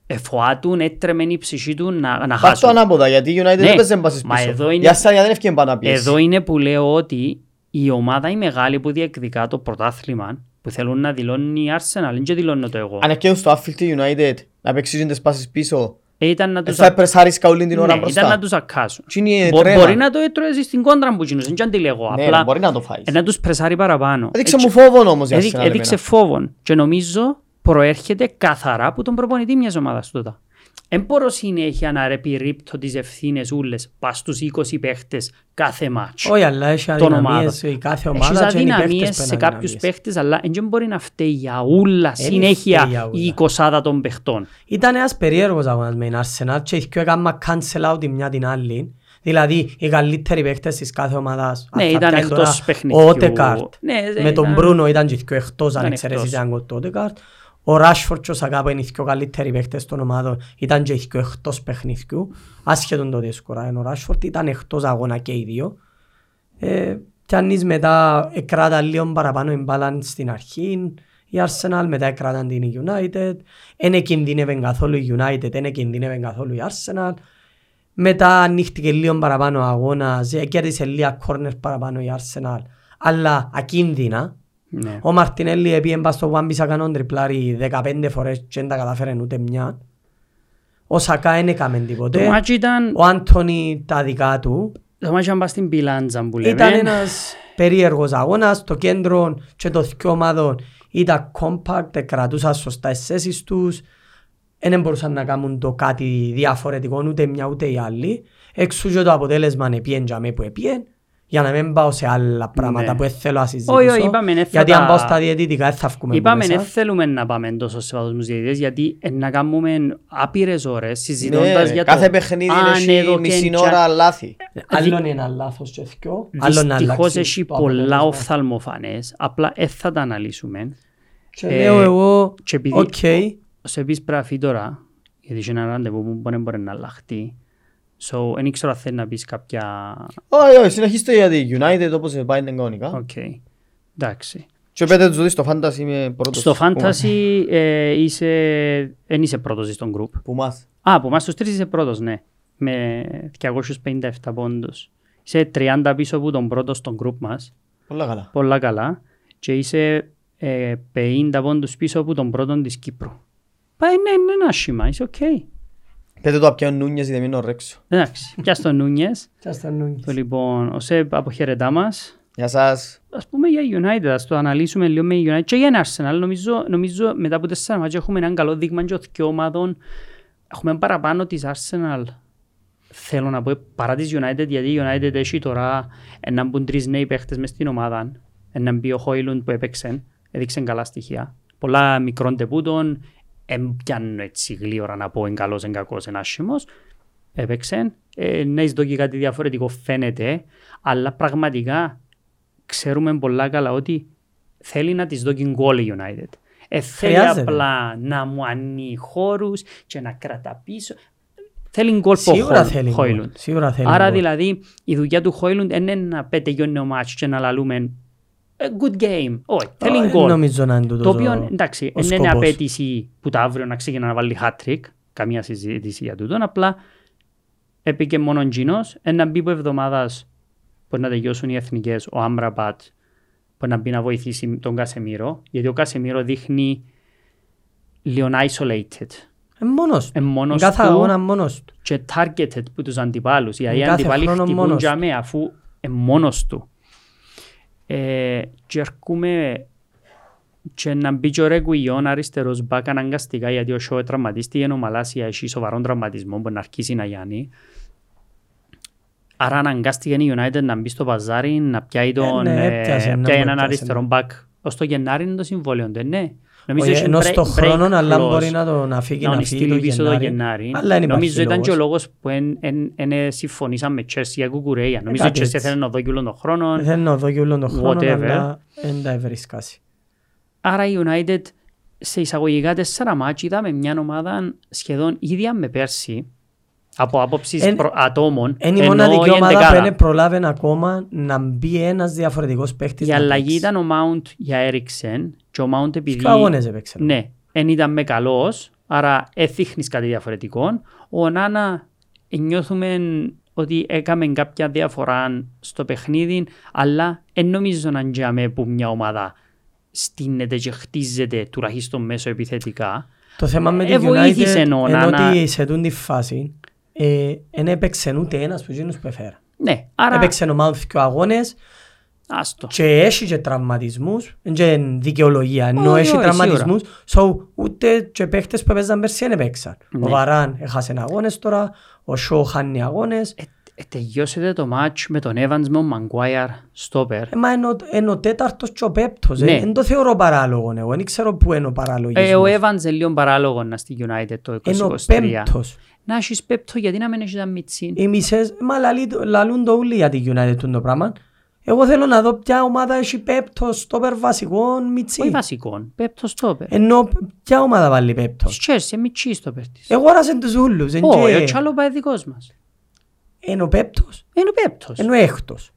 Speaker 2: Ε, Εφοάτουν, έτρεμε η ψυχή του να, να
Speaker 1: Πάρ' το
Speaker 2: χάσουν.
Speaker 1: ανάποδα, γιατί η United
Speaker 2: Ναι,
Speaker 1: δεν παίζει μπάσεις
Speaker 2: μα εδώ
Speaker 1: πίσω.
Speaker 2: είναι-
Speaker 1: Η Ασάνια δεν έφυγε πάνω να πιέσει.
Speaker 2: Εδώ είναι που λέω ότι η ομάδα η μεγάλη που διεκδικά το πρωτάθλημα που θέλουν να δηλώνει η Arsenal, δεν και δηλώνω το εγώ.
Speaker 1: Αν ευκαιρούν στο Uffield η United να παίξουν τις πάσεις πίσω,
Speaker 2: Ε, ήταν να
Speaker 1: ε,
Speaker 2: τους
Speaker 1: θα πρεσάρεις καούλη την ώρα
Speaker 2: Ναι, ήταν να
Speaker 1: μπροστά.
Speaker 2: τους ακάσουν.
Speaker 1: Τι είναι η
Speaker 2: Μπο-
Speaker 1: τρέλα.
Speaker 2: Μπορεί να το έτρωες στην κόντρα που γίνουν, δεν και αν τη λέγω.
Speaker 1: Ναι,
Speaker 2: Απλά
Speaker 1: μπορεί να το φάεις.
Speaker 2: ε, να τους πρεσάρει παραπάνω.
Speaker 1: Έδειξε
Speaker 2: Έτσι,
Speaker 1: μου φόβον όμως η
Speaker 2: έδει-
Speaker 1: Arsenal
Speaker 2: Έδειξε
Speaker 1: εμένα.
Speaker 2: φόβον και νομίζω προέρχεται καθαρά από τον προπονητή μιας ομάδας τούτα. Δεν μπορώ συνέχεια να επιρρύπτω τις ευθύνες ούλες πας στους 20 παίχτες κάθε μάτσο.
Speaker 3: Όχι, αλλά έχει
Speaker 2: Των
Speaker 3: αδυναμίες
Speaker 2: ομάδων.
Speaker 3: η κάθε
Speaker 2: Έχεις
Speaker 3: ομάδα και είναι οι
Speaker 2: αδυναμίες
Speaker 3: παίχτες που
Speaker 2: σε
Speaker 3: είναι
Speaker 2: κάποιους
Speaker 3: αδυναμίες.
Speaker 2: παίχτες, αλλά δεν μπορεί να φταίει για ούλα
Speaker 3: Εν
Speaker 2: συνέχεια
Speaker 3: φταίει για ούλα.
Speaker 2: η εικοσάδα των παίχτων.
Speaker 3: Ήταν ένας περίεργος αγώνας με την Arsenal και οι δυο έκαναν cancel out η μια την άλλη. Δηλαδή, οι καλύτεροι παίχτες της κάθε ομάδας.
Speaker 2: Ναι,
Speaker 3: Αυτά
Speaker 2: ήταν
Speaker 3: πιάνε τώρα
Speaker 2: εκτός παιχνιδιού.
Speaker 3: Ο Ότεκαρτ
Speaker 2: Ναι, δεν
Speaker 3: με τον
Speaker 2: ήταν-
Speaker 3: Μπρούνο ήταν και οι δυο εκτός, αν
Speaker 2: Ήταν
Speaker 3: εξαιρέσεις
Speaker 2: εκτός.
Speaker 3: ήταν ο Ότεκαρτ. Ο Ράσφορτ και ο Σακάπα είναι οι δυο καλύτεροι παίχτες των ομάδων. Ήταν και οι δυο εκτός παιχνιδιού. Άσχετον τότε σκοράραν ο Ράσφορτ, ήταν εκτός αγώνα και οι δύο. Ε, και αν είσαι μετά εκράτα λίγο παραπάνω η μπάλα στην αρχή, η Arsenal μετά εκράταν την United, δεν κινδύνευε καθόλου η United, δεν κινδύνευε καθόλου η Arsenal. Μετά ανοίχτηκε λίγο παραπάνω ο αγώνας, ε, κέρδισε λίγα κόρνερ παραπάνω η Arsenal, αλλά ακίνδυνα.
Speaker 2: Ναι.
Speaker 3: Ο Μαρτινέλη έπιε πας στο Βάμπισα κανόν τριπλάρι 15 φορές και δεν τα κατάφερε ούτε μια. Ο Σακά δεν έκαμε
Speaker 2: Το
Speaker 3: τίποτε.
Speaker 2: μάτσι ήταν...
Speaker 3: Ο Άντωνι τα δικά του.
Speaker 2: Το μάτσι ήταν πας στην πιλάντζα που λέμε. ε.
Speaker 3: Ήταν ένας περίεργος αγώνας, το κέντρο και το δυο ομάδων ήταν compact, κρατούσαν σωστά τις θέσεις τους, δεν μπορούσαν να κάνουν το κάτι διαφορετικό ούτε μια ούτε η άλλη. Εξού και το αποτέλεσμα επιέν για μέ που επιέν, για να μην πάω σε άλλα πράγματα
Speaker 2: Ναι.
Speaker 3: που δεν θέλω να συζητήσω.
Speaker 2: Όχι, όχι, είπαμε, ναι, θα
Speaker 3: γιατί
Speaker 2: τα-
Speaker 3: αν πάω στα διαιτητικά δεν θα βγούμε
Speaker 2: Είπαμε,
Speaker 3: από
Speaker 2: δεν
Speaker 3: μέσα.
Speaker 2: θέλουμε να πάμε τόσο σε βαθμούς διαιτητές, γιατί ε, να κάνουμε άπειρες ώρες συζητώντας
Speaker 1: Ναι,
Speaker 2: για το...
Speaker 1: κάθε παιχνίδι
Speaker 2: αν
Speaker 1: έχει
Speaker 2: εδώ και
Speaker 1: μισή
Speaker 2: εν
Speaker 1: ώρα λάθη.
Speaker 3: Άλλον ένα λάθος και δυο, άλλον να
Speaker 2: Δυστυχώς
Speaker 3: αλλάξει
Speaker 2: έχει
Speaker 3: το αποτέλεσμα.
Speaker 2: πολλά οφθαλμοφανές, απλά δεν θα τα αναλύσουμε.
Speaker 3: Και
Speaker 2: ε,
Speaker 3: λέω εγώ,
Speaker 2: και επειδή-
Speaker 3: οκ,
Speaker 2: Σε πεις πραφή τώρα, γιατί είσαι ένα ραντεβού που μπορεί, μπορεί να αλλάχτεί. So, δεν ήξερα αν θέλει να πεις κάποια...
Speaker 1: Όχι, όχι, συνεχίστε για τη United όπως πάει την κανονικά.
Speaker 2: Οκ. Εντάξει.
Speaker 1: Και πέτε τους δεις στο Fantasy είμαι πρώτος.
Speaker 2: Στο
Speaker 1: που μας-
Speaker 2: Fantasy ε, είσαι... Εν είσαι πρώτος στον group.
Speaker 1: Που μας.
Speaker 2: Α, που μας στους τρεις είσαι πρώτος, ναι. Με 257 πόντους. Είσαι 30 πίσω από τον πρώτο στον group μας.
Speaker 1: Πολλά καλά.
Speaker 2: Πολλά καλά. Και είσαι ε, 50 πόντους πίσω από τον πρώτο της Κύπρου. Πάει ναι, ναι, ένα σχήμα. Είσαι οκ.
Speaker 1: Πέτε το απ' νούνιες ή δεν μείνω ρέξω.
Speaker 2: Εντάξει. Πιάσ' τον Νούνιες.
Speaker 3: και στα νου.
Speaker 2: Το λοιπόν, ο Σεπ αποχαιρετά μας.
Speaker 1: Γεια σας.
Speaker 2: ας πούμε για η United, ας το αναλύσουμε λίγο με η United και για την Arsenal. Νομίζω, νομίζω μετά από τέσσερα μάτια έχουμε έναν καλό δείγμα και δύο ομάδων. Έχουμε παραπάνω της Arsenal. Θέλω να πω παρά της United, γιατί η United έχει τώρα να μπουν τρεις νέοι παίχτες μες στην ομάδα. Να μπει ο Χόιλουντ που έπαιξε, έδειξε καλά στοιχεία. Πολλά μικρών τεπούτων, έμπιαν έτσι γλύωρα να πω, είναι καλός, είναι κακός, είναι άσχημος έπαιξε. Ε, ναι, εις δόκι κάτι διαφορετικό φαίνεται, αλλά πραγματικά ξέρουμε πολλά καλά ότι θέλει να της δόκει γκολ η United. Ε, θέλει
Speaker 3: Χρειάζεται.
Speaker 2: απλά να μου ανοίγει χώρους και να κρατά πίσω. Θέλει γκολ που
Speaker 3: Σίγουρα θέλει γκολ,
Speaker 2: Χόιλουντ.
Speaker 3: Σίγουρα θέλει
Speaker 2: λοιπόν, Άρα
Speaker 3: γκολ.
Speaker 2: δηλαδή η δουλειά του Χόιλουντ δεν είναι να πέτε γιώνει ο μάτς και να λαλούμε «Ε, good game. Όχι,
Speaker 3: Α,
Speaker 2: θέλει
Speaker 3: δεν
Speaker 2: γκολ.
Speaker 3: Ε, Νομίζω να είναι τούτος
Speaker 2: Το
Speaker 3: ο-
Speaker 2: οποίο εντάξει,
Speaker 3: ο
Speaker 2: δεν είναι
Speaker 3: σκοπός.
Speaker 2: απέτηση που τα αύριο να ξεκινά να βάλει hat-trick, καμία συζήτηση για τούτον. Απλά έπηκε μόνο Τζινό, ένα μπει από εβδομάδα που να τελειώσουν οι εθνικές, ο Άμραμπατ, που να μπει να βοηθήσει τον Κασεμίρο, γιατί ο Κασεμίρο δείχνει λίγο isolated.
Speaker 3: Ε, μόνος
Speaker 2: Ε,
Speaker 3: του.
Speaker 2: μόνος
Speaker 3: Κάθε
Speaker 2: του
Speaker 3: αγώνα μόνος του.
Speaker 2: και targeted που τους αντιπάλους. Δηλαδή οι
Speaker 3: Κάθε
Speaker 2: αντιπάλοι
Speaker 3: χρόνο
Speaker 2: χτυπούν
Speaker 3: μόνος
Speaker 2: για μέ αφού είναι μόνος του. Ε, και έρχομαι και να μπει και ο Ρεκουιόν αριστερός μπακ αναγκαστικά γιατί ο Σόε τραυματίστηκε ο Μαλάσια έχει σοβαρό τραυματισμό που να αρχίσει να γιάνει. Άρα αναγκάστηκε η United να μπει στο παζάρι, να πιάει τον,
Speaker 3: ναι,
Speaker 2: ε,
Speaker 3: έπιασε, ναι,
Speaker 2: πιάει
Speaker 3: έπιασε,
Speaker 2: έναν
Speaker 3: ναι.
Speaker 2: αριστερό μπακ. Ως το Γενάρη είναι το συμβόλαιο, του, ε, ναι. Νομίζω
Speaker 3: Όχι,
Speaker 2: έχει
Speaker 3: ενώ
Speaker 2: break-
Speaker 3: στο
Speaker 2: break
Speaker 3: χρόνο αλλά
Speaker 2: clause
Speaker 3: μπορεί να τον αφήγει
Speaker 2: να
Speaker 3: να
Speaker 2: στείλει
Speaker 3: φύγει
Speaker 2: πίσω το Γενάρη.
Speaker 3: Αλλά δεν υπάρχει
Speaker 2: Νομίζω ήταν και ο
Speaker 3: λόγος.
Speaker 2: λόγος που δεν συμφωνήσαμε με Chelsea για Κουκουρέια. Νομίζω η
Speaker 3: Ε, κάτι
Speaker 2: Chelsea
Speaker 3: έτσι. Ε.
Speaker 2: θέλει να δω κιόλο τον χρόνο.
Speaker 3: Δεν είναι ο δόγιουλον τον χρόνο
Speaker 2: Whatever.
Speaker 3: αλλά δεν τα ευρίσκασει.
Speaker 2: Άρα η United σε εισαγωγικά τέσσερα μάτς είδαμε μια ομάδα σχεδόν ίδια με πέρσι από άποψης
Speaker 3: Εν-
Speaker 2: προ- ατόμων.
Speaker 3: Είναι η
Speaker 2: ενώ
Speaker 3: μοναδική ομάδα που
Speaker 2: ενδεκάδα.
Speaker 3: δεν προλάβαινε ακόμα να μπει ένας διαφορετικός παίχτης
Speaker 2: Η
Speaker 3: να
Speaker 2: αλλαγή
Speaker 3: παίξει.
Speaker 2: ήταν ο Mount για Έριξεν και ο Mount επειδή...
Speaker 3: Δύο αγώνες έπαιξε.
Speaker 2: Ναι, εν ήταν με καλός, άρα έθιχνεις κάτι διαφορετικό. Ο Νάνα νιώθουμε ότι έκαμε κάποια διαφορά στο παιχνίδι, αλλά εν νομίζω να ντιάμε που μια ομάδα στείνεται και χτίζεται τουλάχιστον μέσω επιθετικά.
Speaker 3: Το θέμα με
Speaker 2: Ε,
Speaker 3: την United
Speaker 2: βοήθησε
Speaker 3: είναι
Speaker 2: ο Νάνα.
Speaker 3: ότι σε τούτη φάση ε, δεν έπαιξε ούτε ένας που γίνους που έφερα.
Speaker 2: Ναι, άρα
Speaker 3: Έπαιξε ο Μάουθ και ο αγώνες
Speaker 2: Άστο.
Speaker 3: Και έχει και τραυματισμούς, δεν είναι δικαιολογία, ενώ
Speaker 2: Όχι,
Speaker 3: έχει
Speaker 2: όχι,
Speaker 3: τραυματισμούς, so, ούτε και παίχτες που παίζαν πέρσι δεν έπαιξαν. Ο
Speaker 2: Ναι.
Speaker 3: Βαράν έχασε αγώνες τώρα, ο Σο χάνει αγώνες.
Speaker 2: Ε, ε, τελειώσετε το μάτς με τον Evans με τον Μαγκουάιαρ στόπερ.
Speaker 3: Ε, Μα είναι ο- είναι ο τέταρτος και ο πέπτος, ε.
Speaker 2: Ναι.
Speaker 3: δεν το θεωρώ παράλογο εγώ, δεν ξέρω πού είναι ο
Speaker 2: Ε, ο
Speaker 3: παραλογισμός.
Speaker 2: Evans είναι λίγο παράλογο να στη United το
Speaker 3: Είναι ο
Speaker 2: 2023.
Speaker 3: πέμπτος. Ε,
Speaker 2: Να έχεις πέπτο γιατί να μην έχεις τα μιτσίν.
Speaker 3: Οι μισές, μα λαλεί το- λαλούν το όλοι για την United τούτο το πράγμα. Εγώ θέλω να δω ποια ομάδα έχει πέπτος, στόπερ βασικών,
Speaker 2: Όχι
Speaker 3: μιτσί.
Speaker 2: βασικό, πέπτο στόπερ.
Speaker 3: Ενώ ποια ομάδα βάλει πέπτος.
Speaker 2: Της Chelsea, μιτσί στόπερ της.
Speaker 3: Εγώ άρασε τους ούλους, εν
Speaker 2: Όχι,
Speaker 3: Ε, και-
Speaker 2: ε, ο Τσάλοπα είναι δικός μας.
Speaker 3: Εν ο πέπτος,
Speaker 2: Είναι ο πέπτος.
Speaker 3: εν ο έκτος.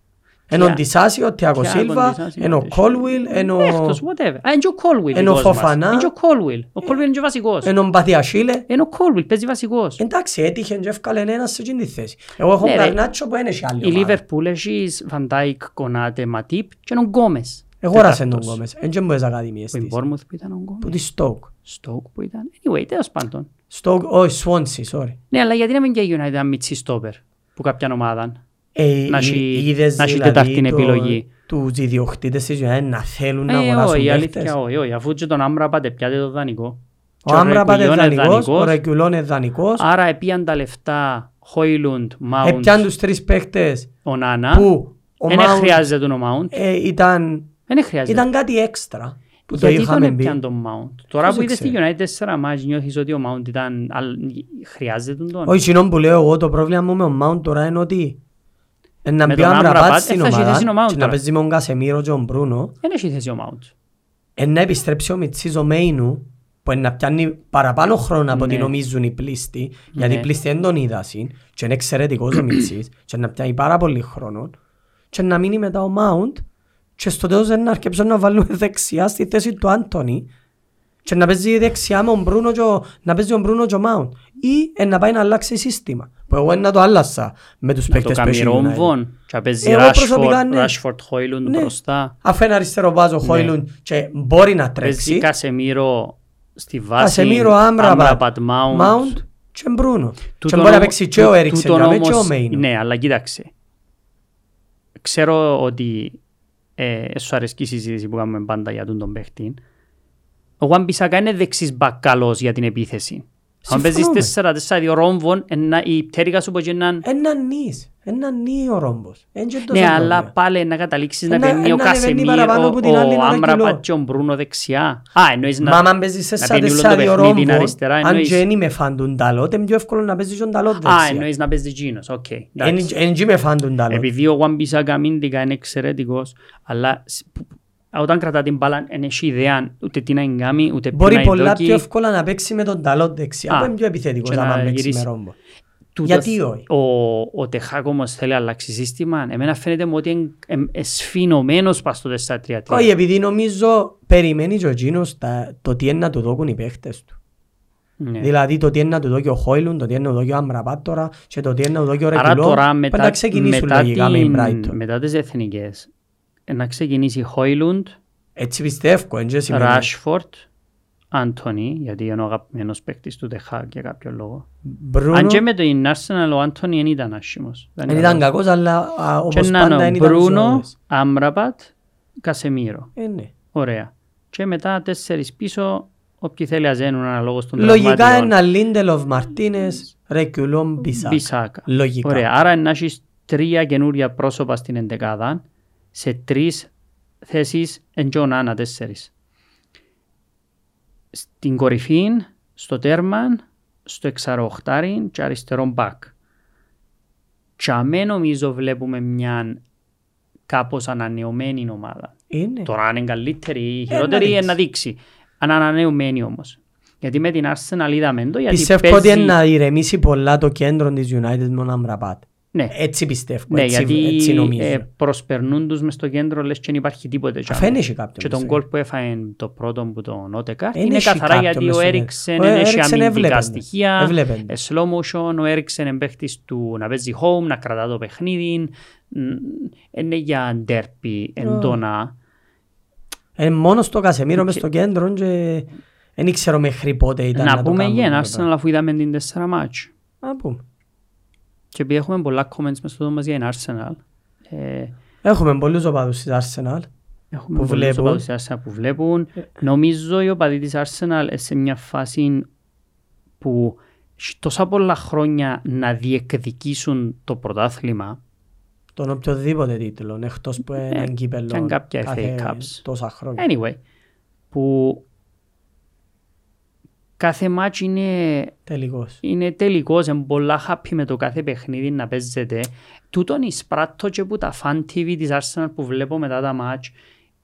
Speaker 3: Εν ο
Speaker 2: Ποια?
Speaker 3: Ντισάσι, ο Τιάκο
Speaker 2: Ποια
Speaker 3: Σίλβα,
Speaker 2: κοντισάσι,
Speaker 3: εν ο
Speaker 2: κοντισάσι.
Speaker 3: Κόλουιλ, εν ο
Speaker 2: Έκτος, whatever. Α, είναι και ο Κόλουιλ
Speaker 3: Εν ο
Speaker 2: δικός μας.
Speaker 3: Φοφανά.
Speaker 2: Είναι και ο Κόλουιλ. Ο Κόλουιλ είναι και βασικός.
Speaker 3: εν ο Μπαθιασίλε.
Speaker 2: Είναι ο Κόλουιλ, παίζει βασικός.
Speaker 3: Εντάξει, έτυχε και εύκαλε ένας σε εκείνη τη θέση. Εγώ έχω
Speaker 2: Ναι, ρε.
Speaker 3: Καρνάτσο που ένεχε άλλη
Speaker 2: Η
Speaker 3: ομάδα.
Speaker 2: Λίβερπουλ έχει Βαντάικ, Κονάτε, Ματίπ και τον Γκόμες.
Speaker 3: Εγώ άρασε τον
Speaker 2: Τετάρτος.
Speaker 3: Γκόμες, εν και μου έζαγα ακαδημίες
Speaker 2: Που η
Speaker 3: της.
Speaker 2: Μπόρμουθ που ήταν ο Γκόμες.
Speaker 3: Που τη Στόκ.
Speaker 2: Στόκ που ήταν. Anyway, τέλος πάντων.
Speaker 3: Στόκ, όχι, Σουόνσι, sorry.
Speaker 2: Ναι, αλλά γιατί να μην και η United ένα μιτσί στόπερ που κάποια ομάδα.
Speaker 3: Ε,
Speaker 2: Να
Speaker 3: ε,
Speaker 2: έχει-
Speaker 3: είδες
Speaker 2: να έχει
Speaker 3: δηλαδή
Speaker 2: τετάρτη
Speaker 3: το-
Speaker 2: επιλογή.
Speaker 3: Τους ιδιοκτήτες της United να θέλουν να
Speaker 2: Ε,
Speaker 3: αγοράσουν
Speaker 2: όχι,
Speaker 3: παίχτες.
Speaker 2: αλήθεια, όχι, όχι. Αφού και τον Άμραμπατ πιάτε το δανεικό.
Speaker 3: Ο Άμραμπατ είναι δανεικός, ο
Speaker 2: Άρα
Speaker 3: Ρεκιουλόν είναι δανεικός.
Speaker 2: Άρα επίαν τα λεφτά Χόιλουντ, Μάουντ,
Speaker 3: Έπιαν Ε, τους τρεις παίχτες
Speaker 2: ο Νάνα.
Speaker 3: που ο
Speaker 2: Δεν
Speaker 3: Mount,
Speaker 2: χρειάζεται τον ο Μάουντ.
Speaker 3: ε, ήταν,
Speaker 2: Δεν χρειάζεται.
Speaker 3: ήταν κάτι έξτρα που το
Speaker 2: Γιατί τον
Speaker 3: είχαμε
Speaker 2: έπιαν
Speaker 3: πει.
Speaker 2: τον Μάουντ. Τώρα
Speaker 3: Ποιος
Speaker 2: που είδες
Speaker 3: ξέρει.
Speaker 2: τη United 4 μάτς νιώθεις ότι ο Μάουντ ήταν... αλ- Χρειάζεται τον
Speaker 3: Όχι, συγγνώμη που λέω εγώ, το πρόβλημα μου με τον Mount τώρα είναι ότι ε, να
Speaker 2: Με
Speaker 3: μπει ο
Speaker 2: τον Amrabat,
Speaker 3: Αμραμπάτ
Speaker 2: ε,
Speaker 3: στην
Speaker 2: θα συνεχίσει ο
Speaker 3: ομάδα
Speaker 2: Mount
Speaker 3: και να
Speaker 2: τώρα.
Speaker 3: παίζει με τον Κασεμίρο και τον Μπρούνο
Speaker 2: Δεν έχει θέση ο Μάουντ.
Speaker 3: ε, να επιστρέψει ο Μιτσής ο Μέινου που είναι να πιάνει παραπάνω χρόνο από ό,τι
Speaker 2: Ναι.
Speaker 3: νομίζουν οι πλήστοι γιατί
Speaker 2: Ναι.
Speaker 3: οι πλήστοι δεν τον είδασαν και είναι εξαιρετικός ο Μιτσής και να πιάνει πάρα πολύ χρόνο και να μείνει μετά ο Mount και στο τέλος δεν αρκεψόν να βάλουν δεξιά στη θέση του Άντωνη και να παίζει δεξιά με τον Μπρούνο και ο- να παίζει ο Μπρούνο και ο Mount ή ε, να πάει να αλλάξει σύστημα που εγώ ε, να το άλλασα με τους
Speaker 2: Το
Speaker 3: παίκτες που
Speaker 2: κάνει
Speaker 3: έχει η United.
Speaker 2: ρόμβον. Και παίζει
Speaker 3: Εγώ προσωπικά, ναι.
Speaker 2: Ράσφορτ, Χόιλουντ
Speaker 3: Ναι.
Speaker 2: μπροστά.
Speaker 3: Αφού ένα αριστερό βάζω Χόιλουν και μπορεί να
Speaker 2: Ναι. Παίζει
Speaker 3: τρέξει
Speaker 2: Κασεμίρο στη βάση.
Speaker 3: Κασεμίρο, Άμραμπατ,
Speaker 2: Μάουντ.
Speaker 3: Μάουντ και Μπρούνο. Και
Speaker 2: Τούτον
Speaker 3: μπορεί να
Speaker 2: όμο-
Speaker 3: παίξει και ο
Speaker 2: του-
Speaker 3: Έριξεν
Speaker 2: τούτον
Speaker 3: να παίξει και ο
Speaker 2: όμως-
Speaker 3: Μέινο.
Speaker 2: Ναι, αλλά κοίταξε. Ξέρω ότι ε, σου αρέσκει η συζήτηση που κάνουμε πάντα για τον τον παίχτη. Ο Γουάν Μπισακά είναι δεξής μπακ καλός για την επίθεση. Αν παίζεις
Speaker 3: Συμφωνούμε. Ε,
Speaker 2: 4-4-2 ρόμβον, ένα- η πτέρυγα σου μπορεί να...
Speaker 3: Ένα νης, ένα νι ο ρόμπος. Εν και τόσο
Speaker 2: Ναι,
Speaker 3: πρόβλημα.
Speaker 2: αλλά πάλι να καταλήξεις να
Speaker 3: Ένα-
Speaker 2: παίρνει ο
Speaker 3: ένα ανεβαίνει παραπάνω
Speaker 2: Κασεμίρο,
Speaker 3: από την άλλη
Speaker 2: ο
Speaker 3: ένα κιλό.
Speaker 2: Άμραμπατ και ο Μπρούνο δεξιά. Α, εννοείς
Speaker 3: Μα
Speaker 2: να...
Speaker 3: αν παίζεις σε σαν
Speaker 2: παίρνει όλο το
Speaker 3: τεσσάδιο
Speaker 2: παιχνίδι
Speaker 3: ρόμπο,
Speaker 2: αριστερά,
Speaker 3: αν
Speaker 2: εννοείς.
Speaker 3: και δεν είμαι φαν του Νταλότ, είναι πιο εύκολο να παίζεις τον Νταλότ
Speaker 2: Α,
Speaker 3: δεξιά.
Speaker 2: εννοείς να παίζει Τζίνος, οκ. εντάξει.
Speaker 3: Εν- Εν και είμαι φαν του Νταλότ.
Speaker 2: Επειδή ο Wan-Bissaka αμυντικά είναι εξαιρετικός, αλλά σ- που- όταν κρατά την μπάλα δεν έχει ιδέα ούτε τι να εγκάμει, ούτε πού να
Speaker 3: Μπορεί πολλά
Speaker 2: ειδόκει.
Speaker 3: πιο εύκολα να παίξει με τον Νταλότ δεξιά,
Speaker 2: Α,
Speaker 3: που είναι πιο επιθετικός
Speaker 2: και να
Speaker 3: άμα παίξει με
Speaker 2: γυρίσει.
Speaker 3: ρόμπο.
Speaker 2: Τούτος
Speaker 3: γιατί
Speaker 2: θ-
Speaker 3: όχι.
Speaker 2: Ο, ο Τεχάκ όμως θέλει να αλλάξει σύστημα. Εμένα φαίνεται μου ότι είναι εσφινωμένος πας στο 4-3-3.
Speaker 3: Όχι, ε, επειδή νομίζω περιμένει και ο Τζίνος τα- το τι είναι να του δώκουν οι παίχτες του.
Speaker 2: Ναι.
Speaker 3: Δηλαδή το τι είναι να του δώσει ο Χόιλουν, το τι είναι να του δώσει ο Αμραπάτ τώρα και το τι είναι να του δώσει ο
Speaker 2: Άρα
Speaker 3: Ρεκουλό.
Speaker 2: τώρα
Speaker 3: Πρέπει να
Speaker 2: μετά,
Speaker 3: ξεκινήσουν
Speaker 2: μετά,
Speaker 3: λογικά με την Brighton.
Speaker 2: μετά τις εθνικές, ε, να ξεκινήσει Χόιλουντ,
Speaker 3: Έτσι πιστεύω, έτσι σημαίνει.
Speaker 2: Ράσφορτ, Άντωνη, γιατί είναι ο αγαπημένος παίκτης του Τεχάκ για κάποιο λόγο. Αν
Speaker 3: Μπρούνο
Speaker 2: και με την Arsenal ο Άντωνι δεν ήταν άσχημος.
Speaker 3: δεν ήταν κακός, αλλά α,
Speaker 2: Και
Speaker 3: όπως
Speaker 2: να
Speaker 3: πάντα
Speaker 2: είναι
Speaker 3: δεν ήταν
Speaker 2: ο Μπρούνο,
Speaker 3: ζωές.
Speaker 2: Άμραμπατ, Κασεμίρο.
Speaker 3: Ε, ναι.
Speaker 2: Ωραία. Και μετά τέσσερις πίσω, όποιοι θέλει αζένουν αναλόγως των
Speaker 3: Λογικά
Speaker 2: τραυματιών.
Speaker 3: ένα Λίντελοφ Μαρτίνες, Ρεκουλόμ Μπισάκα.
Speaker 2: Μπισάκα.
Speaker 3: Λογικά.
Speaker 2: Ωραία. Άρα να έχεις τρία καινούρια πρόσωπα στην εντεκάδα, σε τρεις θέσεις εντζόν άνα τέσσερις. Στην κορυφή, στο τέρμαν, στο εξαροχτάρι και αριστερό μπακ. Και αμέ νομίζω βλέπουμε μια κάπως ανανεωμένη ομάδα.
Speaker 3: Είναι.
Speaker 2: Τώρα αν είναι καλύτερη ή
Speaker 3: Ε, να
Speaker 2: χειρότερη, ε,
Speaker 3: δείξει.
Speaker 2: να δείξει. Αν ανανεωμένη όμως. Γιατί με την Arsenal είδαμε το, γιατί
Speaker 3: Πιστεύω ότι
Speaker 2: παίζει...
Speaker 3: είναι να ηρεμήσει πολλά το κέντρο της United με τον Αμραπάτ.
Speaker 2: Ναι.
Speaker 3: Έτσι πιστεύω,
Speaker 2: Ναι,
Speaker 3: έτσι,
Speaker 2: γιατί
Speaker 3: έτσι
Speaker 2: ε,
Speaker 3: νομίζω.
Speaker 2: προσπερνούν τους μες στο κέντρο, λες και δεν υπάρχει τίποτε. κι άλλο.
Speaker 3: Αφού δεν έχει κάποιον
Speaker 2: Και
Speaker 3: μες
Speaker 2: τον
Speaker 3: στο
Speaker 2: γκολ που έφαγε το πρώτο που τον Ότεκαρτ
Speaker 3: Δεν
Speaker 2: είναι
Speaker 3: έχει
Speaker 2: καθαρά
Speaker 3: κάποιον
Speaker 2: γιατί
Speaker 3: μες
Speaker 2: ο
Speaker 3: στο
Speaker 2: Έριξεν
Speaker 3: κέντρο. Ο
Speaker 2: δεν έχει
Speaker 3: Έριξεν ναι.
Speaker 2: αμυντικά
Speaker 3: έβλεπεν.
Speaker 2: στοιχεία,
Speaker 3: Έβλεπεν.
Speaker 2: ε, slow motion, ο Έριξεν είναι παίχτης του να παίζει home, να κρατά το παιχνίδι, μ, είναι για ντέρπι εντόνα.
Speaker 3: Ε, μόνος στο Κασεμίρο μες στο κέντρο και δεν ξέρω μέχρι πότε ήταν να,
Speaker 2: Να πούμε
Speaker 3: το
Speaker 2: για ένα
Speaker 3: κάνουμε. ναι,
Speaker 2: Arsenal αφού είδαμε την τέσσερα μάτς.
Speaker 3: Να πούμε.
Speaker 2: Και επειδή έχουμε πολλά comments μες στο δω μας για την Arsenal, ε,
Speaker 3: Έχουμε πολλούς οπαδούς της Arsenal.
Speaker 2: Έχουμε
Speaker 3: που
Speaker 2: που πολλούς
Speaker 3: βλέπουν. Ε.
Speaker 2: οπαδούς της Arsenal που βλέπουν. Νομίζω οι οπαδοί της Arsenal σε μια φάση που έχει τόσα πολλά χρόνια να διεκδικήσουν το πρωτάθλημα
Speaker 3: Τον οποιοδήποτε τίτλο, εκτός που έναν κύπελλο
Speaker 2: Ε, και αν κάποια
Speaker 3: κάθε
Speaker 2: FA Cups. Ε,
Speaker 3: τόσα χρόνια.
Speaker 2: Anyway, που κάθε μάτς είναι,
Speaker 3: Τελικός.
Speaker 2: είναι τελικός, είναι πολλά happy με το κάθε παιχνίδι να παίζεται. Τούτον εισπράττω και που τα fan TV της Arsenal που βλέπω μετά τα μάτς.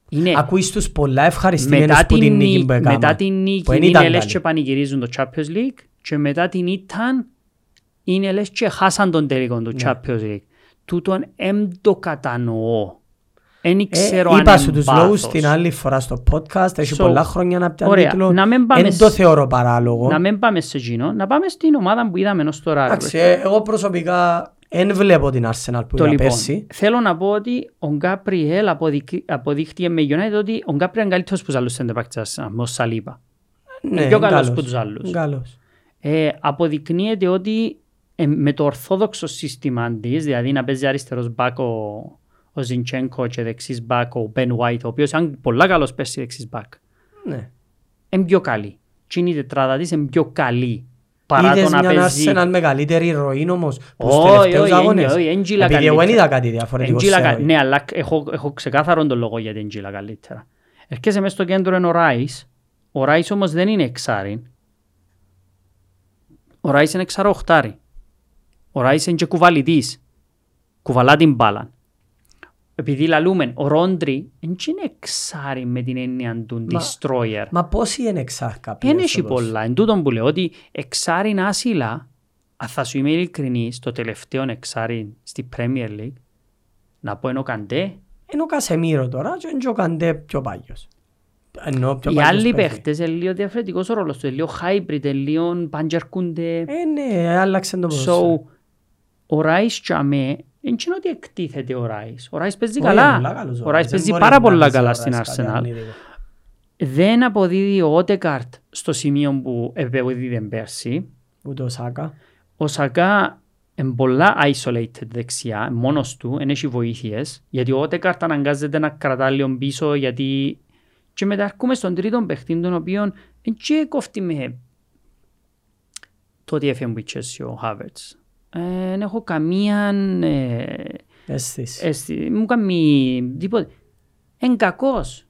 Speaker 2: Είναι
Speaker 3: Ακούεις τους πολλά ευχαριστημένους
Speaker 2: ε. μετά
Speaker 3: που
Speaker 2: την,
Speaker 3: την νίκη
Speaker 2: νίκη,
Speaker 3: που
Speaker 2: μετά
Speaker 3: έκαναν.
Speaker 2: την
Speaker 3: που
Speaker 2: νίκη
Speaker 3: εν
Speaker 2: είναι
Speaker 3: ήταν
Speaker 2: λες
Speaker 3: καλή.
Speaker 2: και πανηγυρίζουν το Champions League και μετά την ήταν είναι λες και χάσαν τον τελικό
Speaker 3: Ναι.
Speaker 2: του Champions League. Τούτον εμ το κατανοώ. Εν
Speaker 3: Ε,
Speaker 2: ξέρω αν
Speaker 3: Είπα
Speaker 2: είναι
Speaker 3: σου τους
Speaker 2: πάθος.
Speaker 3: λόγους την άλλη φορά στο podcast, έχει
Speaker 2: So,
Speaker 3: πολλά χρόνια να πιάνει
Speaker 2: Ωραία,
Speaker 3: τίτλο.
Speaker 2: να μην πάμε,
Speaker 3: Δεν το
Speaker 2: σ-
Speaker 3: θεωρώ παράλογο.
Speaker 2: να μην πάμε σε εκείνο, να πάμε στην ομάδα που είδαμε ενός τώρα. ρε
Speaker 3: Εντάξει, ε, εγώ προσωπικά δεν βλέπω την Arsenal που
Speaker 2: Το
Speaker 3: είδα
Speaker 2: λοιπόν,
Speaker 3: πέρσι.
Speaker 2: θέλω να πω ότι ο Γκάπριελ αποδικ- αποδείχτηκε με United ότι ο Γκάπριελ είναι καλύτερος που τους άλλους center back της Arsenal, με ο Σαλίπα.
Speaker 3: Ναι,
Speaker 2: πιο καλός
Speaker 3: καλός.
Speaker 2: που τους άλλους.
Speaker 3: Καλός.
Speaker 2: Ε, αποδεικνύεται ότι ε, με το ορθόδοξο σύστημα της, δηλαδή να παίζει αριστερός μπακ ο, ο Ζιντσέγκο και δεξής μπακ ο Μπεν White, ο οποίος αν πολλά καλός πέσει δεξής μπακ,
Speaker 3: Ναι.
Speaker 2: είναι πιο καλή. Και είναι η τετράδα της είναι πιο καλή παρά
Speaker 3: Είδες
Speaker 2: το να
Speaker 3: μιαν
Speaker 2: παίζει...
Speaker 3: Arsenal με καλύτερη ροή όμως προς
Speaker 2: Όχι,
Speaker 3: τελευταίους
Speaker 2: όχι,
Speaker 3: αγώνες.
Speaker 2: όχι, όχι, έντζιλα
Speaker 3: Επειδή εγώ δεν
Speaker 2: καλύτερα.
Speaker 3: είδα κάτι διαφορετικό
Speaker 2: Εντζήλα
Speaker 3: σε
Speaker 2: κα-
Speaker 3: ροή.
Speaker 2: Ναι, αλλά έχω, έχω ξεκάθαρον τον λόγο γιατί εντζήλα καλύτερα. Έρχεσαι μέσα στο κέντρο είναι ο Ράις. Ο Ράις όμως δεν είναι εξάρι. Ο Ράις είναι εξαρό οχτάρι. Ο Ράις είναι και κουβαλητής. Κουβαλά την μπάλα. Επειδή λαλούμε, ο Ρόντρι δεν είναι εξάρι με την έννοια του
Speaker 3: Μα-
Speaker 2: destroyer.
Speaker 3: Μα πόσοι είναι εξάρ κάποιοι.
Speaker 2: Δεν
Speaker 3: έτσι
Speaker 2: έχει
Speaker 3: όπως.
Speaker 2: πολλά. Εν τούτον που λέω ότι εξάρι είναι άσυλα, αν θα σου είμαι ειλικρινής, το τελευταίο εξάρι στη Premier League, να πω ενώ καντέ,
Speaker 3: Ενώ ο Κασεμίρο τώρα και είναι και ο Καντέ πιο πάγιος. Ενώ πιο
Speaker 2: οι
Speaker 3: πάγιος
Speaker 2: άλλοι
Speaker 3: παίζει.
Speaker 2: παίχτες είναι λίγο διαφορετικός ο ρόλος του, είναι λίγο hybrid, είναι λίγο παντζερκούνται.
Speaker 3: Ε, ναι, άλλαξε το
Speaker 2: So,
Speaker 3: ποδόσφαιρο.
Speaker 2: ο Ράις για μέ, δεν είναι ότι εκτίθεται ο Ράις. Ο Ράις παίζει
Speaker 3: Όχι,
Speaker 2: καλά.
Speaker 3: πολλά καλός
Speaker 2: Ο Ράις
Speaker 3: Δεν
Speaker 2: παίζει
Speaker 3: μπορεί
Speaker 2: πάρα
Speaker 3: να
Speaker 2: πολλά
Speaker 3: κάνεις
Speaker 2: καλά
Speaker 3: ο
Speaker 2: στην
Speaker 3: Ράις κάτι
Speaker 2: Arsenal.
Speaker 3: αρνητικό.
Speaker 2: Δεν αποδίδει ο Ότεκαρτ στο σημείο που επέδιδε πέρσι.
Speaker 3: Ούτε ο Σάκα.
Speaker 2: Ο Σακά είναι πολλά isolated δεξιά, εν μόνος του, δεν έχει βοήθειες, γιατί ο Ότεκαρτ αναγκάζεται να κρατά λίγο πίσω, γιατί... Και μετά έρχομαι στον τρίτο παίχτη, τον οποίο δεν κόφτει με το ότι έφυγε που είχε ο Χάβερτς. Ε, Δεν έχω καμία... Ε,
Speaker 3: Αίσθηση.
Speaker 2: αισθη- μου κάνει τίποτα. Εν κακός,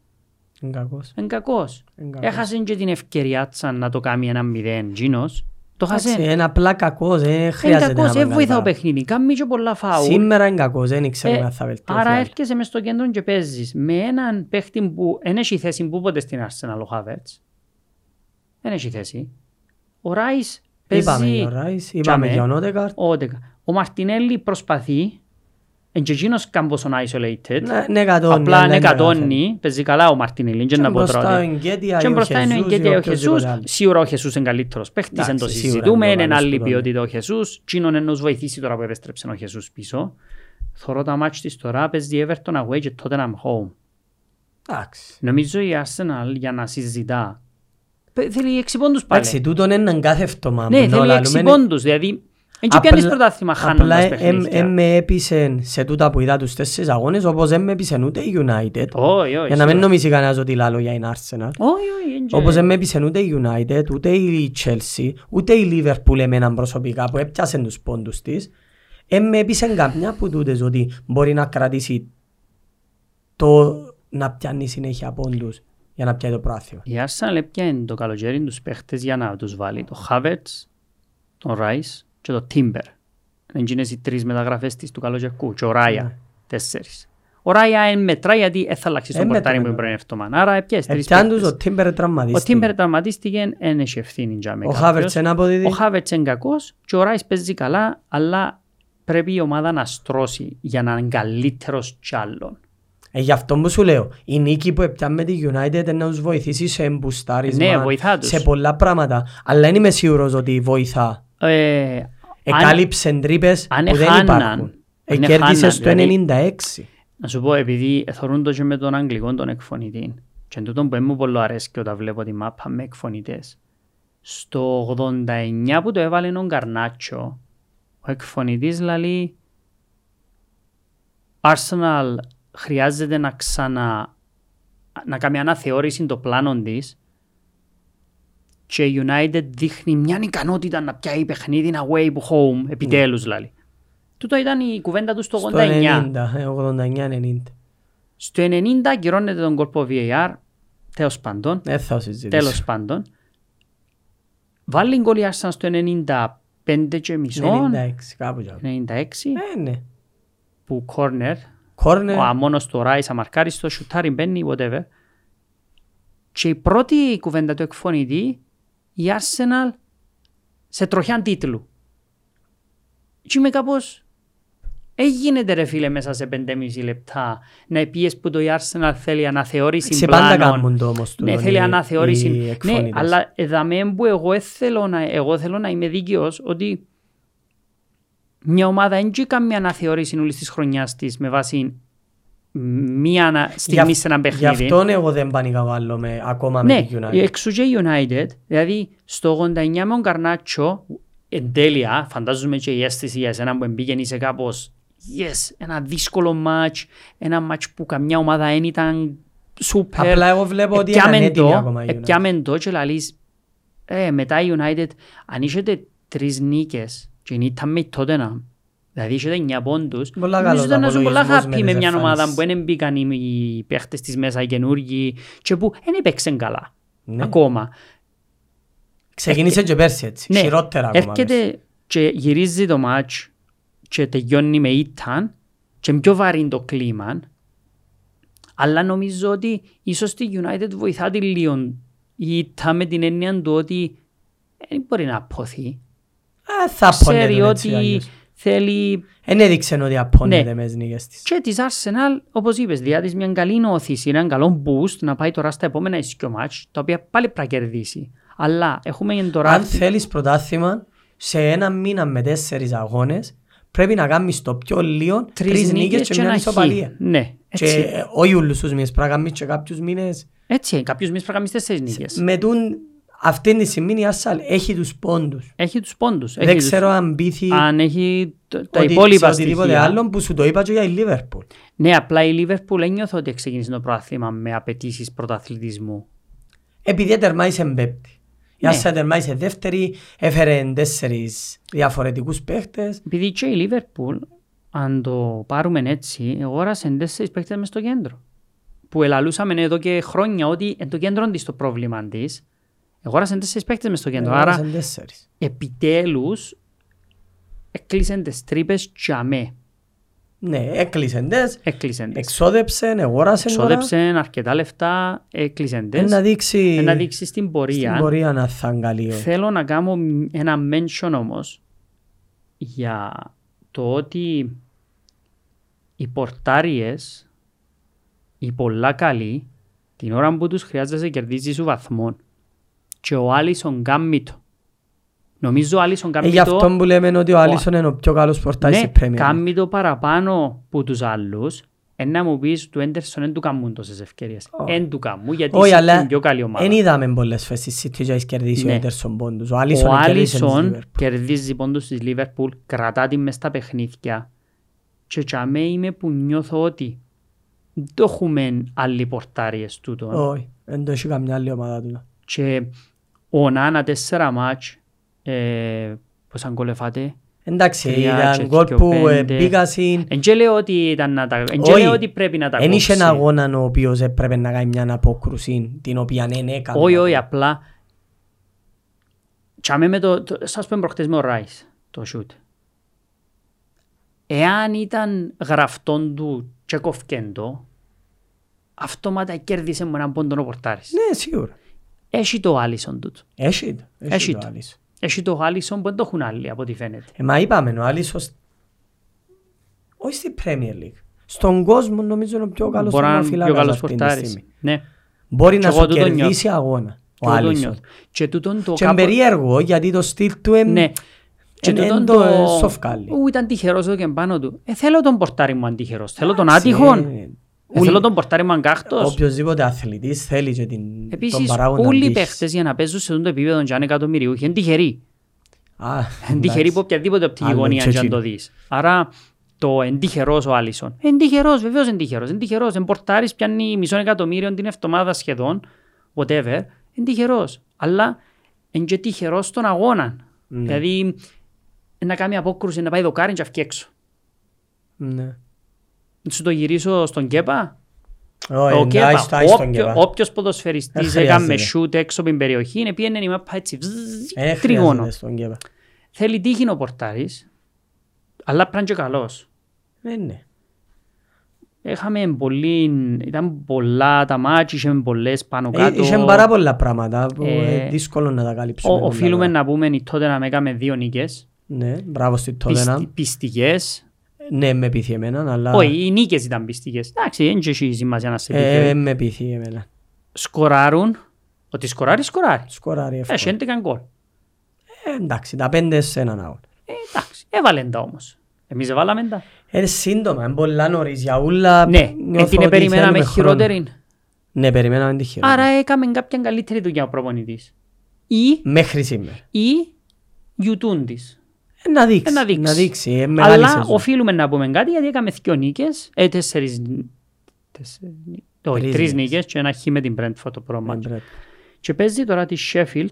Speaker 3: Είναι κακός.
Speaker 2: εν κακός.
Speaker 3: Είναι κακός.
Speaker 2: Έχασε και την ευκαιριά τσα να το κάνει ένα μηδέν, Τζίνος. Το χάσε.
Speaker 3: Εντάξει, Είναι απλά κακός. Δεν
Speaker 2: Είναι
Speaker 3: χρειάζεται
Speaker 2: κακός, ε,
Speaker 3: να
Speaker 2: δεν
Speaker 3: πάμε
Speaker 2: βοηθά το
Speaker 3: καλύτερα.
Speaker 2: παιχνίδι. Κάνει και πολλά φάουλ.
Speaker 3: Σήμερα είναι κακός. Δεν ξέρουμε
Speaker 2: Ε,
Speaker 3: αν θα βελτιωθεί.
Speaker 2: Άρα
Speaker 3: άλλο.
Speaker 2: έρχεσαι μες στο κέντρο και παίζεις με έναν παίχτη που δεν έχει θέση που ποτέ στην Arsenal ο Χάβερτς. Δεν έχει θέση. Ο Ράις
Speaker 3: Είπαμε
Speaker 2: παίζει...
Speaker 3: για ο Ράις, είπαμε
Speaker 2: Τζαμέ.
Speaker 3: για τον Ότεκαρτ.
Speaker 2: Ο, Ότεκα. ο Μαρτινέλli προσπαθεί. Εν και εκείνος κάμπος on isolated.
Speaker 3: Ναι, ναι, κατώνει,
Speaker 2: Απλά
Speaker 3: αλλά
Speaker 2: είναι
Speaker 3: δεν
Speaker 2: κατώνει. Παίζει καλά ο Μαρτινέλη.
Speaker 3: Και
Speaker 2: Και να πω
Speaker 3: μπροστά
Speaker 2: τώρα.
Speaker 3: ο Εγκέτια ή
Speaker 2: Και
Speaker 3: ο
Speaker 2: μπροστά είναι ο
Speaker 3: Χεζούς ή
Speaker 2: Εγκέτια ή ο
Speaker 3: οποιοδήποτε
Speaker 2: Χεσούς.
Speaker 3: άλλο.
Speaker 2: Σίγουρα ο Χεσούς είναι καλύτερος παίχτης,
Speaker 3: Εντάξει,
Speaker 2: δεν το
Speaker 3: σίγουρα είναι
Speaker 2: συζητούμε.
Speaker 3: ο
Speaker 2: Είναι
Speaker 3: καλός
Speaker 2: άλλη
Speaker 3: που τον είναι.
Speaker 2: ποιότητα ο Χεσούς. Τσίνον ενώ τους βοηθήσει τώρα που επέστρεψε ο Χεσούς πίσω. Θωρώ τα μάτς της τώρα, παίζει Everton away και Tottenham home.
Speaker 3: Εντάξει.
Speaker 2: Νομίζω η Arsenal για να συζητά. πε- Θέλει έξι πόντους
Speaker 3: Εντάξει,
Speaker 2: πάλι.
Speaker 3: τούτον είναι έναν κάθε φτωμά.
Speaker 2: Ναι,
Speaker 3: μου,
Speaker 2: θέλει
Speaker 3: όλα,
Speaker 2: έξι
Speaker 3: λέμε,
Speaker 2: πόντους. Δηλαδή, εν και πιάνεις
Speaker 3: απλά-
Speaker 2: πρωτάθλημα
Speaker 3: Απλά
Speaker 2: χάνοντας
Speaker 3: εμ- εμ
Speaker 2: παιχνίδια.
Speaker 3: με έπεισεν σε τούτα που είδα τους τέσσερις αγώνες όπως εμ με έπεισεν ούτε η United.
Speaker 2: Όχι, όχι.
Speaker 3: Για να μην
Speaker 2: σίγουρα.
Speaker 3: νομίζει κανένας ότι λάλλω για την Arsenal.
Speaker 2: Όχι, όχι, εν και-
Speaker 3: Όπως δεν με έπεισε ούτε η United, ούτε η Chelsea, ούτε η Liverpool εμένα προσωπικά που έπιασε τους πόντους της, δεν με έπεισε καμιά που τούτες ότι μπορεί να κρατήσει το να πιάνει συνέχεια πόντους για να πιάνει το πράθυμα.
Speaker 2: Η Arsenal έπιανε το καλοκαίρι τους παίχτες για να τους βάλει το Havertz, τον Rice και το Timber. Εγίνες οι τρεις μεταγραφές της του καλοκαιρικού και ο Raya,
Speaker 3: Ναι.
Speaker 2: τέσσερις. Ο Raya εν μετρά γιατί δεν θα αλλάξει
Speaker 3: Εν ναι.
Speaker 2: τον πορτάρι
Speaker 3: μετρά,
Speaker 2: που πριν εβδομάδα. Άρα έπιες τρεις
Speaker 3: Επιάν Ε, τους
Speaker 2: παίχτες.
Speaker 3: ο Τίμπερ
Speaker 2: Ο Timber
Speaker 3: τραυματίστηκε.
Speaker 2: τραυματίστηκε, δεν έχει ευθύνη για με
Speaker 3: Ο
Speaker 2: κάποιος.
Speaker 3: Χάβερτς ένα αποδίδει.
Speaker 2: Ο Havertz είναι κακός και ο Rice παίζει καλά, αλλά πρέπει η ομάδα να στρώσει για να είναι καλύτερος κι άλλον.
Speaker 3: Ε, γι' αυτό που σου λέω, η νίκη που έπιαν με τη United είναι να τους βοηθήσει σε εμπουστάρισμα,
Speaker 2: Ναι, βοηθά τους.
Speaker 3: σε πολλά πράγματα. Αλλά δεν είμαι σίγουρος ότι βοηθά.
Speaker 2: Ε, αν-
Speaker 3: Εκάλυψε τρύπες
Speaker 2: αν
Speaker 3: που δεν
Speaker 2: εχάναν,
Speaker 3: υπάρχουν.
Speaker 2: αν
Speaker 3: Εκέρδισε
Speaker 2: εχάναν,
Speaker 3: στο
Speaker 2: δηλαδή-
Speaker 3: 96.
Speaker 2: Να σου πω, επειδή θεωρούν το και με τον Αγγλικό τον εκφωνητή, και εν τούτον που δεν μου πολύ αρέσει όταν βλέπω τη μάπα με εκφωνητές, στο 89 που το έβαλε ο Γκαρνάτσο, ο εκφωνητής λέει Arsenal χρειάζεται να ξανα... να κάνει αναθεώρηση των πλάνων της. Και η United δείχνει μια ικανότητα να πιάει παιχνίδι away from home, επιτέλους δηλαδή. Τούτο ήταν η κουβέντα του στο 89.
Speaker 3: Στο 90, ε, 89-90.
Speaker 2: Στο 90 ακυρώνεται τον κόλπο VAR, τέλος πάντων.
Speaker 3: Δεν θα συζητήσω.
Speaker 2: Τέλος πάντων. Βάλει γκολ η Arsenal στο 95 και μισό,
Speaker 3: 96, κάπου κι άλλο.
Speaker 2: 96,
Speaker 3: Ε, ναι.
Speaker 2: που corner, ο
Speaker 3: Κόρνερ,
Speaker 2: αμόνος του Ράις αμαρκάρει στο σουτάρι, μπαίνει, whatever. Και η πρώτη κουβέντα του εκφωνητή, η Arsenal σε τροχιάν τίτλου. Και είμαι κάπως, έγινε ρε φίλε μέσα σε 5,5 λεπτά να πιες που το η Arsenal θέλει αναθεώρηση
Speaker 3: σε πάντα
Speaker 2: πλάνων.
Speaker 3: κάνουν το όμως.
Speaker 2: Ναι,
Speaker 3: τούτον
Speaker 2: θέλει
Speaker 3: οι-
Speaker 2: αναθεώρηση.
Speaker 3: οι
Speaker 2: Ναι,
Speaker 3: εκφωνητές.
Speaker 2: αλλά εδαμέ που εγώ ε θέλω να, εγώ θέλω να είμαι δίκαιος ότι μια ομάδα δεν έχει καμία αναθεώρηση όλη της χρονιάς της με βάση μία ανα- στιγμή
Speaker 3: Γι'
Speaker 2: σε ένα παιχνίδι.
Speaker 3: Γι' αυτόν εγώ δεν πανικαβάλλω με, ακόμα με
Speaker 2: ναι,
Speaker 3: τη United.
Speaker 2: η εξού και η United, δηλαδή στο 89 με τον Καρνάτσο, εν τέλεια, φαντάζομαι και η αίσθηση για εσένα που μπήκε είσαι κάπως yes, ένα δύσκολο μάτς, ένα μάτς που καμιά ομάδα δεν ήταν super.
Speaker 3: Απλά εγώ βλέπω ότι
Speaker 2: Επιάμεν
Speaker 3: είναι έτοιμη
Speaker 2: Ε, το,
Speaker 3: ακόμα η United.
Speaker 2: επιάμεν το και λαλείς, ε, μετά η United, αν είχετε τρεις νίκες και ήταν με τότε να, δηλαδή είχετε εννιά πόντους,
Speaker 3: Πολλά
Speaker 2: νομίζω
Speaker 3: καλός
Speaker 2: ήταν να σου πολλά
Speaker 3: απολογισμός με
Speaker 2: happy με
Speaker 3: τις
Speaker 2: μια
Speaker 3: εμφανίσεις.
Speaker 2: ομάδα που δεν μπήκαν οι- οι παίχτες της μέσα, οι καινούργοι και που δεν έπαιξαν καλά.
Speaker 3: Ναι.
Speaker 2: Ακόμα.
Speaker 3: Ξεκίνησε και πέρσι έτσι,
Speaker 2: Ναι,
Speaker 3: χειρότερα ακόμα. πέρσι.
Speaker 2: έρχεται και γυρίζει το μάτς και τελειώνει με ήταν και πιο βαρύ είναι το κλίμα. Αλλά νομίζω ότι ίσως τη United βοηθά τη λίγο η ήταν με την έννοια του ότι δεν μπορεί να απόθει.
Speaker 3: Α, Ε, θα
Speaker 2: Ξέρει
Speaker 3: πονέτουν έτσι
Speaker 2: ότι
Speaker 3: αλλιώς.
Speaker 2: θέλει
Speaker 3: Εν έδειξε ότι απώνεται
Speaker 2: Ναι.
Speaker 3: μες τις νίκες της.
Speaker 2: και της Arsenal, όπως είπες, διά της μια καλή νοθήση, έναν καλό boost να πάει τώρα στα επόμενα ισχυό μάτς, τα οποία πάλι πρέπει να κερδίσει. Αλλά έχουμε τώρα...
Speaker 3: Αν θέλεις πρωτάθλημα, σε ένα μήνα με τέσσερις αγώνες, πρέπει να κάνεις το πιο λίγο τρεις νίκες και μια
Speaker 2: ένα χ.
Speaker 3: ισοπαλία.
Speaker 2: Ναι,
Speaker 3: Και
Speaker 2: έτσι.
Speaker 3: ε, όχι όλους τους μήνες, πρέπει να κάνεις και κάποιους μήνες.
Speaker 2: Έτσι, είναι. κάποιος μήνες πρέπει να κάνεις τέσσερις νίκες.
Speaker 3: Με τούν, αυτή τη στιγμή η Arsenal έχει τους πόντους.
Speaker 2: Έχει τους πόντους.
Speaker 3: Δεν
Speaker 2: έχει τους-
Speaker 3: ξέρω αν πείθει
Speaker 2: αν έχει τ- τα
Speaker 3: ότι-
Speaker 2: υπόλοιπα
Speaker 3: σε οτιδήποτε
Speaker 2: στοιχεία.
Speaker 3: άλλο που σου το είπα και για η Liverpool.
Speaker 2: Ναι, απλά η Λίβερπουλ ένιωθε ότι ξεκίνησε το πρωτάθλημα με απαιτήσεις πρωταθλητισμού.
Speaker 3: Επειδή τερμάισε πέμπτη. Η
Speaker 2: Ναι.
Speaker 3: Arsenal τερμάισε δεύτερη, έφερε τέσσερις διαφορετικούς παίχτες.
Speaker 2: Επειδή και η Λίβερπουλ, αν το πάρουμε έτσι, αγόρασε τέσσερις παίκτες μες στο κέντρο. Που ελαλούσαμε εδώ και χρόνια ότι εν το κέντρο της το πρόβλημα της. Αγόρασε τέσσερις παίκτες μες στο κέντρο. Άρα
Speaker 3: Έφερε τέσσερις.
Speaker 2: επιτέλους έκλεισαν τις τρύπες τζαμέ.
Speaker 3: Ναι, έκλεισαν τες,
Speaker 2: Έκλεισαν τις.
Speaker 3: εξόδεψαν, αγόρασαν
Speaker 2: Ξόδεψε αρκετά λεφτά, έκλεισαν
Speaker 3: τώρα. Ε,
Speaker 2: τες.
Speaker 3: Να δείξει
Speaker 2: Να δείξει στην
Speaker 3: στην
Speaker 2: πορεία.
Speaker 3: πορεία να θα είναι καλή.
Speaker 2: Θέλω να κάνω μ- ένα mention όμως για το ότι οι πορτάριες, οι πολλά καλοί, την ώρα που τους χρειάζεσαι κερδίζεις σου βαθμόν. Και ο Άλισον κάνει το. Νομίζω ο Άλισον
Speaker 3: Ε,
Speaker 2: κάνει
Speaker 3: γι' αυτό
Speaker 2: το,
Speaker 3: που λέμε ότι ο Άλισον είναι ο πιο καλός πορτάρις
Speaker 2: ναι,
Speaker 3: της Premier.
Speaker 2: κάμει το παραπάνω που τους άλλους. Εν να μου πεις του Έντερσον δεν του καμούν τόσες ευκαιρίες.
Speaker 3: Όχι.
Speaker 2: Εν του καμούν γιατί
Speaker 3: Όχι,
Speaker 2: είσαι
Speaker 3: αλλά
Speaker 2: την πιο καλή ομάδα.
Speaker 3: δεν είδαμε πολλές φέσεις City για να κερδίσει ο
Speaker 2: Ναι.
Speaker 3: Έντερσον πόντους. Ο
Speaker 2: Ο
Speaker 3: Άλισον κερδίσε της
Speaker 2: Άλισον
Speaker 3: Liverpool.
Speaker 2: κερδίζει πόντους της Λίβερπουλ, κρατά την μες στα παιχνίδια. Και τσαμέ είμαι που νιώθω ότι δεν το έχουμε άλλοι πορτάριες τούτον.
Speaker 3: Όχι, δεν το έχει καμιά άλλη ομάδα του.
Speaker 2: Και ο Νάνα τέσσερα μάτς, ε, πώς αγκολεφάτε.
Speaker 3: Εντάξει,
Speaker 2: Τρία,
Speaker 3: ήταν
Speaker 2: τσεχικό
Speaker 3: γκολ που ε,
Speaker 2: πέντε.
Speaker 3: μπήκα στην...
Speaker 2: Εν και λέω ότι, ήταν να τα... εν και
Speaker 3: Όχι.
Speaker 2: λέω ότι πρέπει να τα
Speaker 3: Εν είχε
Speaker 2: κόψει.
Speaker 3: ένα αγώνα ο οποίος έπρεπε να κάνει μια απόκρουση την οποία δεν έκανε.
Speaker 2: Όχι, όχι, απλά... Τσάμε με το, το σας πούμε προχτές με ο Ράις, το σούτ. Εάν ήταν γραφτόν του και κοφκέντο, αυτόματα κέρδισε με έναν πόντον ο Πορτάρης.
Speaker 3: Ναι, σίγουρα. Ναι.
Speaker 2: Έχει το Άλισον του.
Speaker 3: Έχει το.
Speaker 2: Έχει
Speaker 3: Έχει το
Speaker 2: το.
Speaker 3: Άλισον.
Speaker 2: Έχει το Άλισον που δεν το έχουν άλλοι από ό,τι φαίνεται.
Speaker 3: Ε, Μα είπαμε, ο Άλισον... Όχι στην Premier League. Στον κόσμο νομίζω είναι ο πιο καλός
Speaker 2: Μπορεί να είναι πιο
Speaker 3: τερματοφύλακας
Speaker 2: καλός
Speaker 3: αυτή τη
Speaker 2: Πορτάρης.
Speaker 3: στιγμή.
Speaker 2: Ναι.
Speaker 3: Μπορεί
Speaker 2: Και
Speaker 3: να
Speaker 2: εγώ
Speaker 3: σου
Speaker 2: τούτο νιώθω.
Speaker 3: κερδίσει αγώνα. Ο
Speaker 2: Και εγώ το
Speaker 3: Άλισον.
Speaker 2: νιώθω. Και τούτον το
Speaker 3: Και είναι περίεργο γιατί το στυλ του εμ-
Speaker 2: Ναι. Και
Speaker 3: εν-
Speaker 2: τούτον
Speaker 3: εν
Speaker 2: το...
Speaker 3: το σοφκάλι.
Speaker 2: Ού, ήταν τυχερός εδώ και πάνω του. Ε, θέλω τον πορτάρι μου αντίχερος. Θέλω τον
Speaker 3: Εντάξει,
Speaker 2: άτυχον.
Speaker 3: ε,
Speaker 2: Ε, θέλω τον πορτάρι μου αγκάχτος.
Speaker 3: Οποιοςδήποτε αθλητής θέλει και την, τον
Speaker 2: Επίσης,
Speaker 3: παράγοντα
Speaker 2: όλοι οι
Speaker 3: τύχης.
Speaker 2: παίχτες για να παίζουν σε αυτό το επίπεδο και αν είναι εκατομμυριούχοι είναι τυχεροί.
Speaker 3: Α,
Speaker 2: Είναι τυχεροί
Speaker 3: εντάξει.
Speaker 2: από οποιαδήποτε οπτική
Speaker 3: Άλλο
Speaker 2: γωνία
Speaker 3: και
Speaker 2: και αν
Speaker 3: εκείνο.
Speaker 2: το δεις. Άρα, το εντυχερό ο Άλισον. Εντυχερό, βεβαίω εντυχερό. Εντυχερό. Εμπορτάρη πιάνει μισό εκατομμύριο την εβδομάδα σχεδόν. Whatever. Εντυχερό. Αλλά εν και τυχερός στον αγώνα.
Speaker 3: Ναι.
Speaker 2: Δηλαδή να κάνει απόκρουση, να πάει δοκάρι και αυκεί έξω.
Speaker 3: Ναι.
Speaker 2: Να Σου το γυρίσω στον Κέπα.
Speaker 3: Όχι,
Speaker 2: Ο Κέπα,
Speaker 3: εντάξει, τα εις τον
Speaker 2: όποιο-
Speaker 3: Κέπα.
Speaker 2: Όποιος ποδοσφαιριστής
Speaker 3: Ε,
Speaker 2: έκαμε
Speaker 3: χρειάζεται.
Speaker 2: shoot έξω από την περιοχή, επίενε η μάπα έτσι, βζζζ,
Speaker 3: Ε, χρειάζεται
Speaker 2: τριγώνο.
Speaker 3: στον Κέπα.
Speaker 2: Θέλει τύχη ο πορτάρης, αλλά πρέπει να είναι και καλός.
Speaker 3: Ε, ναι.
Speaker 2: Έχαμε πολύ, ήταν πολλά τα μάτια, είχαμε πολλές πάνω
Speaker 3: Ε,
Speaker 2: κάτω.
Speaker 3: Είχε πάρα πολλά πράγματα που
Speaker 2: Ε,
Speaker 3: ε, δύσκολο να τα
Speaker 2: Ο-
Speaker 3: καλύψουμε. όλα
Speaker 2: οφείλουμε
Speaker 3: τώρα.
Speaker 2: να πούμε η τότε να έκαμε δύο νίκες,
Speaker 3: Ναι, μπράβο στη
Speaker 2: πιστι,
Speaker 3: Τότεναμ.
Speaker 2: πιστικές.
Speaker 3: Ναι, με πείθει εμένα, αλλά...
Speaker 2: Όχι, οι νίκες ήταν πιστικές. Εντάξει, δεν και έχει σημασία να σε
Speaker 3: Ε,
Speaker 2: πει.
Speaker 3: ε, με πείθει εμένα.
Speaker 2: Σκοράρουν, ότι σκοράρει, σκοράρει.
Speaker 3: Σκοράρει
Speaker 2: Έχει
Speaker 3: εύκολα.
Speaker 2: 11 γκολ.
Speaker 3: Ε, εντάξει, τα πέντε σε έναν out.
Speaker 2: Ε, εντάξει, έβαλε τα όμως. Εμείς έβαλαμε τα.
Speaker 3: Ε, σύντομα, είναι πολλά νωρίς για ούλα.
Speaker 2: Ναι,
Speaker 3: νιώθω
Speaker 2: ε, την
Speaker 3: ότι
Speaker 2: περιμέναμε
Speaker 3: θέλουμε χρόνο.
Speaker 2: χειρότερη.
Speaker 3: Ναι, περιμέναμε τη χειρότερη.
Speaker 2: Άρα έκαμε κάποια καλύτερη δουλειά ο προπονητής. Ή,
Speaker 3: Μέχρι σήμερα.
Speaker 2: ή γιουτούν της.
Speaker 3: Ε, να δείξει.
Speaker 2: Ε, να δείξει.
Speaker 3: Να δείξει. Ε, μεγάλη
Speaker 2: Αλλά
Speaker 3: σεζόν.
Speaker 2: οφείλουμε να πούμε κάτι γιατί έκαμε δύο νίκες, ε, τέσσερις, τέσσερις, νί- όχι,
Speaker 3: Τρεις
Speaker 2: τρεις
Speaker 3: νίκες.
Speaker 2: νίκες και ένα χ με την Brentford το πρώτο
Speaker 3: Ε,
Speaker 2: μάτς.
Speaker 3: πρέπει.
Speaker 2: Και παίζει τώρα τη Sheffield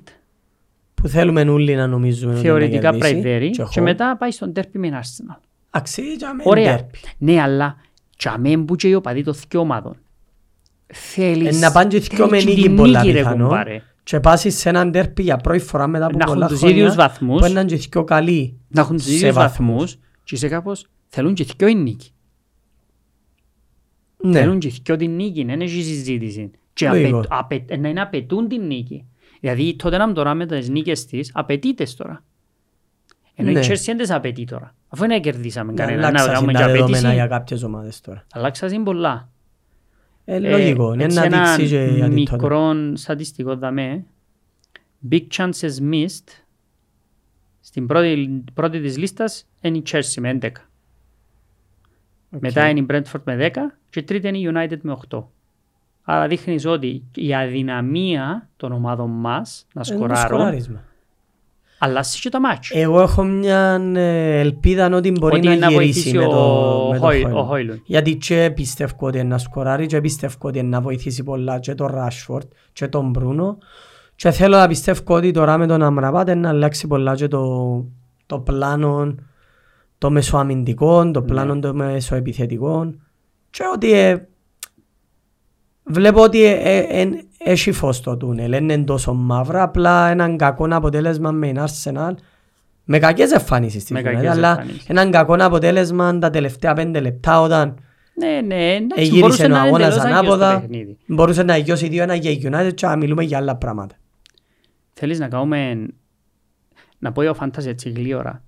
Speaker 3: Που θέλουμε όλοι να νομίζουμε ότι
Speaker 2: θεωρητικά
Speaker 3: να κερδίσει.
Speaker 2: πραϊδέρι
Speaker 3: Και
Speaker 2: και,
Speaker 3: έχω-
Speaker 2: μετά πάει στον τέρπι με την Arsenal.
Speaker 3: Αξίζει για μένα
Speaker 2: Ωραία.
Speaker 3: ντέρπι.
Speaker 2: Ναι, αλλά τσαμέν που και οι οπαδοί των δυο ομάδων. Θέλεις
Speaker 3: Ε, Να πάνε και δυο
Speaker 2: θέλεις
Speaker 3: με
Speaker 2: τη
Speaker 3: νίκη πολλά
Speaker 2: νίκη, ρε,
Speaker 3: πιθανό.
Speaker 2: κουμπάρε.
Speaker 3: Και πάσεις σε έναν ντέρπι για πρώτη φορά μετά από
Speaker 2: Να
Speaker 3: πολλά
Speaker 2: έχουν τους
Speaker 3: χρόνια.
Speaker 2: ίδιους βαθμούς.
Speaker 3: Που είναι και δυο καλοί.
Speaker 2: να έχουν τους
Speaker 3: σε
Speaker 2: ίδιους
Speaker 3: βαθμούς.
Speaker 2: βαθμούς και είσαι κάπως θέλουν και δυο η νίκη.
Speaker 3: Ναι.
Speaker 2: Θέλουν και δυο την νίκη, δεν έχει συζήτηση. Και
Speaker 3: Λίγο.
Speaker 2: απαιτ- απαιτ- να είναι απαιτούν την νίκη. Δηλαδή τότε να τώρα με τις νίκες της απαιτείται τώρα. Ενώ
Speaker 3: Ναι.
Speaker 2: η Chelsea δεν τις απαιτεί τώρα. Αφού δεν κερδίσαμε
Speaker 3: Να
Speaker 2: κανένα, να
Speaker 3: αλλάξασαν
Speaker 2: βγάλουμε και
Speaker 3: τα δεδομένα για
Speaker 2: απαιτήση.
Speaker 3: κάποιες ομάδες τώρα.
Speaker 2: Αλλάξασαν πολλά.
Speaker 3: Ε,
Speaker 2: Ε,
Speaker 3: λογικό. Ναι,
Speaker 2: έτσι
Speaker 3: να
Speaker 2: ένα
Speaker 3: δείξει και για την τότε.
Speaker 2: μικρό στατιστικό δαμέ. Big chances missed. Στην πρώτη, πρώτη της λίστας είναι η Chelsea με 11. Μετά είναι η Brentford με 10 και τρίτη είναι η United με 8. Άρα δείχνεις ότι η αδυναμία των ομάδων μας να
Speaker 3: Ε,
Speaker 2: σκοράρουν
Speaker 3: σκοράρισμα.
Speaker 2: αλλάζει και τα μάτια.
Speaker 3: Εγώ έχω μια ε, ελπίδα ότι μπορεί
Speaker 2: Ότι
Speaker 3: να,
Speaker 2: να
Speaker 3: γυρίσει
Speaker 2: βοηθήσει
Speaker 3: με το,
Speaker 2: ο
Speaker 3: με το
Speaker 2: Χόι-
Speaker 3: Χόιλουντ.
Speaker 2: ο Χόιλουντ.
Speaker 3: Γιατί και πιστεύω ότι είναι να σκοράρει και πιστεύω ότι είναι να βοηθήσει πολλά και τον Ράσφορτ και τον Μπρούνο και θέλω να πιστεύω ότι τώρα με τον Αμραπάτ είναι να αλλάξει πολλά και το, το πλάνο το μεσοαμυντικό,
Speaker 2: Ναι.
Speaker 3: το πλάνο το μεσοεπιθετικό και ότι ε, Βλέπω ότι ε, ε, εν- έχει φως το τούνελ, δεν είναι τόσο μαύρα, απλά έναν κακό αποτέλεσμα με την Arsenal, με κακές εμφανίσεις στην
Speaker 2: Με
Speaker 3: United,
Speaker 2: κακές
Speaker 3: αλλά
Speaker 2: εμφανίσεις.
Speaker 3: έναν κακό αποτέλεσμα τα τελευταία πέντε λεπτά όταν
Speaker 2: Ναι, ναι, εντάξει, μπορούσε
Speaker 3: εγύρισε ο
Speaker 2: να είναι
Speaker 3: ε, αγώνας
Speaker 2: εντελώς άγιος το
Speaker 3: ανάποδα,
Speaker 2: παιχνίδι.
Speaker 3: μπορούσε να γιώσει δύο ένα για η United και να μιλούμε για άλλα πράγματα.
Speaker 2: Θέλεις να κάνουμε. Να πω για ο Φάντας έτσι γλύωρα.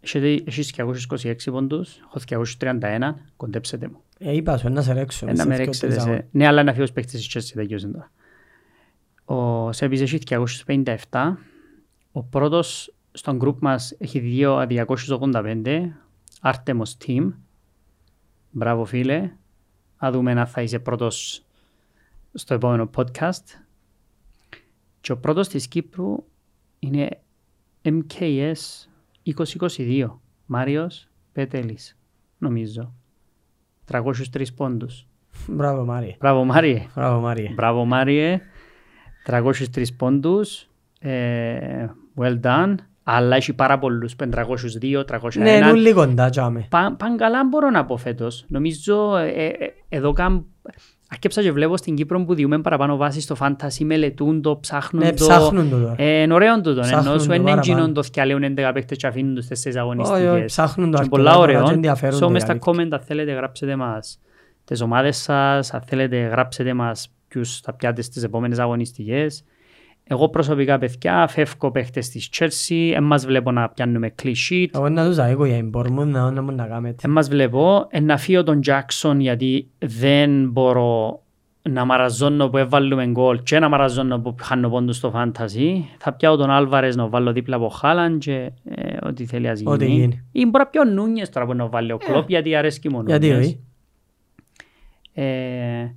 Speaker 2: Έχετε- Έχεις 226 πόντους, έχω 231, κοντέψτε μου.
Speaker 3: Ε, είπα σου, να σε ρέξω.
Speaker 2: Ένα με
Speaker 3: πιστεύω ότι
Speaker 2: ρέξετε
Speaker 3: θα-
Speaker 2: σε... Ναι, αλλά είναι αφιός παίχτης της Chelsea, τελειώσαν τώρα. Ο Σέμπις έχει 257. Ο πρώτος στον group μας έχει δύο 285. Artemis Team. Μπράβο φίλε. Να δούμε αν θα είσαι πρώτος στο επόμενο podcast. Και ο πρώτος της Κύπρου είναι MKS 2022. Μάριος Πέτελης, νομίζω. 303 πόντους.
Speaker 3: Μπράβο Μάριε.
Speaker 2: Μπράβο Μάριε.
Speaker 3: Μπράβο Μάριε.
Speaker 2: Μπράβο Μάριε. 303 πόντους. Ε, well done. Αλλά έχει πάρα πολλούς. 502, 301.
Speaker 3: Ναι, είναι όλοι κοντά τζάμε.
Speaker 2: Παν, παν καλά μπορώ να πω φέτος. Νομίζω ε, ε, εδώ καν... Αρκέψα και βλέπω στην Κύπρο που διούμε παραπάνω βάση στο φάντασι, μελετούν το, ψάχνουν
Speaker 3: Ναι,
Speaker 2: το.
Speaker 3: ψάχνουν το τώρα.
Speaker 2: Ε, είναι ωραίο το τον.
Speaker 3: Ψάχνουν
Speaker 2: Ενώ σου
Speaker 3: το
Speaker 2: είναι
Speaker 3: παραπάνω.
Speaker 2: εγγυνόν το θυκιαλέουν 11 παίκτες και αφήνουν τους τέσσερις
Speaker 3: Όχι, όχι,
Speaker 2: αγωνιστικές.
Speaker 3: ψάχνουν το
Speaker 2: Και
Speaker 3: αρκετά
Speaker 2: πολλά
Speaker 3: τώρα και
Speaker 2: ωραίο.
Speaker 3: ενδιαφέρονται
Speaker 2: So, μες στα
Speaker 3: οι αλήθειες.
Speaker 2: comment αν θέλετε γράψετε μας τις ομάδες σας, αν θέλετε γράψετε μας ποιους θα πιάτε στις επόμενες αγωνιστικές. Εγώ προσωπικά παιδιά φεύγω παίχτες της Chelsea, εν μας βλέπω να πιάνουμε clean sheet,
Speaker 3: Εγώ να τους αίγω για εμπορμούν να να μου να κάνετε.
Speaker 2: εν μας βλέπω εν να φύγω τον Jackson γιατί δεν μπορώ να μαραζώνω που έβαλουμε γκολ και να μαραζώνω που χάνω πόντους στο fantasy. Θα πιάω τον Άλβαρες να βάλω δίπλα από Χάλαν και ε, ό,τι θέλει ας γίνει.
Speaker 3: Ό,τι γίνει. Ε,
Speaker 2: Ή μπορεί να πιω Νούνιες τώρα που να βάλει ο Κλόπ γιατί αρέσκει μόνο.
Speaker 3: Γιατί όχι.
Speaker 2: Ε,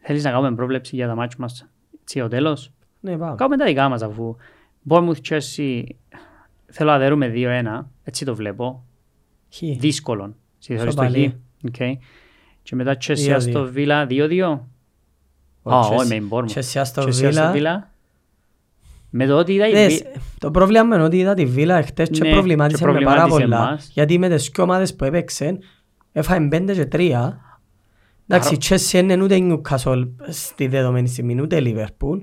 Speaker 2: θέλεις να κάνουμε πρόβλεψη για τα μάτια μας έτσι ο τέλος.
Speaker 3: Ναι, πάμε.
Speaker 2: Κάνουμε τα δικά μας αφού. Bournemouth Chelsea θέλω να δερούμε 2-1. Έτσι το βλέπω.
Speaker 3: Χι.
Speaker 2: Δύσκολο. Στη στο
Speaker 3: Σοπαλία.
Speaker 2: Χ. Οκ. Και μετά Chelsea
Speaker 3: Δύο-δύο.
Speaker 2: Aston Villa 2-2.
Speaker 3: Ο
Speaker 2: Α,
Speaker 3: Chelsea-
Speaker 2: όχι, με την Bournemouth.
Speaker 3: Chelsea Aston
Speaker 2: Chelsea
Speaker 3: Villa.
Speaker 2: Aston Villa. Με το ότι είδα η
Speaker 3: Δες,
Speaker 2: Βι-
Speaker 3: το πρόβλημα είναι ότι είδα τη Βίλα χτες και
Speaker 2: Ναι,
Speaker 3: προβλημάτισε
Speaker 2: και
Speaker 3: με πάρα
Speaker 2: προβλημάτισε
Speaker 3: πολλά.
Speaker 2: εμάς.
Speaker 3: Γιατί με τις δυο ομάδες που έπαιξαν έφαγαν πέντε και τρία. Εντάξει, η Chelsea είναι ούτε η Newcastle στη δεδομένη στιγμή, ούτε η Liverpool.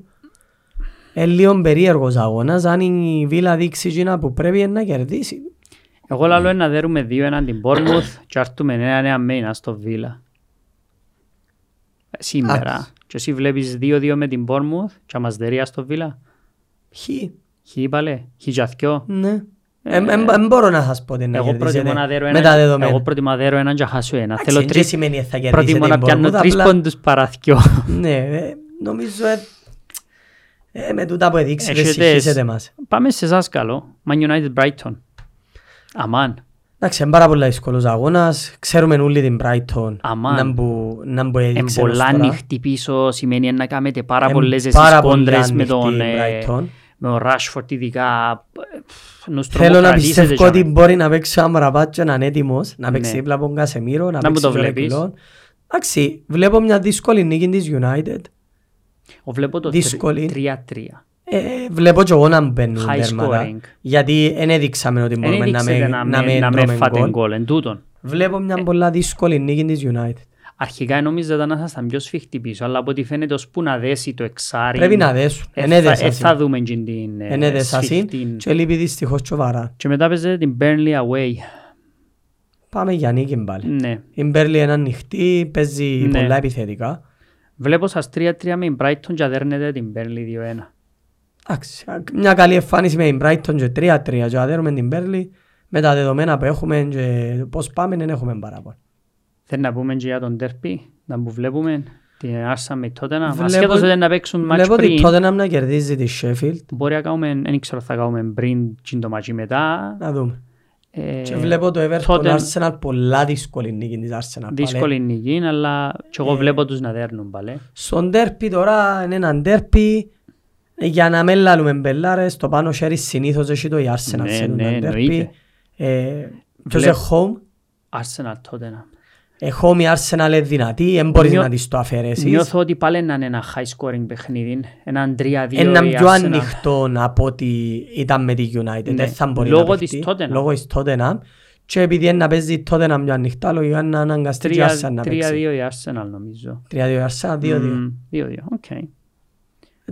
Speaker 3: Είναι λίγο περίεργος αγώνας, αν η Βίλα δείξει εκείνα που πρέπει να κερδίσει.
Speaker 2: Εγώ λαλώ ένα δέρουμε δύο έναν την Bournemouth και αρτούμε ένα νέα μένα στο Villa. Ε, Σήμερα.
Speaker 3: Άξι.
Speaker 2: Και εσύ βλέπεις 2-2 με την Bournemouth και μας δερεί στο Villa.
Speaker 3: Χ,
Speaker 2: Χι είπαλε, χι για θκυο.
Speaker 3: ναι. Εμ- εμ- εμ μπορώ να σας πω ότι να
Speaker 2: Ε, Εγώ προτιμώ να δέρω
Speaker 3: κερδίσετε με τα
Speaker 2: έναν, εγώ
Speaker 3: δεδομένα.
Speaker 2: προτιμώ να δέρω έναν και να χάσω ένα.
Speaker 3: Εντάξει,
Speaker 2: Θέλω
Speaker 3: δεν
Speaker 2: τρεις,
Speaker 3: σημαίνει ότι θα
Speaker 2: προτιμώ
Speaker 3: κερδίσετε
Speaker 2: να
Speaker 3: την
Speaker 2: πιάνω
Speaker 3: Bournemouth,
Speaker 2: τρεις
Speaker 3: απλά-
Speaker 2: πόντους παρά θκυο.
Speaker 3: Ναι, ε, νομίζω ε, ε, με τούτα που έδειξες δεν
Speaker 2: Έχετε-
Speaker 3: συγχύσετε μας.
Speaker 2: Πάμε σε εσάς καλό. Man United Brighton. Αμάν.
Speaker 3: Εντάξει, είναι πάρα πολύ δύσκολος αγώνας. Ξέρουμε όλοι την Brighton
Speaker 2: Αμάν.
Speaker 3: να μπου- να μπου
Speaker 2: Εν
Speaker 3: έδειξε
Speaker 2: Ε, πολλά
Speaker 3: ως τώρα.
Speaker 2: ανοιχτή πίσω σημαίνει να κάνετε πάρα
Speaker 3: Εν
Speaker 2: πολλές εσείς
Speaker 3: πάρα πολύ
Speaker 2: κόντρες με
Speaker 3: ανοιχτή
Speaker 2: τον...
Speaker 3: η
Speaker 2: ε,
Speaker 3: Brighton.
Speaker 2: με ο Rashford ειδικά Ε, νους
Speaker 3: Θέλω να
Speaker 2: τρομοκρατήσετε
Speaker 3: πιστεύω
Speaker 2: για
Speaker 3: ότι
Speaker 2: μένα.
Speaker 3: μπορεί να παίξει ο Αμραμπάτ και να είναι έτοιμος, να παίξει
Speaker 2: Ναι.
Speaker 3: δίπλα από τον Κασεμίρο, να
Speaker 2: Να μου
Speaker 3: παίξει
Speaker 2: το
Speaker 3: δίπλα από τον
Speaker 2: βλέπεις.
Speaker 3: Κλον. Εντάξει, βλέπω μια δύσκολη νίκη της United.
Speaker 2: Ο Βλέπω το
Speaker 3: δύσκολη.
Speaker 2: 3-3.
Speaker 3: Ε, βλέπω και εγώ να μπαίνουν
Speaker 2: High
Speaker 3: τέρματα.
Speaker 2: scoring.
Speaker 3: Γιατί δεν έδειξαμε ότι
Speaker 2: Εν
Speaker 3: μπορούμε να
Speaker 2: έδειξετε
Speaker 3: με,
Speaker 2: Ε, να
Speaker 3: να
Speaker 2: με-
Speaker 3: με
Speaker 2: να με
Speaker 3: τρώμε
Speaker 2: φάτε
Speaker 3: γκολ.
Speaker 2: γκολ. Εν τούτον.
Speaker 3: Βλέπω
Speaker 2: Ε,
Speaker 3: μια πολλά δύσκολη νίκη της United.
Speaker 2: Αρχικά νόμιζα ότι θα ήταν πιο σφιχτή πίσω, αλλά από ό,τι φαίνεται ως που να δέσει το εξάρι...
Speaker 3: Πρέπει να δέσουν.
Speaker 2: ε,
Speaker 3: Εν
Speaker 2: θα- ε,
Speaker 3: έδεσασαν.
Speaker 2: Θα δούμε τζιν την ε,
Speaker 3: Εν έδεσασαν
Speaker 2: σφιχτή.
Speaker 3: και λείπει δυστυχώς και ο Βαράν.
Speaker 2: Και μετά παίζετε την Burnley away.
Speaker 3: Πάμε για νίκη πάλι.
Speaker 2: Ναι.
Speaker 3: Η Μπέρλι είναι ανοιχτή, παίζει
Speaker 2: Ναι.
Speaker 3: πολλά επιθετικά.
Speaker 2: Βλέπω σας 3-3 με την Brighton και αδέρνετε την Burnley 2-1.
Speaker 3: Εντάξει, μια καλή εμφάνιση με την Brighton και 3-3 και αδέρουμε την Μπέρλι. Με τα δεδομένα που έχουμε και πώς πάμε δεν έχουμε παράπονο.
Speaker 2: Θέλω να πούμε και για τον Derby, να που βλέπουμε την Άρσα με τότε να
Speaker 3: Βλέπω-
Speaker 2: μας σχέτωσε να παίξουν μάτς
Speaker 3: Βλέπω ότι
Speaker 2: πριν.
Speaker 3: τότε να κερδίζει τη Sheffield.
Speaker 2: Μπορεί να κάνουμε, δεν ξέρω αν θα κάνουμε πριν τζιν το μάτσι μετά.
Speaker 3: Να δούμε.
Speaker 2: Ε,
Speaker 3: Και βλέπω το Everton
Speaker 2: τότε-
Speaker 3: Arsenal πολλά δύσκολη νίκη της Arsenal.
Speaker 2: Δύσκολη νική, αλλά και
Speaker 3: Ε.
Speaker 2: εγώ βλέπω τους να δέρνουν πάλι.
Speaker 3: Στον τέρπι τώρα είναι έναν τέρπι ε, για να μην λάλλουμε μπελάρες το πάνω χέρι συνήθως έχει το η Arsenal
Speaker 2: Ναι,
Speaker 3: σε έναν
Speaker 2: ναι,
Speaker 3: τέρπι
Speaker 2: εννοείται.
Speaker 3: ε, ποιος
Speaker 2: Βλέπ-
Speaker 3: είναι home
Speaker 2: Arsenal τότε.
Speaker 3: ε, home η Arsenal είναι δυνατή δεν μπορείς
Speaker 2: Νιώ-
Speaker 3: να της το αφαιρέσεις
Speaker 2: Νιώθω ότι πάλι να είναι ένα high scoring παιχνίδι. Έναν 3-2 η
Speaker 3: έναν πιο
Speaker 2: Arsenal.
Speaker 3: ανοιχτό από ότι ήταν με τη United
Speaker 2: Ναι.
Speaker 3: δεν θα μπορεί
Speaker 2: Λόγω
Speaker 3: να
Speaker 2: της
Speaker 3: παιχτεί
Speaker 2: Tottenham.
Speaker 3: λόγω της Tottenham και επειδή είναι να παίζει η Tottenham πιο ανοιχτά λογικά να αναγκαστεί και η Arsenal να
Speaker 2: 3-2
Speaker 3: παίξει
Speaker 2: η Arsenal νομίζω.
Speaker 3: 3-2 η Arsenal 2-2
Speaker 2: Μμμ, 2-2, οκ.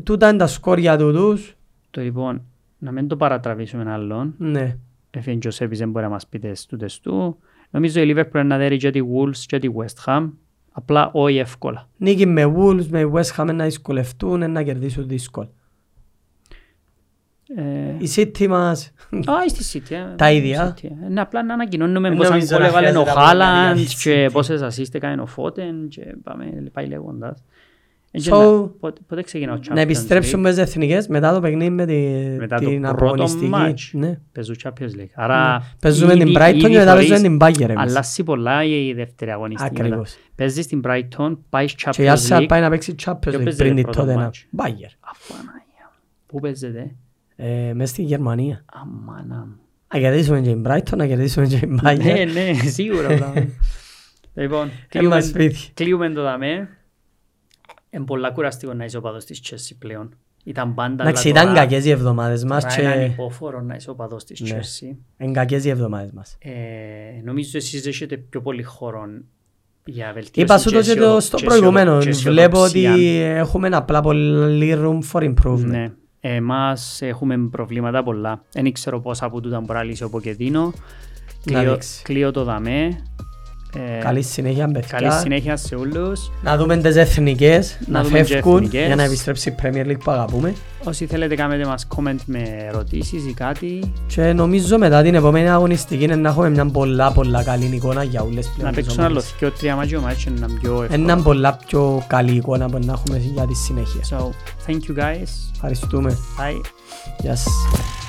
Speaker 3: τούτα είναι τα σκόρια του τους
Speaker 2: Το λοιπόν, να μην το παρατραβήσουμε άλλον.
Speaker 3: ναι
Speaker 2: Έφυγε ο Τζοσέπης, δεν μπορεί να μας πείτε στούτες του. Νομίζω η Liverpool πρέπει να δέρει και τη Wolves και τη West Ham. Απλά όχι εύκολα.
Speaker 3: Νίκη με Wolves, με West Ham να δυσκολευτούν, να κερδίσουν δύσκολα.
Speaker 2: Ε,
Speaker 3: Η City μας,
Speaker 2: Α, στη City. ε.
Speaker 3: Τα ίδια.
Speaker 2: City, ε. Ναι, απλά να ανακοινώνουμε
Speaker 3: Δεν
Speaker 2: πόσα
Speaker 3: νομίζω
Speaker 2: γκολ
Speaker 3: να
Speaker 2: έβαλε ο
Speaker 3: χρειάζεται να πούμε
Speaker 2: Χάλαντ
Speaker 3: κάτι για τη
Speaker 2: και
Speaker 3: City.
Speaker 2: πόσες ασίστε έκανε ο Φώτεν και πάμε, πάει λέγοντας. Ε, και
Speaker 3: So,
Speaker 2: να- πότε- Πότε ξεκινά ο Champions
Speaker 3: να επιστρέψουν
Speaker 2: League.
Speaker 3: με τις εθνικές μετά το παιχνίδι με τη-
Speaker 2: Μετά το
Speaker 3: την
Speaker 2: πρώτο
Speaker 3: αγωνιστική.
Speaker 2: match.
Speaker 3: Ναι.
Speaker 2: Παίζουν Champions League. Άρα
Speaker 3: Παίζουμε
Speaker 2: ήδη-
Speaker 3: την Brighton
Speaker 2: ήδη
Speaker 3: και μετά
Speaker 2: θωρείς,
Speaker 3: παίζουμε την Bayern εμείς.
Speaker 2: Αλλάζει πολλά η δεύτερη αγωνιστική. μετά.
Speaker 3: Ακριβώς.
Speaker 2: Παίζεις την Brighton, πάει
Speaker 3: Και η
Speaker 2: Champions
Speaker 3: Arsenal
Speaker 2: League.
Speaker 3: πάει να παίξει Champions
Speaker 2: Ποιο
Speaker 3: League
Speaker 2: παίζει
Speaker 3: πριν
Speaker 2: το
Speaker 3: την
Speaker 2: πρώτο
Speaker 3: Tottenham.
Speaker 2: match?
Speaker 3: Bayern.
Speaker 2: Απαναγία. Πού παίζετε.
Speaker 3: Ε, Μες στη Γερμανία.
Speaker 2: Αμάνα μου.
Speaker 3: Να κερδίσουμε και την Brighton, να κερδίσουμε και την
Speaker 2: Ναι,
Speaker 3: Bayern.
Speaker 2: ναι, σίγουρα. πράγμα. Λοιπόν,
Speaker 3: Εν μας
Speaker 2: κλείουμε-
Speaker 3: σπίτι.
Speaker 2: κλείουμε το δαμέ. Είναι πολλά κουραστικό να είσαι οπαδός της Chelsea πλέον. Ήταν πάντα, αλλά
Speaker 3: Εντάξει, ήταν
Speaker 2: τώρα-
Speaker 3: κακές οι εβδομάδες μας
Speaker 2: τώρα είναι
Speaker 3: και...
Speaker 2: ανυπόφορο να είσαι οπαδός της
Speaker 3: Ναι.
Speaker 2: Chelsea.
Speaker 3: Είναι κακές οι εβδομάδες μας.
Speaker 2: Ε, νομίζω εσείς έχετε πιο πολύ χώρο για βελτίωση.
Speaker 3: Είπα σου
Speaker 2: και
Speaker 3: το και το-
Speaker 2: αισιοδο-
Speaker 3: στο
Speaker 2: και
Speaker 3: προηγούμενο.
Speaker 2: αισιοδο- και
Speaker 3: Βλέπω ότι
Speaker 2: αισιοδοξία.
Speaker 3: έχουμε απλά πολύ room for improvement.
Speaker 2: Ναι. Εμάς έχουμε προβλήματα πολλά. Δεν ξέρω πόσα από τούτα μπορεί να λύσει ο Ποκετίνο.
Speaker 3: Να
Speaker 2: Κλείω,
Speaker 3: λήξει.
Speaker 2: κλείω το δαμέ. Ε,
Speaker 3: Καλή συνέχεια,
Speaker 2: καλή
Speaker 3: παιδιά.
Speaker 2: συνέχεια σε όλους.
Speaker 3: Να δούμε τις εθνικές, να,
Speaker 2: Να δούμε τις
Speaker 3: φεύγουν
Speaker 2: εθνικές.
Speaker 3: για να επιστρέψει η Premier League που αγαπούμε.
Speaker 2: Όσοι θέλετε κάνετε μας comment με ερωτήσεις ή κάτι.
Speaker 3: Και νομίζω μετά την επόμενη αγωνιστική είναι να έχουμε μια πολλά πολλά καλή εικόνα για όλες πλέον τις
Speaker 2: Να παίξουν άλλος
Speaker 3: ομάδες.
Speaker 2: δυο τρία μάτια ο μάτια να είναι πιο εύκολο.
Speaker 3: Έναν πολλά πιο καλή εικόνα που να έχουμε για τη συνέχεια.
Speaker 2: So, thank you guys.
Speaker 3: Ευχαριστούμε.
Speaker 2: Bye.
Speaker 3: Γεια σας.